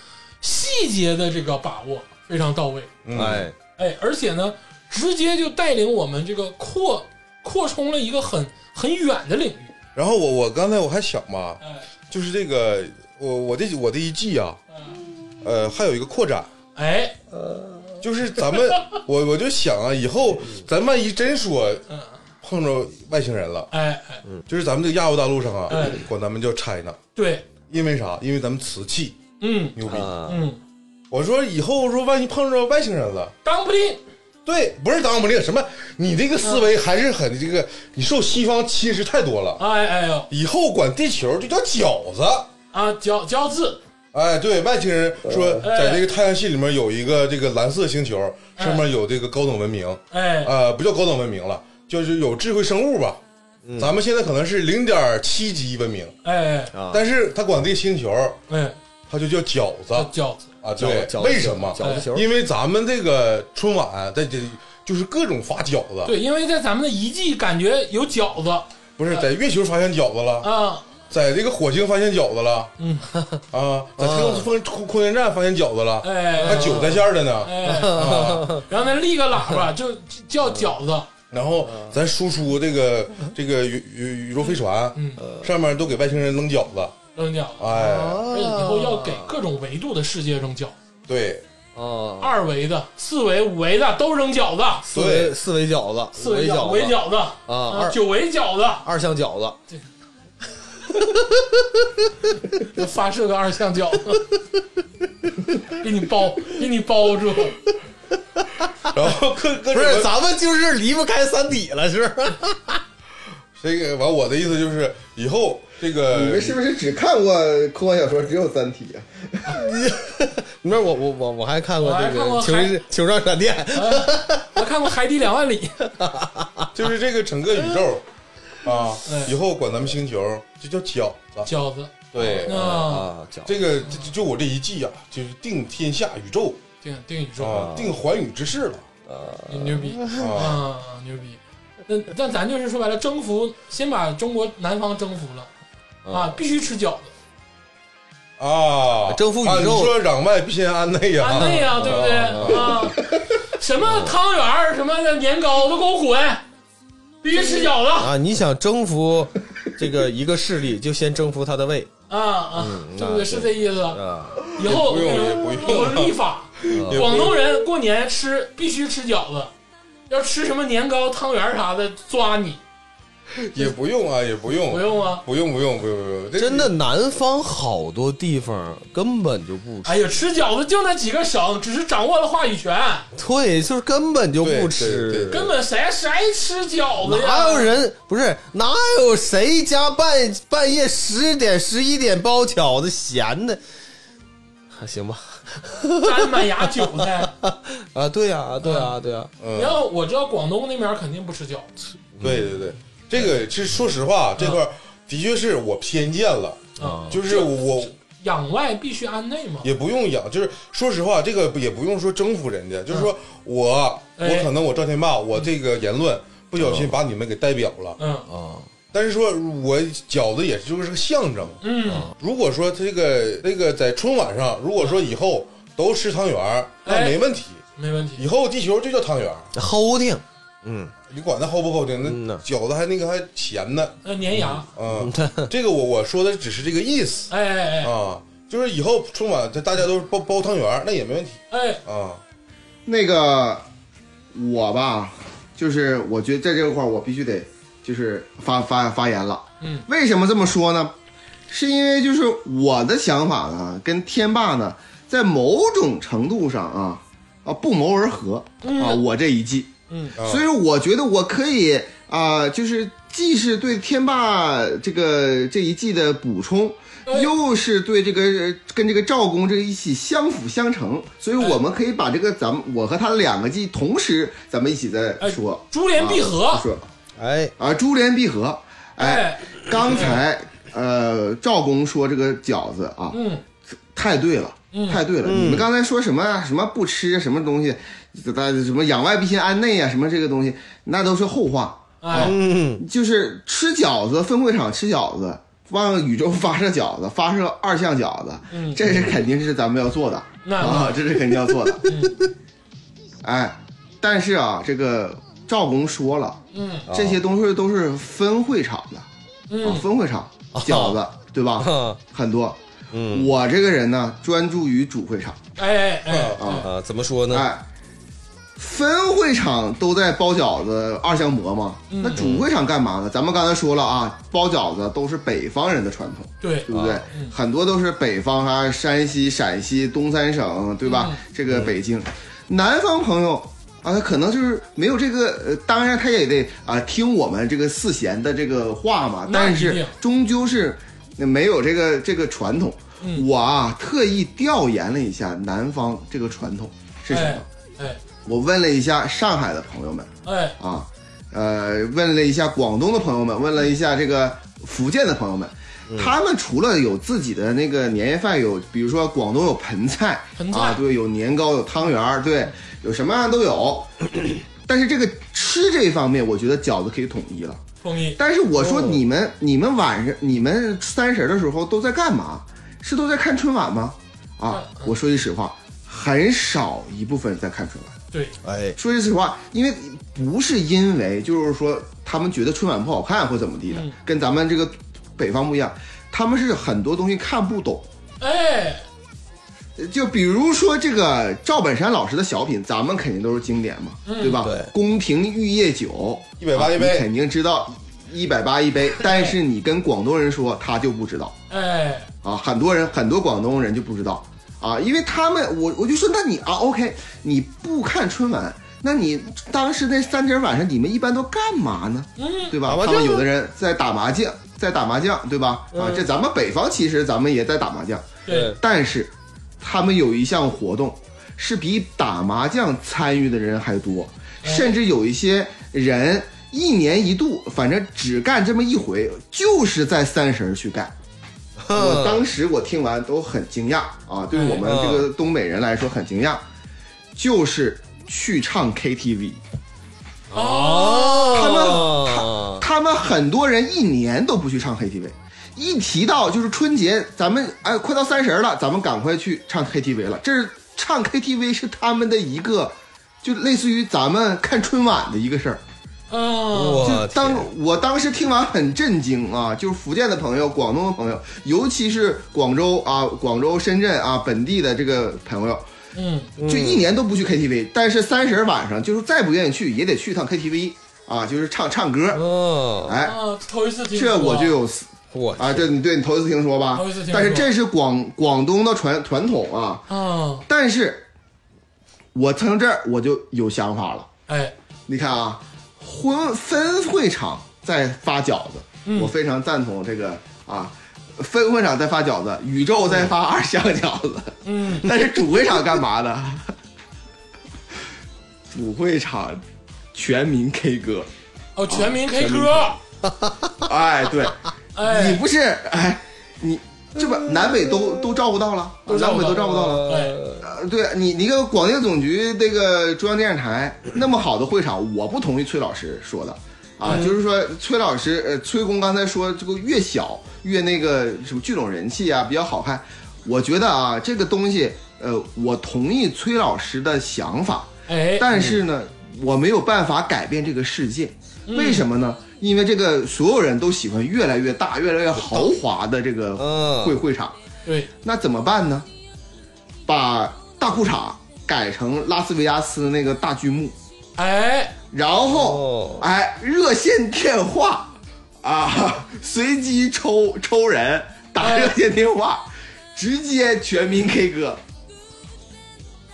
S1: 细节的这个把握非常到位，
S2: 嗯，
S3: 哎，
S1: 哎，而且呢，直接就带领我们这个扩扩充了一个很很远的领域。
S2: 然后我我刚才我还想吧，
S1: 哎，
S2: 就是这个我我这我这一季啊，
S1: 嗯
S2: 呃，还有一个扩展，
S1: 哎， [laughs]
S2: 就是咱们我我就想啊，以后咱万一真说
S1: 嗯
S2: 碰着外星人了，
S1: 哎哎，
S2: 就是咱们这个亚欧大陆上啊
S1: 哎，
S2: 管咱们叫 China，
S1: 对，
S2: 因为啥？因为咱们瓷器
S1: 嗯
S2: 牛逼。
S6: 啊，
S1: 嗯，
S2: 我说以后说万一碰着外星人了，
S1: 当不定，
S2: 对，不是当不定什么，你这个思
S1: 嗯
S2: 维还是很这个，你受西方侵蚀太多了。
S1: 哎哎呦
S2: 以后管地球就叫饺子。
S1: 啊，饺饺子，
S2: 哎，对外星人说，
S1: 哎
S2: 在这个太阳系里面有一个这个蓝色星球，
S1: 哎
S2: 上面有这个高等文明，
S1: 哎
S2: 呃，不叫高等文明了，就是有智慧生物吧。
S6: 嗯
S2: 咱们现在可能是零点七级文明，
S1: 哎
S6: 啊
S2: 但是他管这个星球，
S1: 哎，
S2: 它就叫饺子
S1: 叫饺子，
S2: 啊。
S6: 饺
S2: 对
S6: 饺，
S2: 为什么？
S1: 哎
S6: 饺子球？
S2: 因为咱们这个春晚在这就是各种发饺子，
S1: 对，因为在咱们的遗迹感觉有饺子
S2: 不是在月球发现饺子了，
S1: 啊，
S2: 在这个火星发现饺子了，
S1: 嗯
S2: 啊，在太空空空空间站发现饺子了，还
S1: 哎
S2: 韭菜馅儿的呢。
S1: 哎，然后呢立个喇叭就就叫饺子，
S2: 然后咱输出这个这个宇宇宇宙飞船，
S1: 嗯
S2: 上面都给外星人扔饺子，
S1: 扔饺子，
S3: 啊
S2: 哎，
S1: 而且以后要给各种维度的世界扔饺子，
S2: 对，
S6: 啊，
S1: 二维的、四维、五维的都扔饺子，
S3: 四维四维饺子，
S1: 四
S3: 五
S1: 维饺、五维
S3: 维子
S1: 饺子
S3: 啊，
S1: 啊，
S3: 二
S1: 九维饺子
S3: 二象饺子，
S1: 就发射个二向饺子，给你包，给你包住。
S2: 然后各各
S3: 不
S2: 种
S3: 是咱们就是离不开三体了，是不是？ [laughs]
S2: 这个完，我的意思就是以后这
S4: 你
S2: 个
S4: 们是不是只看过科幻小说，只有《三体》啊？
S3: 你知道我我我我还看过
S1: 我还
S3: 这
S1: 看过
S3: 个《球
S1: 还
S3: 是球状闪电》
S1: 我看过《海底两万里》，
S2: 就是这个整个宇宙啊
S1: 哎，
S2: 以后管咱们星球就叫饺子，
S1: 饺子
S2: 对，
S1: 啊，
S6: 啊，饺子
S2: 这个就就我这一计啊，就是定天下宇宙
S1: 定定宇宙，
S2: 啊，定寰宇之势了
S1: 牛逼
S2: 啊，
S1: 啊，牛逼。那但咱就是说白了，征服先把中国南方征服了
S2: 嗯
S1: 啊，必须吃饺子，
S2: 啊，
S3: 征服宇宙
S2: 啊你说攘外必先安内呀，
S1: 嗯安内啊，对不对啊？什么汤圆儿、什么的年糕都给我滚，必须吃饺子
S3: 啊！你想征服这个一个势力，就先征服他的胃
S1: 啊啊，
S2: 嗯
S1: 对不
S3: 那
S1: 对？是这意思。
S6: 啊，
S1: 以后
S2: 不用也不用
S1: 有立法，
S2: 也不
S1: 广东人过年吃必须吃饺子，要吃什么年糕、汤圆儿啥的抓你，
S2: 也不用啊，也不用，
S1: 不用吗？
S2: 不用不用不用不用，这
S3: 真的，南方好多地方根本就不吃，
S1: 哎呀，吃饺子就那几个省，只是掌握了话语权，
S3: 对，就是根本就
S2: 对对
S3: 不
S2: 对
S3: 吃
S2: 对。
S1: 根本谁谁吃饺子呀？
S3: 哪有人不是？哪有谁家半半夜十点十一点包饺子闲的？还行吧。
S1: 沾满牙韭菜？
S3: 啊，对呀、啊，对呀、啊，对呀、啊。
S2: 嗯
S1: 你要我知道广东那边肯定不吃饺子
S2: 对对对，这个是说实话，
S1: 嗯
S2: 啊这块儿的确是我偏见了，
S1: 啊，
S2: 就是我
S1: 养外必须安内嘛。
S2: 也不用养，就是说实话，这个也不用说征服人家，就是说我
S1: 哎
S2: 我可能我赵天霸我这个言论不小心把你们给代表了，
S3: 哦
S1: 嗯
S2: 但是说我饺子也就是个象征。
S1: 嗯，
S2: 如果说这个这个在春晚上，如果说以后都吃汤圆儿，那
S1: 哎
S2: 没问题，
S1: 没问
S2: 以
S1: 题。
S2: 后地球就叫汤圆儿。
S3: 齁挺，
S2: 你管它齁不齁
S3: 嗯
S2: 听，那
S3: 呐
S2: 饺子还那个还咸呢，
S1: 那呃粘牙，
S2: 嗯， [laughs] 这个我我说的只是这个意思
S1: 哎哎哎
S2: 啊，就是以后春晚这大家都包包汤圆儿，那也没问题
S1: 哎，
S2: 啊。
S4: 那个我吧，就是我觉得在这块儿我必须得就是发发发言了。
S1: 嗯，
S4: 为什么这么说呢？是因为就是我的想法呢，跟天霸呢，在某种程度上啊啊不谋而合、啊，我这一季，
S1: 嗯
S2: 啊
S4: 所以我觉得我可以啊、就是既是对天霸这个这一季的补充。
S1: 哎
S4: 又是对这个呃跟这个赵公这一起相辅相
S1: 哎
S4: 成，所以我们可以把这个咱们我和他两个季同时咱们一起再说，
S1: 哎珠联璧
S4: 啊
S1: 合。
S4: 说
S3: 哎，
S4: 啊珠联璧合。哎，
S1: 哎，
S4: 刚才呃赵公说这个饺子啊，
S1: 嗯，
S4: 太对了，太对了！你们刚才说什么啊什么不吃什么东西，大什么养外必先安内啊，什么这个东西，那都是后话。
S1: 哎，
S4: 就是吃饺子，分会场吃饺子，往宇宙发射饺子，发射二向饺子，这是肯定是咱们要做的，
S1: 嗯那嗯
S4: 啊，这是肯定
S1: [laughs]
S4: 要做的。哎，但是啊，这个赵公说了，
S1: 嗯，
S4: 这些东西都是分会场的，啊，分会场
S1: 哦
S4: 饺子，对吧
S1: 嗯
S3: 啊？
S4: 很多。我这个人呢，专注于主会场，
S1: 哎哎哎，
S3: [laughs] 啊，怎么说呢？
S4: 哎，分会场都在包饺子、二香馍嘛，
S1: 嗯
S4: 那主会场干嘛呢？咱们刚才说了啊，包饺子都是北方人的传统，
S1: 对
S4: 对不对？很多都是北方啊，山西、陕西、东三省，
S1: 嗯
S4: 对吧？这个北京，南方朋友啊，可能就是没有这个，呃，当然他也得啊听我们这个四贤的这个话嘛，
S1: 那
S4: 但
S1: 一定
S4: 是终究是没有这个这个传统。
S1: 嗯
S4: 我啊特意调研了一下南方这个传统是什么。
S1: 哎哎
S4: 我问了一下上海的朋友们
S1: 哎，
S4: 啊，呃，问了一下广东的朋友们，问了一下这个福建的朋友们，
S1: 嗯
S4: 他们除了有自己的那个年夜饭，有比如说广东有盆菜，
S1: 盆菜
S4: 啊，对，有年糕，有汤圆儿，对，有什么样都
S1: [clears throat]
S4: 有。但是这个吃这方面，我觉得饺子可以统一了。
S1: 同意。
S4: 但是我
S1: 哦
S4: 说你们、你们晚上你们三十儿的时候都在干嘛？是都在看春晚吗？啊，
S1: 嗯
S4: 我说句实话，很少一部分在看春晚。
S1: 对，
S3: 哎，
S4: 说句实话，因为不是因为就是说他们觉得春晚不好看或怎么地的，跟咱们这个北方不一样，他们是很多东西看不懂。
S1: 哎，
S4: 就比如说这个赵本山老师的小品，咱们肯定都是经典嘛，对吧？
S3: 对
S4: 宫廷玉液酒，
S2: 180一
S4: 啊
S2: 杯
S4: 你肯定知道一百八一杯，但是你跟广东人说，他就不知道。
S1: 哎，
S4: 啊，很多人很多广东人就不知道啊，因为他们我我就说，那你啊，OK，你不看春晚，那你当时那三天晚上你们一般都干嘛呢？对吧
S3: 打？麻
S4: 他
S3: 将嗯
S4: 们有的人在打麻将，在打麻将，对吧？啊，这咱们北方其实咱们也在打麻将，
S1: 对，
S4: 但是他们有一项活动是比打麻将参与的人还多，甚至有一些人一年一度，反正只干这么一回，就是在三十儿去干。我当时我听完都很惊讶啊，对于我们
S3: 嗯
S4: 这个东北人来说很惊讶，就是去唱 KTV，
S1: 哦，
S4: 他们
S3: 哦
S4: 他们很多人一年都不去唱 KTV。一提到就是春节，咱们哎快到三十了，咱们赶快去唱 KTV 了。这是唱 KTV 是他们的一个，就类似于咱们看春晚的一个事儿。
S1: 嗯，
S3: 我
S4: 就当
S3: 天
S4: 我当时听完很震惊啊！就是福建的朋友、广东的朋友，尤其是广州啊、广州、深圳啊本地的这个朋友，
S1: 嗯，
S4: 就一年都不去 KTV，、但是三十晚上就是再不愿意去也得去趟 KTV 啊，就是唱唱歌。
S3: 嗯，
S4: 哎，
S1: 啊，头一次听说，
S4: 这我就有
S3: 我
S4: 啊，对你对你头一次听说吧
S1: 哦头一次听说？
S4: 但是这是广广东的传传统啊。
S1: 啊，
S4: 但是，我听这儿我就有想法了。
S1: 哎，
S4: 你看啊，婚分会场在发饺子，
S1: 嗯
S4: 我非常赞同这个啊。分会场在发饺子，宇宙在发二香饺子，
S1: 嗯，
S4: [laughs] 但是主会场干嘛呢？ [laughs] 主会场全民 K 歌，
S1: 哦，全民 K
S4: 全民
S1: 歌，
S4: 哎，
S1: [laughs]
S4: 对，你
S1: 哎，
S4: 不是哎，你这不南北都都照顾到了，
S1: 都照
S4: 南
S1: 顾
S4: 北
S1: 到
S4: 都照顾到了。
S1: 对
S4: 呃对你，你跟广电总局那个中央电视
S1: [clears throat]
S4: 台那么好的会场，我不同意崔老师说的啊，
S1: 嗯
S4: 就是说崔老师呃，崔工刚才说这个越小越那个什么聚拢人气啊，比较好看。我觉得啊，这个东西呃，我同意崔老师的想法，
S1: 哎，
S4: 但是呢，我没有办法改变这个世界，为什么呢？因为这个所有人都喜欢越来越大、越来越豪华的这个
S3: 嗯
S4: 会会场，
S1: 对，
S4: 那怎么办呢？把大裤衩改成拉斯维加斯那个大巨幕，
S1: 哎，
S4: 然后、
S3: 哦
S4: 哎热线电话啊，随机抽抽人打
S1: 哎
S4: 热线电话，直接全民 K 歌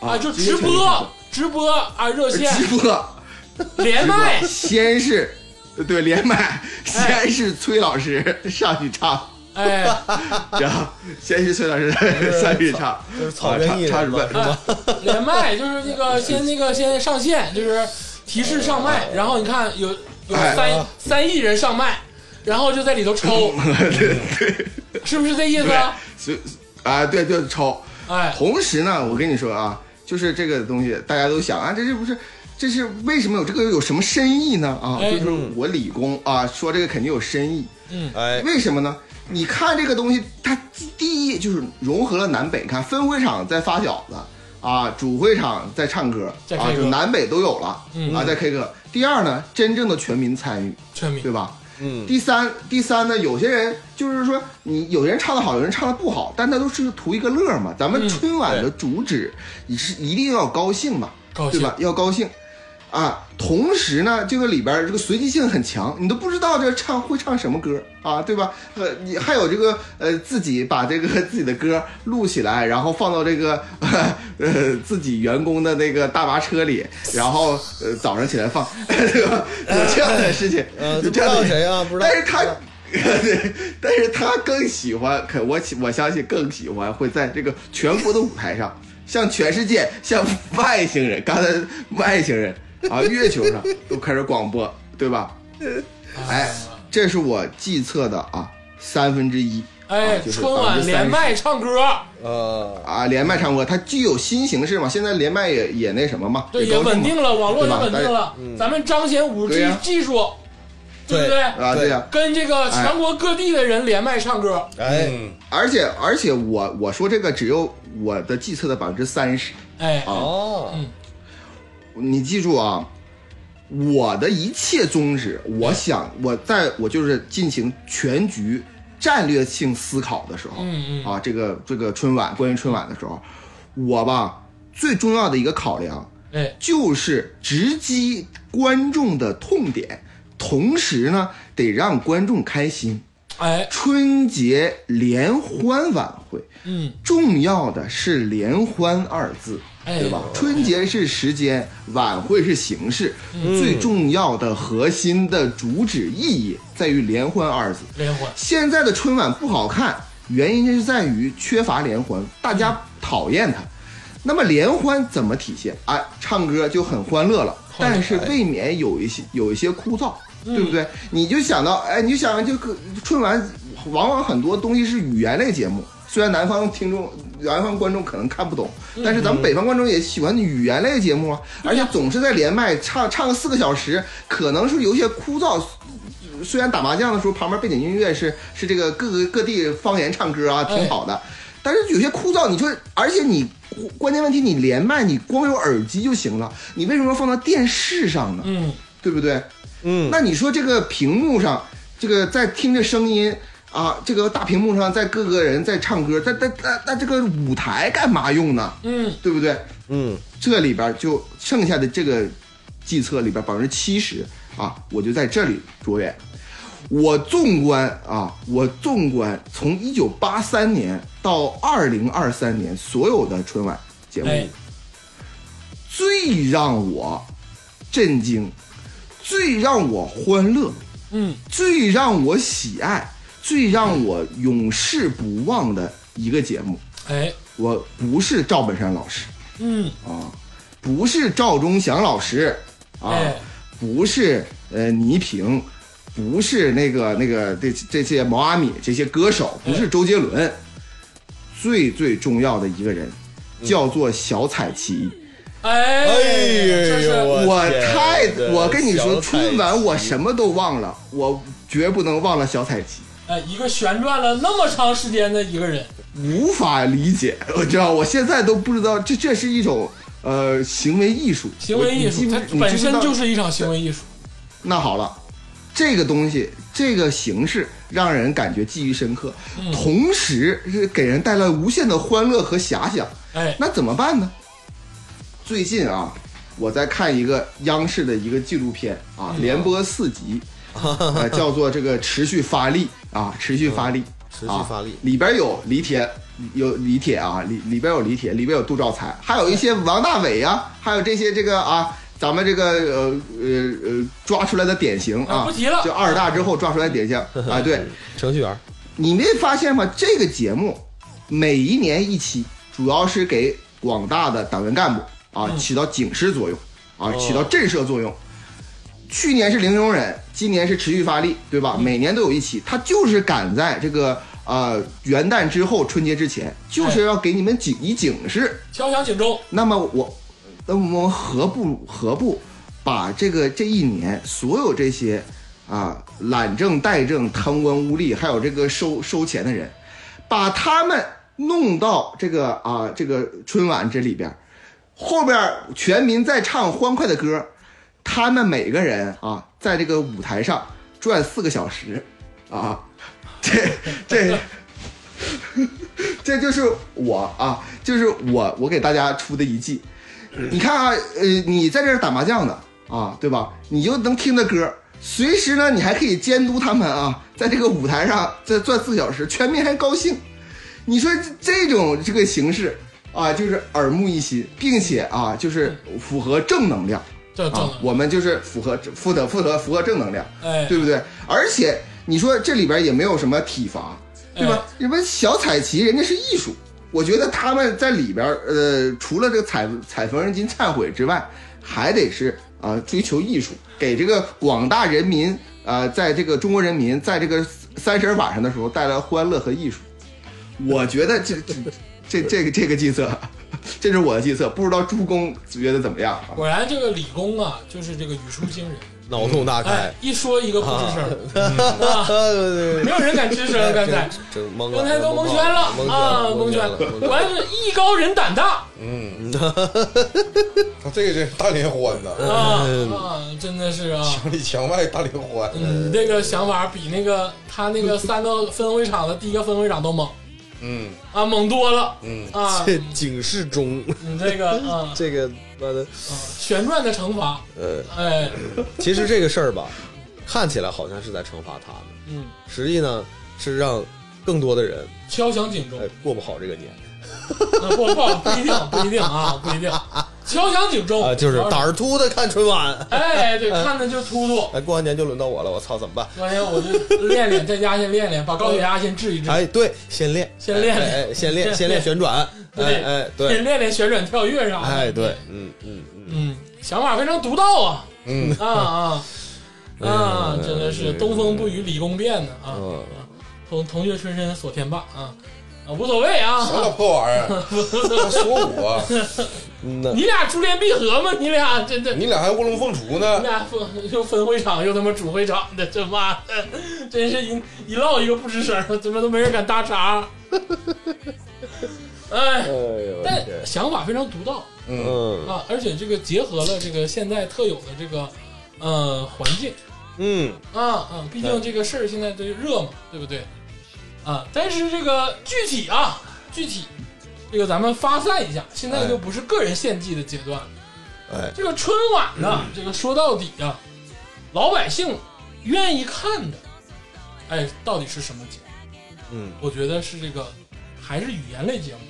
S1: 啊，就
S4: 直接
S1: 直
S4: 全民 K
S1: 播，直播啊，热线
S4: 歌直播。
S1: 连麦，
S4: 先是对连麦，先是崔老师上去唱，
S1: 哎，
S4: 然后先是崔老师上去唱，
S3: 就是草原艺
S4: 啊唱唱
S3: 人嘛
S4: 什
S3: 是
S4: [laughs] 么？
S3: 吧？
S1: 连麦就是那
S4: [laughs]
S1: 个先那个先上线，就是提示上麦，然后你看有有
S4: 哎
S1: 三三亿人上麦，然后就在里头抽，
S4: 哎
S1: 是不是这意思？
S4: 所以啊，对，就是抽。
S1: 哎，
S4: 同时呢，我跟你说啊，就是这个东西，大家都想啊，这是不是？这是为什么有这个有什么深意呢？啊，
S1: 哎
S4: 就是我理工啊，说这个肯定有深意。
S3: 哎，
S4: 为什么呢？你看这个东西，它第一就是融合了南北，你看分会场在发饺子啊，主会场在唱歌
S1: 在 K
S4: 啊，
S1: 歌嗯
S4: 就南北都有了、啊，在 K 歌。第二呢，真正的全民参与，
S1: 全民
S4: 对吧？嗯。第三，第三呢，有些人就是说，你有些人唱的好，有人唱的不
S1: 嗯
S4: 好，但那都是图一个乐嘛。咱们春晚的主旨，你是一定要高兴嘛。
S1: 高
S4: 对
S1: 兴
S4: 吧？要高兴啊。同时呢，这个里边儿这个随机性很强，你都不知道这唱会唱什么歌啊，对吧？呃，你还有这个呃，自己把这个 [laughs] 自己的歌录起来，然后放到这个呃呃自己员工的那个大巴车里，然后呃早上起来放， [laughs] 对吧？有这样的事情，
S3: 呃，
S4: 有
S3: 这不知
S4: 这样的
S3: 道
S4: 事情
S3: 谁啊？不知道。
S4: 但是他，对，但是他更喜欢，可我喜我相信更喜欢会在这个全国的舞台上，向全世界，向外星人，刚才外星人啊，月球上都开始广播，对吧？哎，这是我计策的啊，三分之一。
S1: 哎
S4: 啊，就是
S1: 春晚连麦唱歌，
S3: 呃，
S4: 啊，连麦唱歌，它具有新形式嘛？现在连麦也也那什么嘛，
S1: 对，也
S4: 高兴
S1: 稳
S4: 嘛
S1: 定了，网络也
S4: 对吧哎嗯
S1: 稳定了，咱们彰显五
S4: 对
S1: G
S4: 呀
S1: 技术，对不
S3: 对
S1: 对？
S4: 啊，对呀、
S1: 跟这个全国各地的人连麦唱歌，
S3: 哎，
S2: 嗯，
S4: 而且而且我我说这个只有我的计策的百分之三十，
S1: 哎，
S3: 哦，
S4: 你记住啊，我的一切宗旨，我想我在我就是进行全局战略性思考的时候，
S1: 嗯
S4: 啊，这个这个春晚关于春晚的时候，我吧最重要的一个考量
S1: 哎，
S4: 就是直击观众的痛点，同时呢得让观众开心。
S1: 哎，
S4: 春节联欢晚会，
S1: 嗯，
S4: 重要的是“联欢”二字，
S1: 哎
S4: 对吧？春节是时间，晚会是形式，
S1: 嗯
S4: 最重要的核心的主旨意义在于“联欢”二字。
S1: 连环，
S4: 现在的春晚不好看，原因就是在于缺乏联欢，大家讨厌它。那么联欢怎么体现？哎，唱歌就很欢乐了，哎嗯但是未免有一些有一些枯燥，对不对？你就想到，哎，你就想这个春晚，往往很多东西是语言类节目。虽然南方听众、南方观众可能看不懂，但是咱们北方观众也喜欢语言类节目啊，而且总是在连麦唱唱个四个小时，可能是有些枯燥。虽然打麻将的时候旁边背景音乐是是这个各个各地方言唱歌啊，挺好的，但是有些枯燥。你说，而且你关键问题，你连麦你光有耳机就行了，你为什么要放到电视上呢？
S1: 嗯，
S4: 对不对？
S3: 嗯，
S4: 那你说这个屏幕上，这个在听着声音啊，这个大屏幕上在各个人在唱歌，在在那那这个舞台干嘛用呢？
S1: 嗯，
S4: 对不对？
S3: 嗯，
S4: 这里边就剩下的这个计策里边百分之七十啊，我就在这里着眼。我纵观啊，我纵观从一九八三年到二零二三年所有的春晚节目，
S1: 哎，
S4: 最让我震惊，最让我欢乐，
S1: 嗯，
S4: 最让我喜爱，最让我永世不忘的一个节目。
S1: 哎，
S4: 我不是赵本山老师，啊
S1: 嗯，
S4: 不是赵忠祥老师啊，
S1: 哎，
S4: 不是呃倪萍，不是那个那个这这些毛阿敏这些歌手，
S3: 哎
S4: 不是周杰伦，最最重要的一个人
S3: 嗯
S4: 叫做小彩旗。
S1: 哎，
S3: 哎
S1: 这
S3: 呦，
S1: 是
S4: 我
S3: 天
S4: 太
S3: 哪
S4: 我跟你说，
S3: 小彩旗
S4: 春晚我什么都忘了，我绝不能忘了小彩旗。
S1: 哎，一个旋转了那么长时间的一个人，
S4: 无法理解， [laughs] 我知道，我现在都不知道，这这是一种呃行为艺术，
S1: 行为艺
S4: 我
S1: 术，
S4: 你记
S1: 它
S4: 不你
S1: 本
S4: 知不
S1: 身
S4: 知道
S1: 就是一场行为艺术。
S4: 那好了，这个东西，这个形式让人感觉记忆深刻，
S1: 嗯
S4: 同时是给人带来无限的欢乐和遐想。
S1: 哎，
S4: 那怎么办呢？最近啊，我在看一个央视的一个纪录片啊，
S1: 嗯
S4: 连播四
S1: [laughs]
S4: 集，呃叫做这个持续发力啊，持续发力，
S3: 持续
S4: 啊
S3: 发力
S4: 里边有李铁，有李铁啊，里里边有李铁，里边有杜兆才，还有一些王大伟啊，还有这些这个啊。咱们这个呃呃呃抓出来的典型
S1: 啊
S4: 啊，
S1: 不提了
S4: 就二十大之后抓出来的典
S3: [laughs]
S4: 型啊，对，
S3: 程序员，
S4: 你没发现吗？这个节目每一年一期，主要是给广大的党员干部啊起到警示作用，啊起到震慑作用。去年是零容忍，今年是持续发力，对吧？每年都有一期，它就是赶在这个呃元旦之后、春节之前，就是要给你们警以警示。
S1: 敲响警钟，
S4: 那么我，那么我何不何不把这个这一年所有这些啊懒政怠政、贪官污吏，还有这个收收钱的人，把他们弄到这个啊这个春晚这里边儿，后边儿全民在唱欢快的歌，他们每个人啊在这个舞台上转四个小时，啊，这这。这就是我啊，就是我我给大家出的一计，你看啊，呃，你在这儿打麻将呢，啊，对吧？你就能听着歌，随时呢，你还可以监督他们啊，在这个舞台上再转四小时，全民还高兴。你说这这种这个形式啊，就是耳目一新，并且啊，就是符合正能量
S1: 这正
S4: 啊
S1: 能，量
S4: 我们就是符合符合符合符合正能量。
S1: 哎，
S4: 对不对？而且你说这里边也没有什么体罚，对吧？什么小彩旗，人家是艺术，我觉得他们在里边，呃，除了这个踩踩缝纫机忏悔之外，还得是啊、追求艺术，给这个广大人民啊、在这个中国人民在这个三十晚上的时候带来欢乐和艺术。我觉得这这这这个这个计策， [laughs] 这是我的计策，不知道朱工觉得怎么样啊？
S1: 哎果然这个理工啊，就是这个语出惊人，
S3: 脑洞大
S1: 哎
S3: 开，，
S1: 一说一个不吱声， [laughs]
S3: 啊对
S1: 没有人敢吱声。
S4: [laughs]
S1: 刚才
S3: 真真蒙了，
S1: 刚才都蒙圈了啊，
S3: 蒙
S1: 蒙
S3: 圈
S1: 圈
S3: 了，蒙圈了。
S1: 果然是艺高人胆大
S2: 他啊这个是大脸欢呐， [laughs]
S1: 啊
S4: 嗯
S1: 啊，真的是啊。
S2: 墙里墙外大脸欢。
S1: 你这个想法比那个他那个三个分会场的第一个分会场都猛
S2: 嗯
S1: 啊，猛多了
S2: 嗯，
S1: 啊！
S3: [laughs] 这警示中，
S1: 你这个啊，
S3: [laughs] 这个妈的，
S1: 啊旋转的惩罚，
S3: 呃，
S1: 哎，
S3: 其实这个事儿吧，看起来好像是在惩罚他们，
S1: 嗯，
S3: 实际呢是让更多的人
S1: 敲响警钟
S3: 哎，过不好这个年
S1: 啊不不不一定不一定啊，不一定，敲响警钟
S3: 啊，就是胆儿突的看春晚，
S1: 哎，对，看着就突突。
S3: 哎，过完年就轮到我了，我操，怎么办？
S1: 关键我就练练，在家先练练，把高血压先治一治，
S3: 哎，对，先练，
S1: 嗯先练
S3: 哎，哎先练，
S1: 先
S3: 先练旋转，哎
S1: 对
S3: 哎，
S1: 先
S3: 对，
S1: [laughs] 练练旋转跳跃啥的。
S3: 哎对，嗯嗯嗯，
S1: 嗯，想法非常独到啊，
S2: 嗯
S1: 啊
S3: [laughs]
S1: 啊啊，
S3: 嗯
S1: 真的是
S3: 嗯
S1: 东风不与李公变呢啊
S3: 嗯
S1: 啊，同同学春深锁天霸啊啊，无所谓
S3: [laughs]
S2: 啥老
S1: 啊，
S2: 破玩意儿？他说我，
S3: 嗯
S1: [laughs]
S3: 那
S1: 你俩珠联璧合吗？你俩这这。
S2: 你俩还卧龙凤雏
S1: 你
S2: 呢？
S1: 俩分又分会场，又他妈主会场的，这妈的，真是一一唠一个不吱声，怎么都没人敢搭茬。哎，但想法非常独到
S2: 嗯
S3: 嗯
S1: 啊，而且这个结合了这个现在特有的这个呃环境
S3: 嗯，
S1: 啊啊，毕竟这个事儿现在都热嘛，对不对？啊，但是这个具体啊，具体这个咱们发散一下，现在就不是个人献祭的阶段了。
S3: 哎
S1: 这个春晚呢，这个说到底啊，老百姓愿意看的，哎，到底是什么节目？
S3: 嗯，
S1: 我觉得是这个，还是语言类节目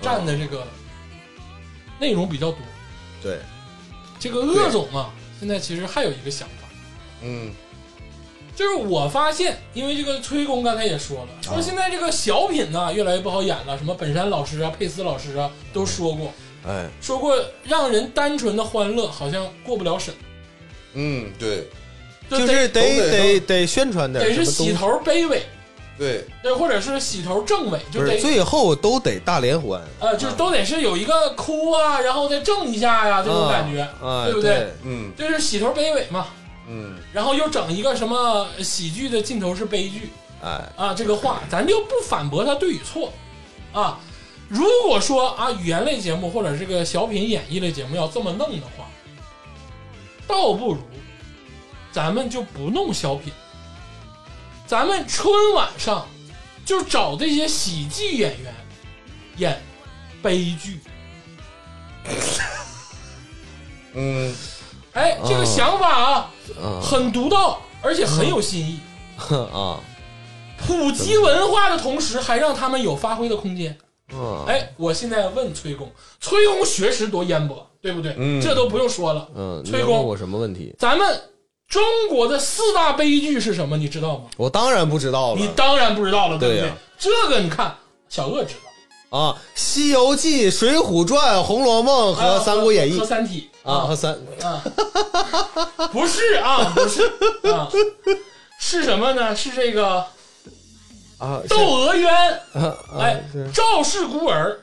S1: 占的这个内容比较多。
S3: 对，
S1: 这个鄂总啊，现在其实还有一个想法，
S2: 嗯
S1: 就是我发现，因为这个崔工刚才也说
S3: 啊
S1: 了，说现在这个小品呢越来越不好演了，什么本山老师啊、佩斯老师啊都说过，
S3: 哎
S1: 说过让人单纯的欢乐好像过不了审，
S2: 嗯，对
S1: 就
S3: 就是得
S2: 都
S3: 得
S2: 得
S3: 得宣传点
S1: 得
S3: 什
S1: 是
S3: 么东
S1: 洗
S3: 西，
S1: 头卑尾，
S2: 对，
S1: 对，或者是洗头正尾，就
S3: 不是
S1: 得
S3: 最啊后都得大联欢，
S1: 呃，就是都得是有一个哭啊，然后再正一下呀、这种感觉，
S3: 啊，
S1: 对不
S3: 对？？
S2: 嗯
S1: 就是洗头卑尾嘛，
S2: 嗯
S1: 然后又整一个什么喜剧的尽头是悲剧
S3: 哎，
S1: 啊，这个话咱就不反驳他对与错啊。如果说啊，语言类节目或者这个小品演绎类节目要这么弄的话，倒不如咱们就不弄小品，咱们春晚上就找这些喜剧演员演悲剧。
S2: 嗯，
S1: 哎，这个想法啊，
S3: 啊
S1: 很独到，而且很有新意。
S3: 啊
S1: 普及文化的同时，还让他们有发挥的空间。
S3: 啊，
S1: 哎，我现在问崔工，崔工学识多渊博，对不对？
S2: 嗯
S1: 这都不用说了。
S3: 嗯，你
S1: 崔
S3: 要
S1: 工
S3: 问我什么问题？
S1: 咱们中国的四大悲剧是什么？你知道吗？
S3: 我当然不知道了。
S1: 你当然不知道了，对不
S3: 对呀
S1: 这个你看，小鄂知道，
S3: 啊，《西游记》《水浒传》《红楼梦》和
S1: 啊
S3: 《三国演义
S1: 和》三体
S3: 啊，和三
S1: 啊， [laughs] 不是啊，不是啊，是什么呢？是这个
S3: 啊，
S1: 《窦娥冤》
S3: 啊啊
S1: 哎
S3: 是，啊
S1: 赵氏孤儿，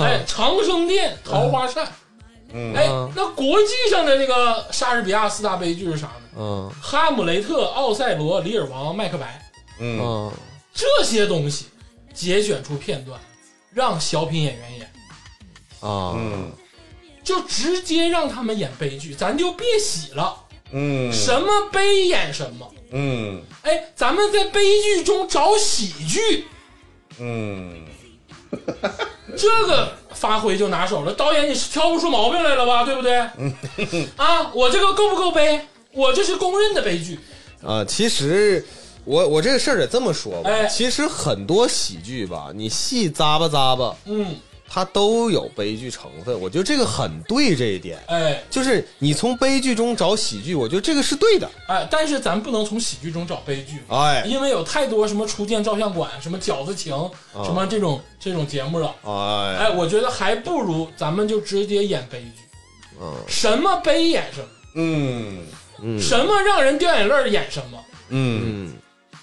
S1: 哎，长生殿、桃花扇，
S2: 嗯
S1: 哎，那国际上的这个莎士比亚四大悲剧是啥呢？
S3: 嗯
S1: 哈姆雷特、奥赛罗、李尔王、麦克白
S2: 嗯
S3: 嗯，
S1: 这些东西，节选出片段，让小品演员演，
S3: 啊，
S2: 嗯
S1: 就直接让他们演悲剧，咱就别洗了，
S2: 嗯
S1: 什么悲演什么。
S2: 嗯
S1: 哎，咱们在悲剧中找喜剧，
S2: 嗯，
S1: 这个发挥就拿手了。导演，你是挑不出毛病来了吧？对不对？啊，我这个够不够悲？我这是公认的悲剧。
S3: 啊，其实我我这个事儿得这么说吧，
S1: 哎
S3: 其实很多喜剧吧，你细咂巴咂巴，
S1: 嗯，
S3: 它都有悲剧成分。我觉得这个很对这一点，
S1: 哎
S3: 就是你从悲剧中找喜剧，我觉得这个是对的。
S1: 哎，但是咱不能从喜剧中找悲剧，
S3: 哎
S1: 因为有太多什么初见照相馆、什么饺子情、什么这种这种节目了。
S3: 哎
S1: 哎，我觉得还不如咱们就直接演悲剧，什么悲演什么，
S2: 嗯
S1: 什么让人掉眼泪儿演什么。
S2: 嗯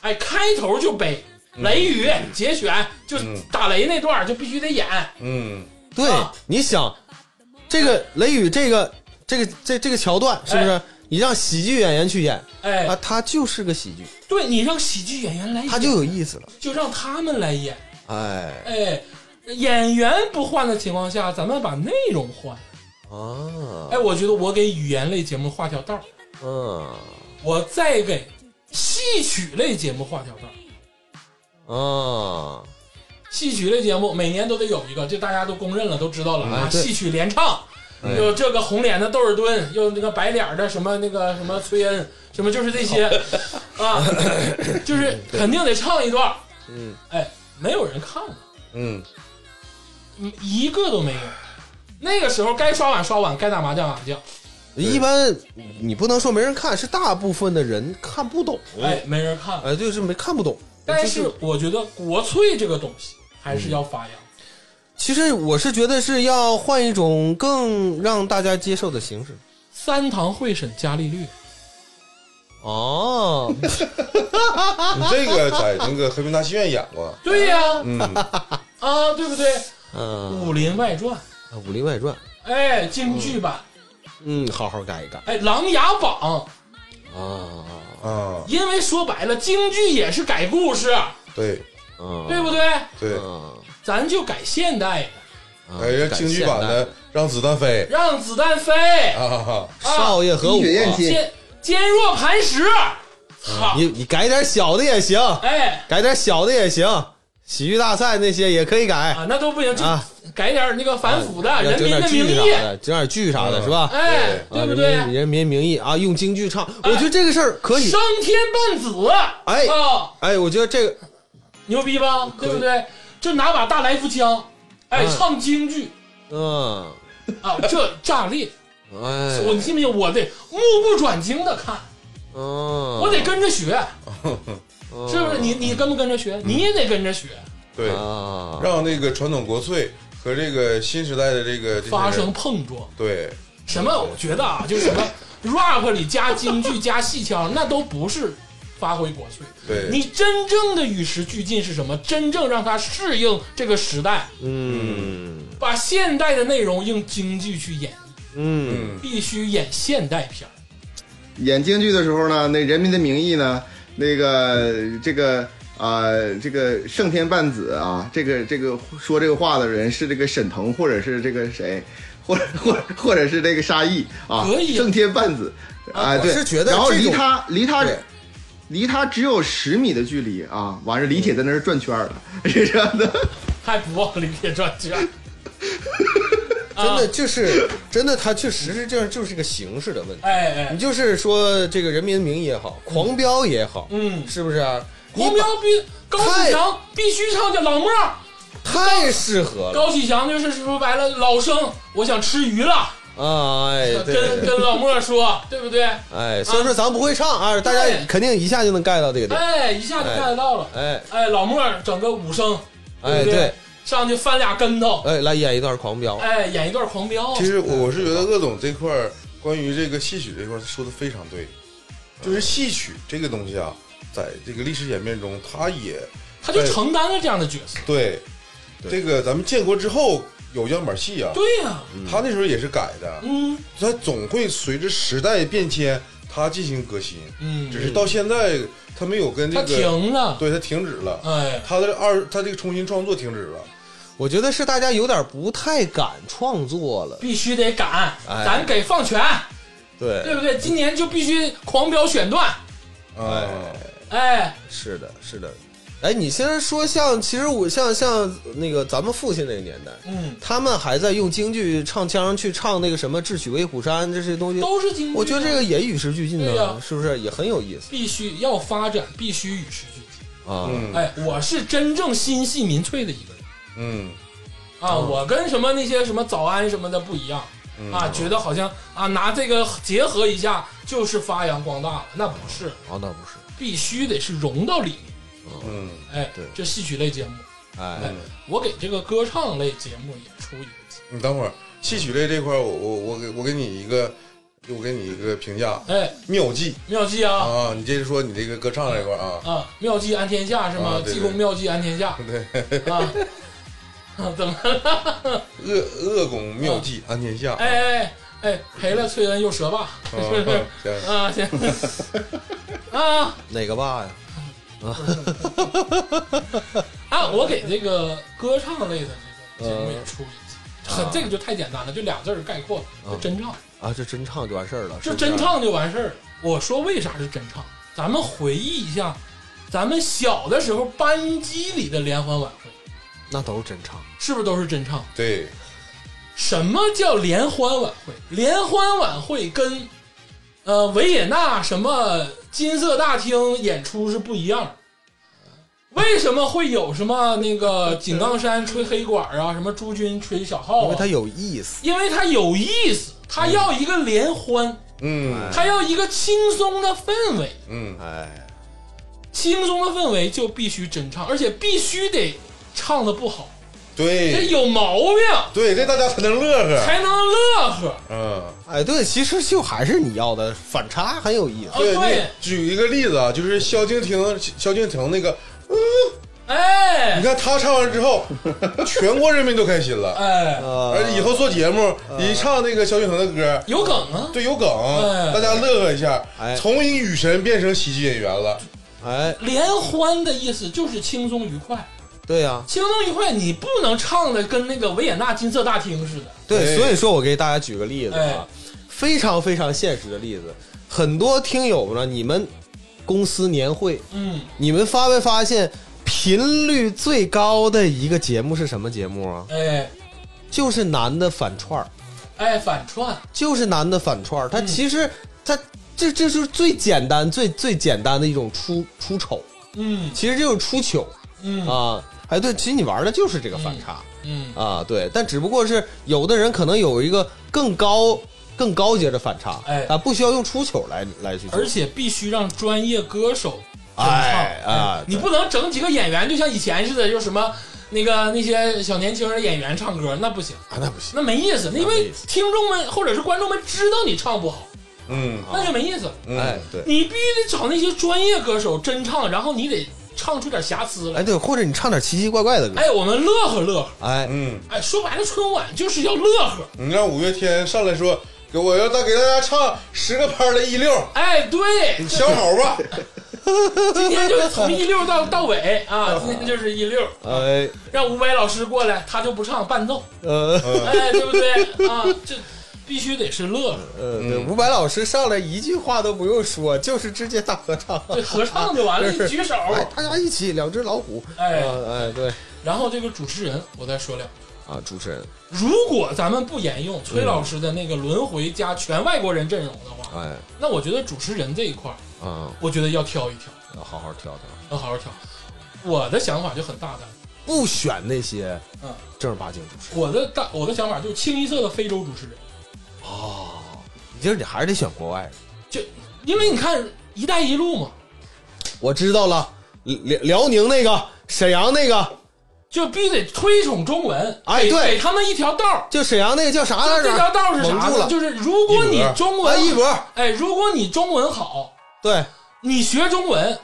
S1: 哎，开头就悲，雷雨、节选就打雷那段儿就必须得演。
S2: 嗯
S3: 对
S1: 啊，
S3: 你想这个雷雨这个这个这这个桥段是不是？你让喜剧演员去演
S1: 哎，
S3: 啊，它就是个喜剧，
S1: 对你让喜剧演员来演，
S3: 它就有意思了。
S1: 就让他们来演。
S3: 哎
S1: 哎，演员不换的情况下，咱们把内容换。
S3: 啊，
S1: 哎，我觉得我给语言类节目画条道儿，
S3: 嗯
S1: 我再给戏曲类节目画条道儿。
S3: 啊，
S1: 戏曲类节目每年都得有一个，这大家都公认了，都知道了啊。
S3: 哎对
S1: 戏曲联唱，
S3: 哎
S1: 有这个红脸的窦尔敦，有那个白脸的什么那个什么崔恩，什么就是这些啊，就是肯定得唱一段。
S3: 嗯，
S1: 哎，没有人看了，
S2: 嗯
S1: 嗯一个都没有。那个时候该刷碗刷碗，该打麻将打麻将，
S3: 一般你不能说没人看，是大部分的人看不懂。
S1: 哎，没人看。
S3: 哎，就是没看不懂。
S1: 但
S3: 就是
S1: 我觉得国粹这个东西还是要发扬。
S3: 嗯其实我是觉得是要换一种更让大家接受的形式。
S1: 三堂会审伽利
S3: 嗯
S1: 略，
S3: 哦，
S2: 你这个在那个和平大戏院演过，
S1: 对呀、
S2: 嗯
S1: 啊，对不对？《
S3: [laughs] 嗯，
S1: 武林外传》
S3: 《武林外传》，
S1: 哎，京剧版。
S3: 嗯，好好改一改
S1: 哎，《琅琊榜
S3: 啊，
S2: 啊》，，
S1: 因为说白了，京剧也是改故事，
S2: 对
S3: 嗯，
S1: 对不对？
S2: 对，
S3: 嗯，
S1: 咱就改现代的，
S3: 啊
S2: 哎，让京剧版的让子弹飞
S1: 让子弹飞，
S2: 啊哈哈，
S3: 《少爷和我
S4: 滴》血验亲，
S1: 坚坚若磐石。操！
S3: 你你改点小的也行，
S1: 哎
S3: 改点小的也行，喜剧大赛那些也可以改
S1: 啊，那都不行，就
S3: 啊，哎
S1: 改点那个反腐的《
S3: 要
S1: 人民
S3: 整点
S1: 的名
S3: 剧啥
S1: 义》。
S3: 的，整点剧啥的是吧？
S1: 哎，
S3: 啊
S1: 对不对？哎
S3: 人民人民名义啊，用京剧唱，我觉得这个事儿可以
S1: 升。天半子，
S3: 哎
S1: 啊，
S3: 哎，我觉得这个
S1: 牛逼吧？对不对？这拿把大来福枪，哎，
S3: 嗯
S1: 唱京剧
S3: 嗯，
S1: 啊，这炸裂！
S3: 哎，
S1: 我你信不信？我得目不转睛的看，
S3: 嗯，
S1: 我得跟着学，
S3: 嗯，
S1: [laughs] 是不是？你你跟不跟着学？你也得跟着学，
S2: 对，
S3: 啊，
S2: 让那个传统国粹和这个新时代的这个这
S3: 嗯
S2: 些
S1: 发生碰撞。
S2: 对
S1: 什么？我觉得啊，就是什么
S3: [laughs]
S1: rap 里加京剧加戏腔，那都不是发挥国粹。
S2: 对，
S1: 你真正的与时俱进是什么？真正让它适应这个时代，
S3: 嗯
S1: 把现代的内容用京剧去演绎，
S3: 嗯
S2: 嗯
S1: 必须演现代片儿。
S4: 演京剧的时候呢，那《人民的名义》呢，那个这个啊、这个圣天半子啊，这个这个说这个话的人是这个沈腾，或者是这个谁，或者或者或者是这个沙溢啊
S1: 可，以
S4: 圣天半子啊，对，
S3: 我是觉得
S4: 然后
S3: 这
S4: 离
S3: 种
S4: 他离他
S3: 对。
S4: 离他只有十米的距离啊！完事，李铁在那儿转圈儿了， [laughs] 是这样的。
S1: 还不忘李铁转圈儿，
S3: [laughs] 真的
S1: 啊，
S3: 就是真的，它确实是这样，就是个形式的问题。
S1: 哎哎，
S3: 你就是说这个《人民的名义》也好，《狂飙》也好，
S1: 嗯
S3: 是不是啊？你
S1: 黄标必高启
S3: 太
S1: 强必须唱叫老莫儿，
S3: 太适合了
S1: 高启强就是说白了老生，我想吃鱼了，
S3: 啊！哎，对对
S1: 跟
S3: 对，
S1: 跟老莫说，对不对？
S3: 哎，虽然说咱不会唱啊，大
S1: 对
S3: 家肯定一下就能 get 到这个点。
S1: 哎，一下就 get 到了。
S3: 哎
S1: 哎哎，老莫儿整个武生，
S3: 哎，
S1: 对不
S3: 对，，
S1: 上去翻俩跟头，
S3: 哎，来演一段《狂飙》。
S1: 哎，演一段狂飙。
S2: 其实我是觉得鄂总这块儿关于这个戏曲这块儿他说的非常对，
S1: 嗯
S2: 就是戏曲这个东西啊，在这个历史演变中，它也
S1: 他就承担了这样的角色。
S2: 对这个咱们建国之后有样板戏啊，
S1: 对呀、
S2: 他那时候也是改的，
S1: 嗯
S2: 它总会随着时代变迁，它进行革新，只
S1: 嗯，
S2: 是到现在它没有跟这
S1: 他
S2: 个，
S1: 停了。
S2: 对它停止了，
S1: 哎，
S2: 它的二它这个重新创作停止了，
S3: 我觉得是大家有点不太敢创作了。
S1: 必须得赶，
S3: 哎
S1: 咱给放权，对
S3: 对，
S1: 不对？今年就必须狂飙选段。
S2: 啊，
S1: 哎，
S3: 是的，是的，哎，你先说像，其实我像像那个咱们父亲那个年代，
S1: 嗯，
S3: 他们还在用京剧唱腔去唱那个什么《智取威虎山》这些东西，
S1: 都是京剧啊。
S3: 我觉得这个也与时俱进
S1: 对呀
S3: 呢，是不是也很有意思
S1: 必须要发展，必须与时俱进。
S3: 啊？
S2: 嗯
S1: 哎，我是真正心系民粹的一个人
S2: 嗯
S1: 啊，我跟什么那些什么早安什么的不一样
S2: 嗯
S1: 啊，觉得好像啊拿这个结合一下就是发扬光大了，那不是，
S3: 啊，那不是，
S1: 必须得是融到里面。
S2: 嗯
S1: 哎，
S3: 对
S1: 这戏曲类节目，
S3: 哎
S1: 哎，我给这个歌唱类节目也出一个节
S2: 你等会儿戏曲类这块儿，我我我给我给你一个，我给你一个评价，
S1: 目，哎，
S2: 妙计
S1: 妙计啊
S2: 嗯啊！你接着说你这个歌唱这块儿啊，
S1: 啊，妙计安天下是
S2: 啊
S1: 吗？
S2: 对对
S1: 济公妙计安天下
S2: 对，
S1: 啊， [laughs] 啊怎么？
S2: 恶恶拱妙计安天下，
S1: 哎哎哎，赔了崔恩又折吧，
S2: 啊
S1: 是不是？
S2: 行
S1: 啊，
S2: [laughs]
S1: 行啊
S3: 哪个爸呀？
S1: 啊！我给这个歌唱类的这个节目也出一期，很这个就太简单了，就俩字儿概括，就真唱，
S3: 啊，这真唱就完事儿了，
S1: 就是
S3: 不是
S1: 真唱就完事儿了。我说为啥是真唱？咱们回忆一下，咱们小的时候班级里的联欢晚会，
S3: 那都是真唱，
S1: 是不是都是真唱？
S2: 对，
S1: 什么叫联欢晚会？联欢晚会跟呃维也纳什么金色大厅演出是不一样的。为什么会有什么那个井冈山吹黑管啊，什么朱军吹小号
S3: 因为
S1: 啊
S3: 它？有意思。
S1: 因为它有意思，它要一个联欢，
S2: 嗯
S1: 它要一个轻松的氛围，
S2: 嗯
S3: 哎，
S1: 轻松的氛围就必须真唱，而且必须得唱的不好，得
S2: 对
S1: 有毛病
S2: 对，这大家才能乐呵，
S1: 才能哦乐呵。
S2: 嗯。
S3: 哎，对，其实就还是你要的反差很有意思。
S2: 对，
S1: 哦对
S2: 你举一个例子啊，就是萧敬腾，萧敬腾那个，
S1: 哎，
S2: 你看他唱完
S1: [laughs]
S2: 之后，全国人民都开心了。
S1: 哎，
S2: 而
S3: 呃，
S2: 以后做节目，
S1: 啊
S2: 一唱那个萧敬腾的歌，
S1: 有梗啊！
S2: 对，有梗，
S1: 哎
S2: 大家乐呵一下
S3: 哎，
S2: 从一女神变成喜剧演员了。
S3: 哎，
S1: 联欢的意思就是轻松愉快，
S3: 对呀、
S1: 轻松愉快，你不能唱的跟那个维也纳金色大厅似的。哎
S3: 对，
S2: 哎
S3: 所以说我给大家举个例子啊，非常非常现实的例子，很多听友呢，你们公司年会，
S1: 嗯，
S3: 你们发没发现频率最高的一个节目是什么节目啊？
S1: 哎
S3: 就是男的反串儿，
S1: 哎，反串，
S3: 就是男的反串儿，他其实他这这就是最简单、最最简单的一种出出丑，
S1: 嗯
S3: 其实就是出糗
S1: 嗯
S3: 啊。哎，对，其实你玩的就是这个反差。
S1: 嗯，
S3: 啊，对，但只不过是有的人可能有一个更高、更高阶的反差，
S1: 哎
S3: 啊，不需要用出糗来来去做
S1: 而，且必须让专业歌手真唱，
S3: 哎啊，
S1: 你
S3: 对
S1: 不能整几个演员，就像以前似的，就什么那个那些小年轻的演员唱歌，那不行，
S3: 啊，那不行，
S1: 那没意思，因
S3: 没
S1: 为
S3: 意思
S1: 听众们或者是观众们知道你唱不好，
S2: 嗯，
S3: 啊
S1: 那就没意思了。
S2: 嗯
S3: 哎，，对，
S1: 你必须得找那些专业歌手真唱，然后你得唱出点瑕疵来。
S3: 哎对，或者你唱点奇奇怪怪的歌，
S1: 哎，我们乐呵乐呵。
S3: 哎，
S2: 嗯，
S1: 哎，说白了，春晚就是要乐呵。
S2: 你让五月天上来说，给我要再给大家唱十个拍的一溜，
S1: 哎，对
S2: 你，想好吧？
S1: 今天就是从一溜到到尾啊，今天就是一溜。
S3: [laughs] 哎，
S1: 让伍佰老师过来，他就不唱伴奏，
S3: 呃
S1: 哎，对不对啊？这必须得是乐呵，
S3: 呃，对，伍佰老师上来一句话都不用说，就是直接大合唱，
S1: 这合唱就完了，一举手。
S3: 哎，大家一起两只老虎，
S1: 哎
S3: 啊哎，对，
S1: 然后这个主持人，我再说两句。
S3: 啊，主持人，
S1: 如果咱们不沿用
S3: 嗯
S1: 崔老师的那个轮回加全外国人阵容的话，
S3: 哎，
S1: 那我觉得主持人这一块儿，
S3: 啊，
S1: 我觉得要挑一挑，
S3: 要好好挑挑，
S1: 要好好挑。我的想法就很大胆，
S3: 不选那些
S1: 嗯
S3: 正儿八经主持人，
S1: 我的大我的想法就是清一色的非洲主持人，
S3: 你就是你还是得选国外的。
S1: 就因为你看“一带一路”嘛，
S3: 我知道了，辽辽宁那个，沈阳那个，
S1: 就必须得推崇中文，
S3: 哎
S1: 给
S3: 对
S1: 给他们一条道儿。
S3: 就沈阳那个叫啥来
S1: 这
S3: 着？
S1: 这条道儿是啥
S3: 蒙
S1: 呢？
S3: 住了，
S1: 就是如果
S2: 一
S1: 你
S2: 博
S1: 中
S3: 哎
S1: 文
S3: 一博，
S1: 哎，如果你中文好，
S3: 对，
S1: 你学中文，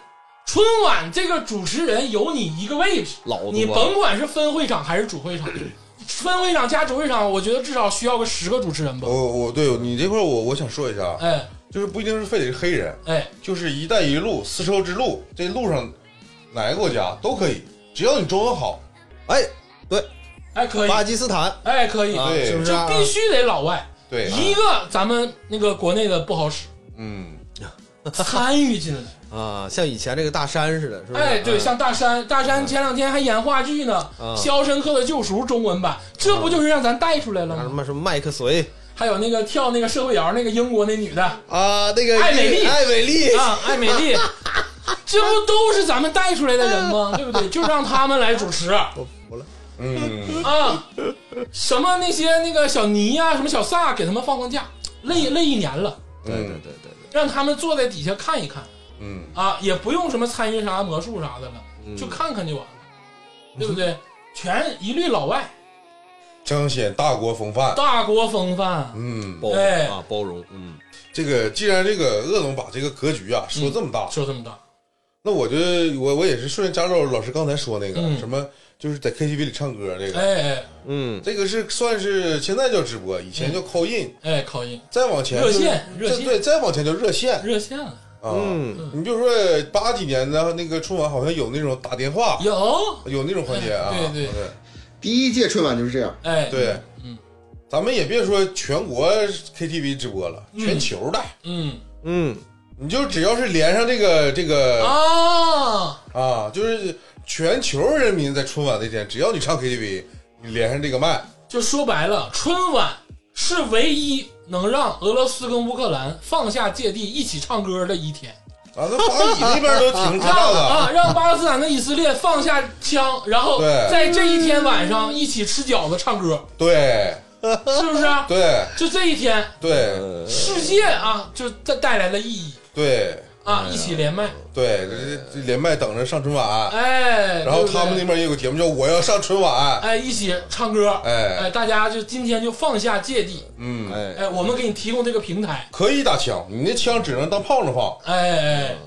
S1: 春晚这个主持人有你一个位置，
S3: 老多了啊
S1: 你甭管是分会场还是主会
S3: [clears throat]
S1: 场，分会场加主会场，我觉得至少需要个十个主持人吧。
S2: 哦我我对你这块儿我我想说一下啊，
S1: 哎
S2: 就是不一定是非得是黑人，
S1: 哎，
S2: 就是“一带一路”丝绸之路，这路上哪个国家都可以，只要你中文好。
S3: 哎，对，
S1: 哎可以，
S3: 巴基斯坦，
S1: 哎可以，
S3: 啊，
S2: 对
S3: 是不是
S1: 就
S3: 啊？
S1: 必须得老外。
S3: 哎
S2: 对，
S3: [laughs]
S1: 一个咱们那个国内的不好使，
S2: 嗯，
S1: 参与进来，
S3: 啊，像以前这个大山似的，是不是？
S1: 哎，对，
S3: 嗯
S1: 像大山，大山前两天还演话剧呢，
S3: 嗯
S1: 肖申克的救赎》中文版，这不就是让咱带出来了
S3: 啊什
S1: 吗？
S3: 么什么麦克隋
S1: 还有那个跳那个社会摇那个英国那女的
S3: 啊，那个
S1: 艾美丽
S3: 艾美丽，
S1: 啊，艾美丽，这不都是咱们带出来的人吗？对不对？就让他们来主持啊，
S3: 我服了。
S2: 嗯，
S1: 什么那些那个小尼啊呀、什么小萨，给他们放放假，累累一年了，
S3: 对对对
S2: 嗯
S3: 对对，
S1: 让他们坐在底下看一看
S2: 嗯，
S1: 啊，也不用什么参与啥魔术啥的了，就看看就完了，对不对？全一律老外，
S2: 彰显大国风范。
S1: 大国风范。
S2: 嗯，
S3: 包
S1: 哎
S3: 容啊，包容，嗯，
S2: 这个既然这个鄂总把这个格局啊说这么大，
S1: 说这么大，
S2: 那我就我我也是顺着加州老师刚才说那个、
S1: 嗯
S2: 什么，就是在 KTV 里唱歌这个，
S1: 哎哎
S3: 嗯，
S2: 这个是算是现在叫直播，以前叫 call in，、
S1: 哎，考音
S2: 再往前
S1: 热
S2: 就是
S1: 线热
S2: 这
S1: 线
S2: 对，再往前叫热线
S1: 热线了，
S2: 啊。
S3: 嗯
S2: 你比如说八几年的那个春晚，好像有那种打电话，
S1: 有，
S2: 有那种环节啊。
S1: 哎对对
S4: 第一届春晚就是这样，
S1: 哎，
S2: 对对，
S1: 嗯
S2: 咱们也别说全国 KTV 直播了，
S1: 嗯
S2: 全球的，
S1: 嗯
S3: 嗯，
S2: 你就只要是连上这个这个啊
S1: 啊，
S2: 就是全球人民在春晚那天，只要你唱 KTV，你连上这个麦，啊
S1: 就说白了，春晚是唯一能让俄罗斯跟乌克兰放下芥蒂一起唱歌的一天，
S2: 啊，那巴以那边都停
S1: 让
S2: 战了，
S1: 啊让巴勒斯坦跟以色列放下枪，然后
S2: 对
S1: 在这一天晚上一起吃饺子唱歌，
S2: [laughs] 对
S1: 是不是？
S2: 对
S1: 就这一天，
S2: 对
S3: 呃
S1: 世界啊，就带带来的意义
S2: 对
S1: 啊，一起连麦，
S2: 对，这这连麦等着上春晚。
S1: 哎，
S2: 然后
S1: 对不对
S2: 他们那边也有个节目叫《我要上春晚》，
S1: 哎，一起唱歌，
S2: 哎
S1: 哎，大家就今天就放下芥蒂，
S2: 嗯，
S3: 哎，
S1: 哎，我们给你提供这个平台，
S2: 可以打枪，你那枪只能当炮
S1: [laughs]
S2: 仗放。
S1: 哎哎，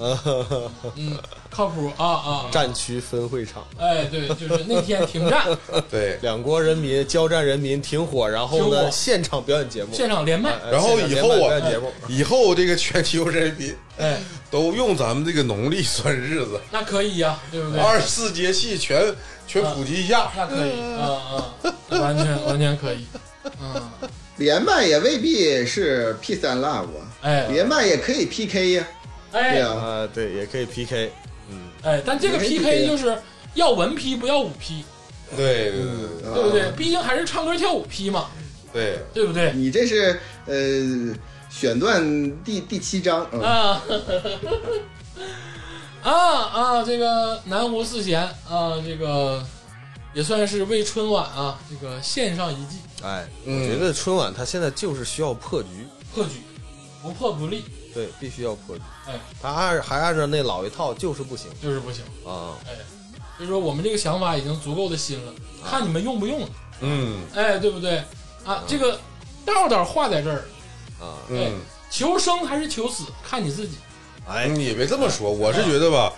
S3: 呃
S1: 嗯，靠谱啊啊，
S3: 战区分会场，
S1: 哎，对，就是那天停战，
S2: 对，
S3: 两国人民交战人民停火，然后
S1: 停
S3: 呢，
S1: 火
S3: 现场表演节目，
S1: 现场连麦，
S3: 哎
S2: 然后
S3: 现场
S2: 以后
S3: 表
S2: 啊
S3: 演节目，，
S2: 以后这个全球人民
S1: 哎，
S2: 都用咱们这个农历算日子，
S1: 那可以呀，对不对？
S2: 二十四节气全全普及一下。
S1: 那可以，啊啊，完全完全可以，嗯，
S4: 连麦也未必是 peace and love，啊
S1: 哎
S4: 连麦也可以 PK 呀，对
S1: 哎
S4: 呀，
S3: 啊，对，也可以 PK，
S1: 哎，但这个 PK 就是要文 P 不要武 P，
S2: 对对对
S4: 啊
S1: 对不对？毕竟还是唱歌跳舞 P 嘛，
S2: 对
S1: 对不对？
S4: [laughs] 你这是呃选段第第七章，嗯
S1: 啊， [laughs] 啊啊！这个南湖四贤啊，这个也算是为春晚啊这个献上一计，
S3: 哎，我
S2: 嗯
S3: 觉得春晚它现在就是需要破局，
S1: 破局，不破不立，
S3: 对，必须要破局，
S1: 哎，
S3: 它按还按照那老一套就是不行
S1: 就是不行。
S3: 啊，
S1: 哎，所以说我们这个想法已经足够的新了，
S2: 啊
S1: 看你们用不用了。
S2: 嗯
S1: 哎，对不对？啊，这个道道话在这儿，
S2: 嗯，
S1: 求生还是求死，看你自己。
S3: 哎，
S2: 你别这么说，我是觉得吧，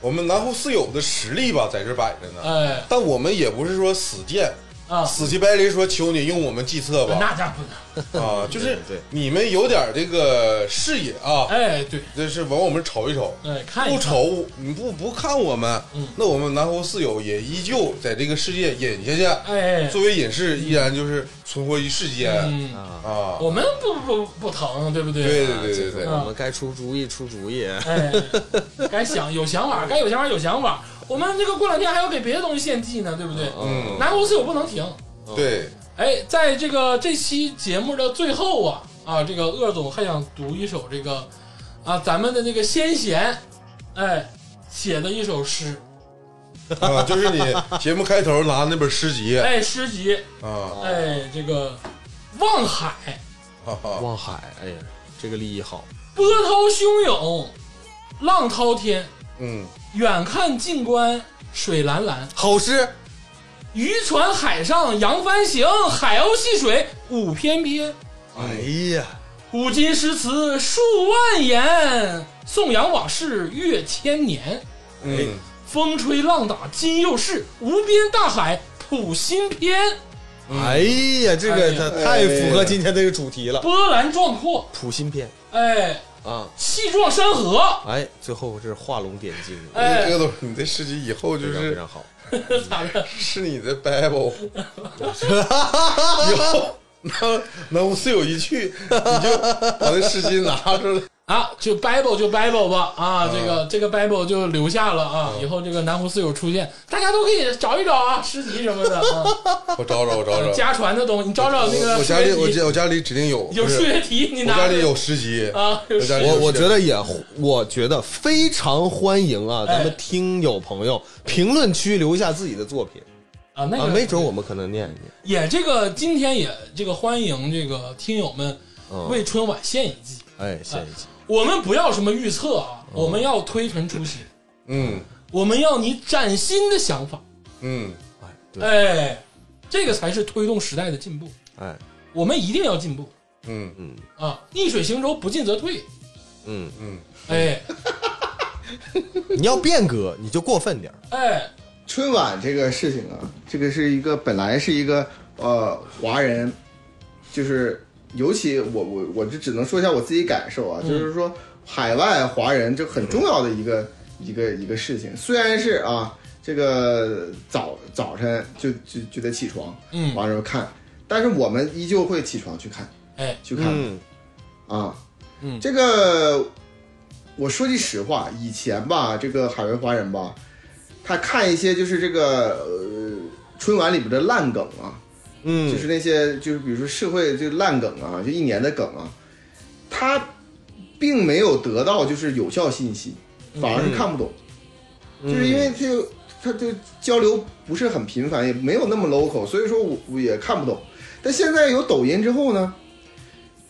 S2: 我们南湖四友的实力吧在这摆着呢，
S1: 哎
S2: 但我们也不是说死犟，
S1: 啊，
S2: 啊死乞白赖说求你用我们计策吧
S1: 那家不能。
S2: 啊，就是
S3: 对对
S2: 你们有点这个视野啊，
S1: 哎，对，
S2: 就是往我们瞅一瞅。
S1: 哎，看一
S2: 不
S1: 看，
S2: 瞅你不不看我们，
S1: 嗯
S2: 那我们南湖四友也依旧在这个世界隐下去，
S1: 哎，
S2: 作为隐士依然就是存活于世间、
S1: 嗯，
S3: 啊，
S2: 啊。
S1: 我们不不不疼，对不对？
S2: 对
S3: 啊
S2: 对对对
S3: 就是
S2: 对，啊
S3: 我们该出主意出主意，
S1: 哎，该想有想法，该有想法有想法。我们这个过两天还要给别的东西献祭呢，对不对？
S2: 嗯，
S1: 南公司有不能停。
S2: 对，
S1: 哎，在这个这期节目的最后啊啊，这个鄂总还想读一首这个啊咱们的那个先贤哎写的一首诗，
S2: 啊，就是你节目开头拿那本诗集啊
S1: 哎诗集
S2: 啊
S1: 哎这个望海
S2: 啊
S3: 望海，哎呀，这个立意好，
S1: 波涛汹涌，浪滔天，
S2: 嗯，
S1: 远看近观水蓝蓝。
S3: 好诗，
S1: 渔船海上扬帆行，海鸥戏水舞翩翩。
S2: 嗯
S3: 哎呀，
S1: 古今诗词数万言，颂扬往事越千年。哎
S2: 嗯
S1: 风吹浪打今又事，无边大海谱新篇。
S2: 嗯
S3: 哎呀，这个它
S4: 哎
S3: 太
S4: 呀
S3: 符合今天这个主题了，
S1: 波澜壮阔，
S3: 普心篇
S1: 哎，
S3: 啊，
S1: 气壮山河。 [laughs]
S3: 哎，最后是画龙点睛，
S1: 哎
S2: 这个都你的诗集以后就
S3: 非常非
S2: 是
S3: 常好，
S1: 咋的？
S2: 是你的
S1: [laughs]
S2: Bible，以后南南湖四友一去，你就把那诗集拿出来，
S1: 啊，就 Bible 就 Bible 吧啊，这个这个 Bible 就留下了啊，以后这个南湖四友出现，大家都可以找一找
S2: [laughs]
S1: 啊，诗集什么的啊，
S2: 我找找，我找找。
S1: 家传的东西，你找找那个
S2: 我
S1: 数
S2: 家里
S1: 学
S2: 我
S1: 题，
S2: 家我家里指定有，
S1: 有
S2: 不是
S1: 数学题你
S2: 我
S1: 拿
S2: 家里
S1: 着
S2: 有十集
S1: 啊，有
S2: 家里有
S3: 我
S2: 十集
S3: 我觉得也，我觉得非常欢迎啊！
S2: 哎
S3: 咱们听友朋友评论区留下自己的作品
S1: 啊，那
S3: 啊，
S1: 个
S3: 没准我们可能念一念。
S1: 也这个今天也这个欢迎这个听友们
S3: 嗯
S1: 为春晚献一计，
S3: 哎，谢谢。
S1: 我们不要什么预测啊，
S3: 嗯
S1: 我们要推陈出新，
S2: 嗯
S1: 我们要你崭新的想法，
S2: 嗯，
S3: 哎，对，
S1: 哎，这个才是推动时代的进步，
S3: 哎，
S1: 我们一定要进步
S2: 嗯
S1: 啊！逆水行舟，不进则退，
S3: 嗯，
S1: 哎
S3: 你要变革，你就过分点儿。
S1: 哎，
S4: 春晚这个事情啊，这个是一个本来是一个呃华人，就是尤其我我我就只能说一下我自己感受啊，就是说海外华人这很重要的一个、一个一个事情，虽然是啊这个早早晨就就就得起床，
S1: 嗯
S4: 完了之后看，但是我们依旧会起床去看
S1: 哎，
S4: 去看，
S3: 嗯
S4: 啊，
S1: 嗯
S4: 这个我说句实话，以前吧，这个海外华人吧，他看一些就是这个呃春晚里边的烂梗啊，
S3: 嗯，
S4: 就是那些就是比如说社会就烂梗啊，就一年的梗啊，他并没有得到就是有效信息，反而是看不懂，就是因为这个他就交流不是很频繁，也没有那么 local，所以说我我也看不懂。但现在有抖音之后呢，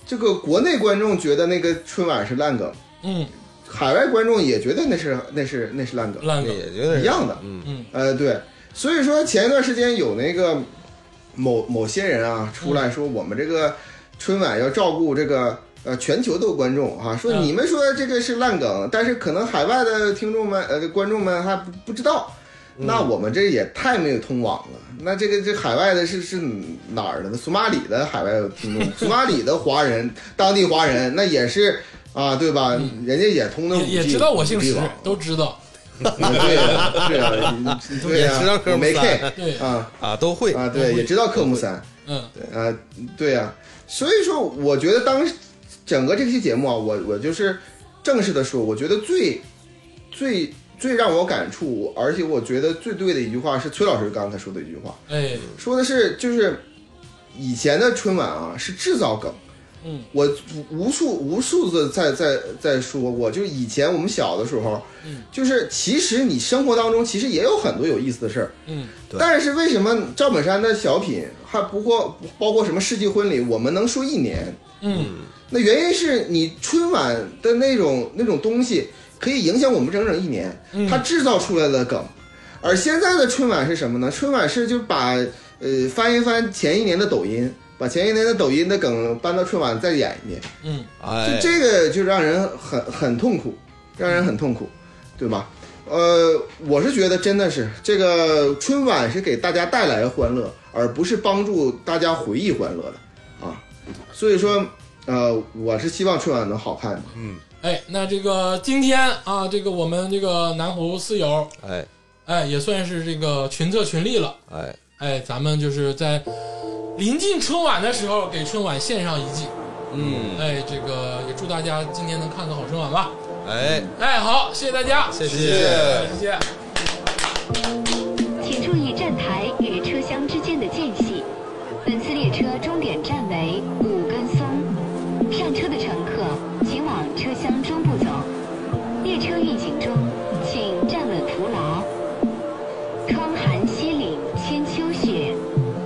S4: 这个国内观众觉得那个春晚是烂梗，
S1: 嗯，
S4: 海外观众也觉得那是那是那是烂梗，
S1: 烂
S3: 这
S1: 梗，
S3: 也觉得
S4: 一样的
S3: 嗯
S4: 呃，对，所以说前一段时间有那个某某些人啊
S1: 嗯
S4: 出来说，我们这个春晚要照顾这个呃全球的观众啊，说
S1: 嗯
S4: 你们说这个是烂梗，但是可能海外的听众们呃观众们还不不知道，
S1: 嗯
S4: 那我们这也太没有通网了。那这个这海外的是是哪儿的呢？索马里的海外听众，索马里的华人， [laughs] 当地华人，那也是啊，对吧？人家也通的
S1: 嗯也也知道我姓石
S4: 5G 网，
S1: 都知道，
S4: 啊对呀，对呀，你对呀，
S3: 也知道科目三
S4: 没 K
S1: 对，
S4: 啊
S3: 啊，都会
S4: 啊，对，也知道科目三，
S1: 嗯
S4: 呃，对呀，所以说我觉得当时整个这期节目啊，我我就是正式的说，我觉得最最最让我感触，而且我觉得最对的一句话是崔老师刚才说的一句话，
S1: 哎，
S4: 说的是就是以前的春晚啊是制造梗，
S1: 嗯，
S4: 我无数无数的在在在说过，就是以前我们小的时候，
S1: 嗯，
S4: 就是其实你生活当中其实也有很多有意思的事儿，
S1: 嗯
S3: 对
S4: 但是为什么赵本山的小品还不过包括什么世纪婚礼，我们能说一年？
S1: 嗯，
S4: 那原因是你春晚的那种那种东西可以影响我们整整一年，
S1: 嗯
S4: 它制造出来的梗。而现在的春晚是什么呢？春晚是就把呃翻一翻前一年的抖音，把前一年的抖音的梗搬到春晚再演一遍，
S1: 嗯，
S3: 哎
S4: 就，这个就让人很很痛苦，让人很痛苦，对吧？呃，我是觉得真的是这个春晚是给大家带来欢乐，而不是帮助大家回忆欢乐的啊。所以说，呃，我是希望春晚能好看的。
S1: 哎，那这个今天啊，这个我们这个南湖四友，
S3: 哎
S1: 哎，也算是这个群策群力了。
S3: 哎，
S1: 哎，咱们就是在临近春晚的时候，给春晚献上一计。
S3: 嗯
S1: 哎，这个也祝大家今年能看个好春晚吧。
S3: 哎，
S1: 哎，好，谢谢大家，
S3: 谢
S2: 谢谢。
S1: 谢谢。
S6: 请注意站台与车厢之间的间隙。本次列车终点站为五根松，上车的乘客请往车厢中部走。列车运行中，请站稳扶牢。窗含西岭千秋雪，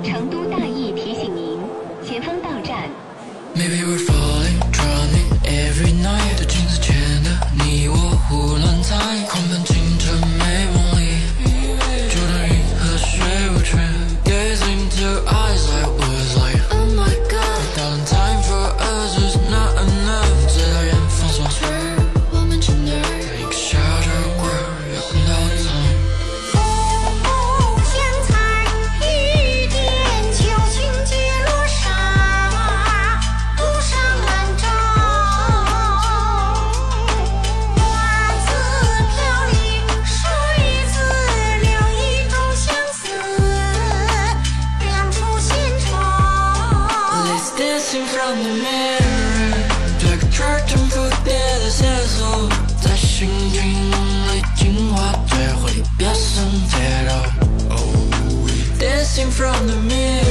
S6: 成都大意提醒您，前方到站。
S5: Maybe we're falling, drowning every night。这镜子前的你我胡乱猜，狂奔青春美梦里，就当银河水无缺。Gaze into eyes I was like, Oh my god。Darling, time for us is not enough。直到远方所去，我们去哪儿？Take shelter, we're no time。
S7: 不相猜，遇见秋情结落沙，路上兰舟，花自飘零，水自流，一种相思，两处闲愁。
S5: Let's dance in front of the mirror. Black curtain for the
S8: 星星里进化最会变身铁肉。Dancing from the mirror。